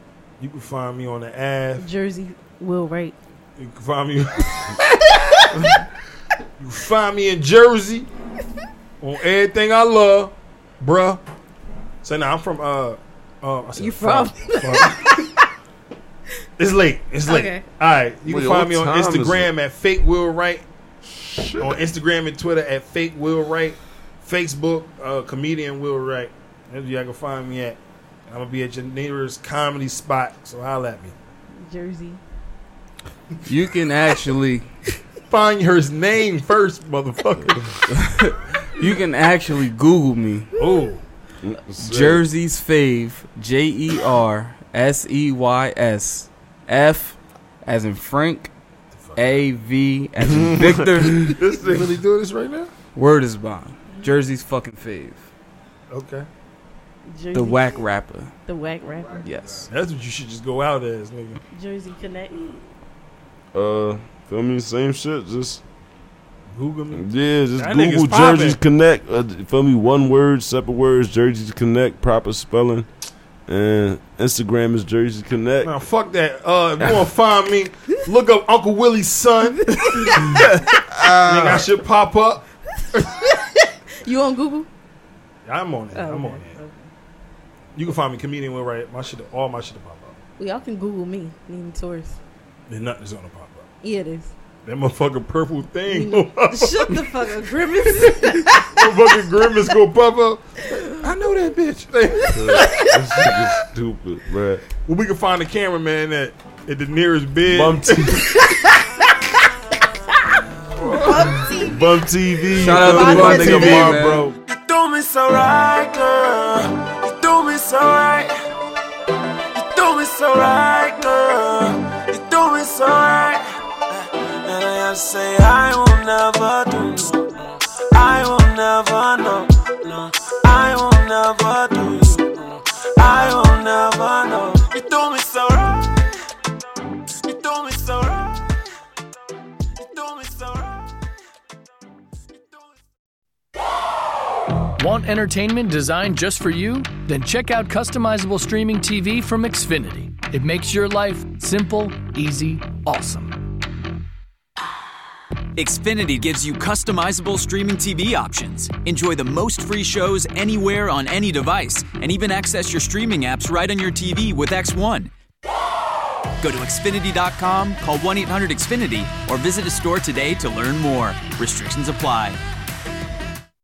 S9: you can find me on the ad.
S7: Jersey Will Wright.
S9: You can find me. you can find me in Jersey on everything I love, bruh. So now I'm from uh, uh I said,
S7: You from?
S9: fuck. it's late. It's late.
S7: Okay.
S9: All right. You
S6: Wait,
S9: can find me
S6: what
S9: on
S6: time is
S9: Instagram at fake will right. On Instagram and Twitter at fake will right. Facebook uh, comedian will right. That's where y'all can find me at. I'm gonna be at your nearest comedy spot, so holla at me.
S7: Jersey.
S8: You can actually
S9: Find your name first, motherfucker.
S8: you can actually Google me.
S9: oh.
S8: Jersey's fave J E R S E Y S F as in Frank A V as in Victor.
S9: This nigga really doing this right now?
S8: Word is bond. Jersey's fucking fave.
S9: Okay.
S7: Jersey.
S8: The whack rapper.
S7: The whack rapper.
S8: Yes.
S9: That's what you should just go out as, nigga.
S7: Jersey Connect.
S6: Uh, feel me? Same shit. Just
S9: Google me.
S6: yeah, just
S9: That
S6: Google
S9: nigga's poppin'.
S6: Jerseys Connect. Uh, feel me? One word, separate words. Jerseys Connect, proper spelling. And Instagram is Jerseys Connect.
S9: Now fuck that. Uh, if you wanna find me, look up Uncle Willie's son. Nigga, I should pop up.
S7: You on Google?
S9: I'm on it. I'm on it. You can find me comedian will right. My shit, all my shit will pop up.
S7: Well, y'all can Google me, Nene Torres.
S9: Then nothing's gonna pop up.
S7: Yeah, it is.
S9: That motherfucking purple thing,
S7: Shut the fuck up, Grimace.
S9: motherfucking grimace gonna pop up. I know that bitch.
S6: this nigga's stupid, bruh.
S9: well, we can find the cameraman at at the nearest bed.
S6: Bum TV. Bum TV.
S8: Shout
S6: feel
S8: out to
S6: me? My
S8: Bum
S6: nigga
S8: TV,
S6: Mark,
S8: man.
S6: bro.
S5: You do me so right, girl. You do me so right. You do me so right, girl. You do me so right. And I say I will never do you. I will never know. No, I will never do you. I will never know. You do me so right. You do me so right. You do me so right. You do me-
S11: Want entertainment designed just for you? Then check out customizable streaming TV from Xfinity. It makes your life simple, easy, awesome.
S12: Xfinity gives you customizable streaming TV options. Enjoy the most free shows anywhere on any device, and even access your streaming apps right on your TV with X1. Go to Xfinity.com, call 1 800 Xfinity, or visit a store today to learn more. Restrictions apply.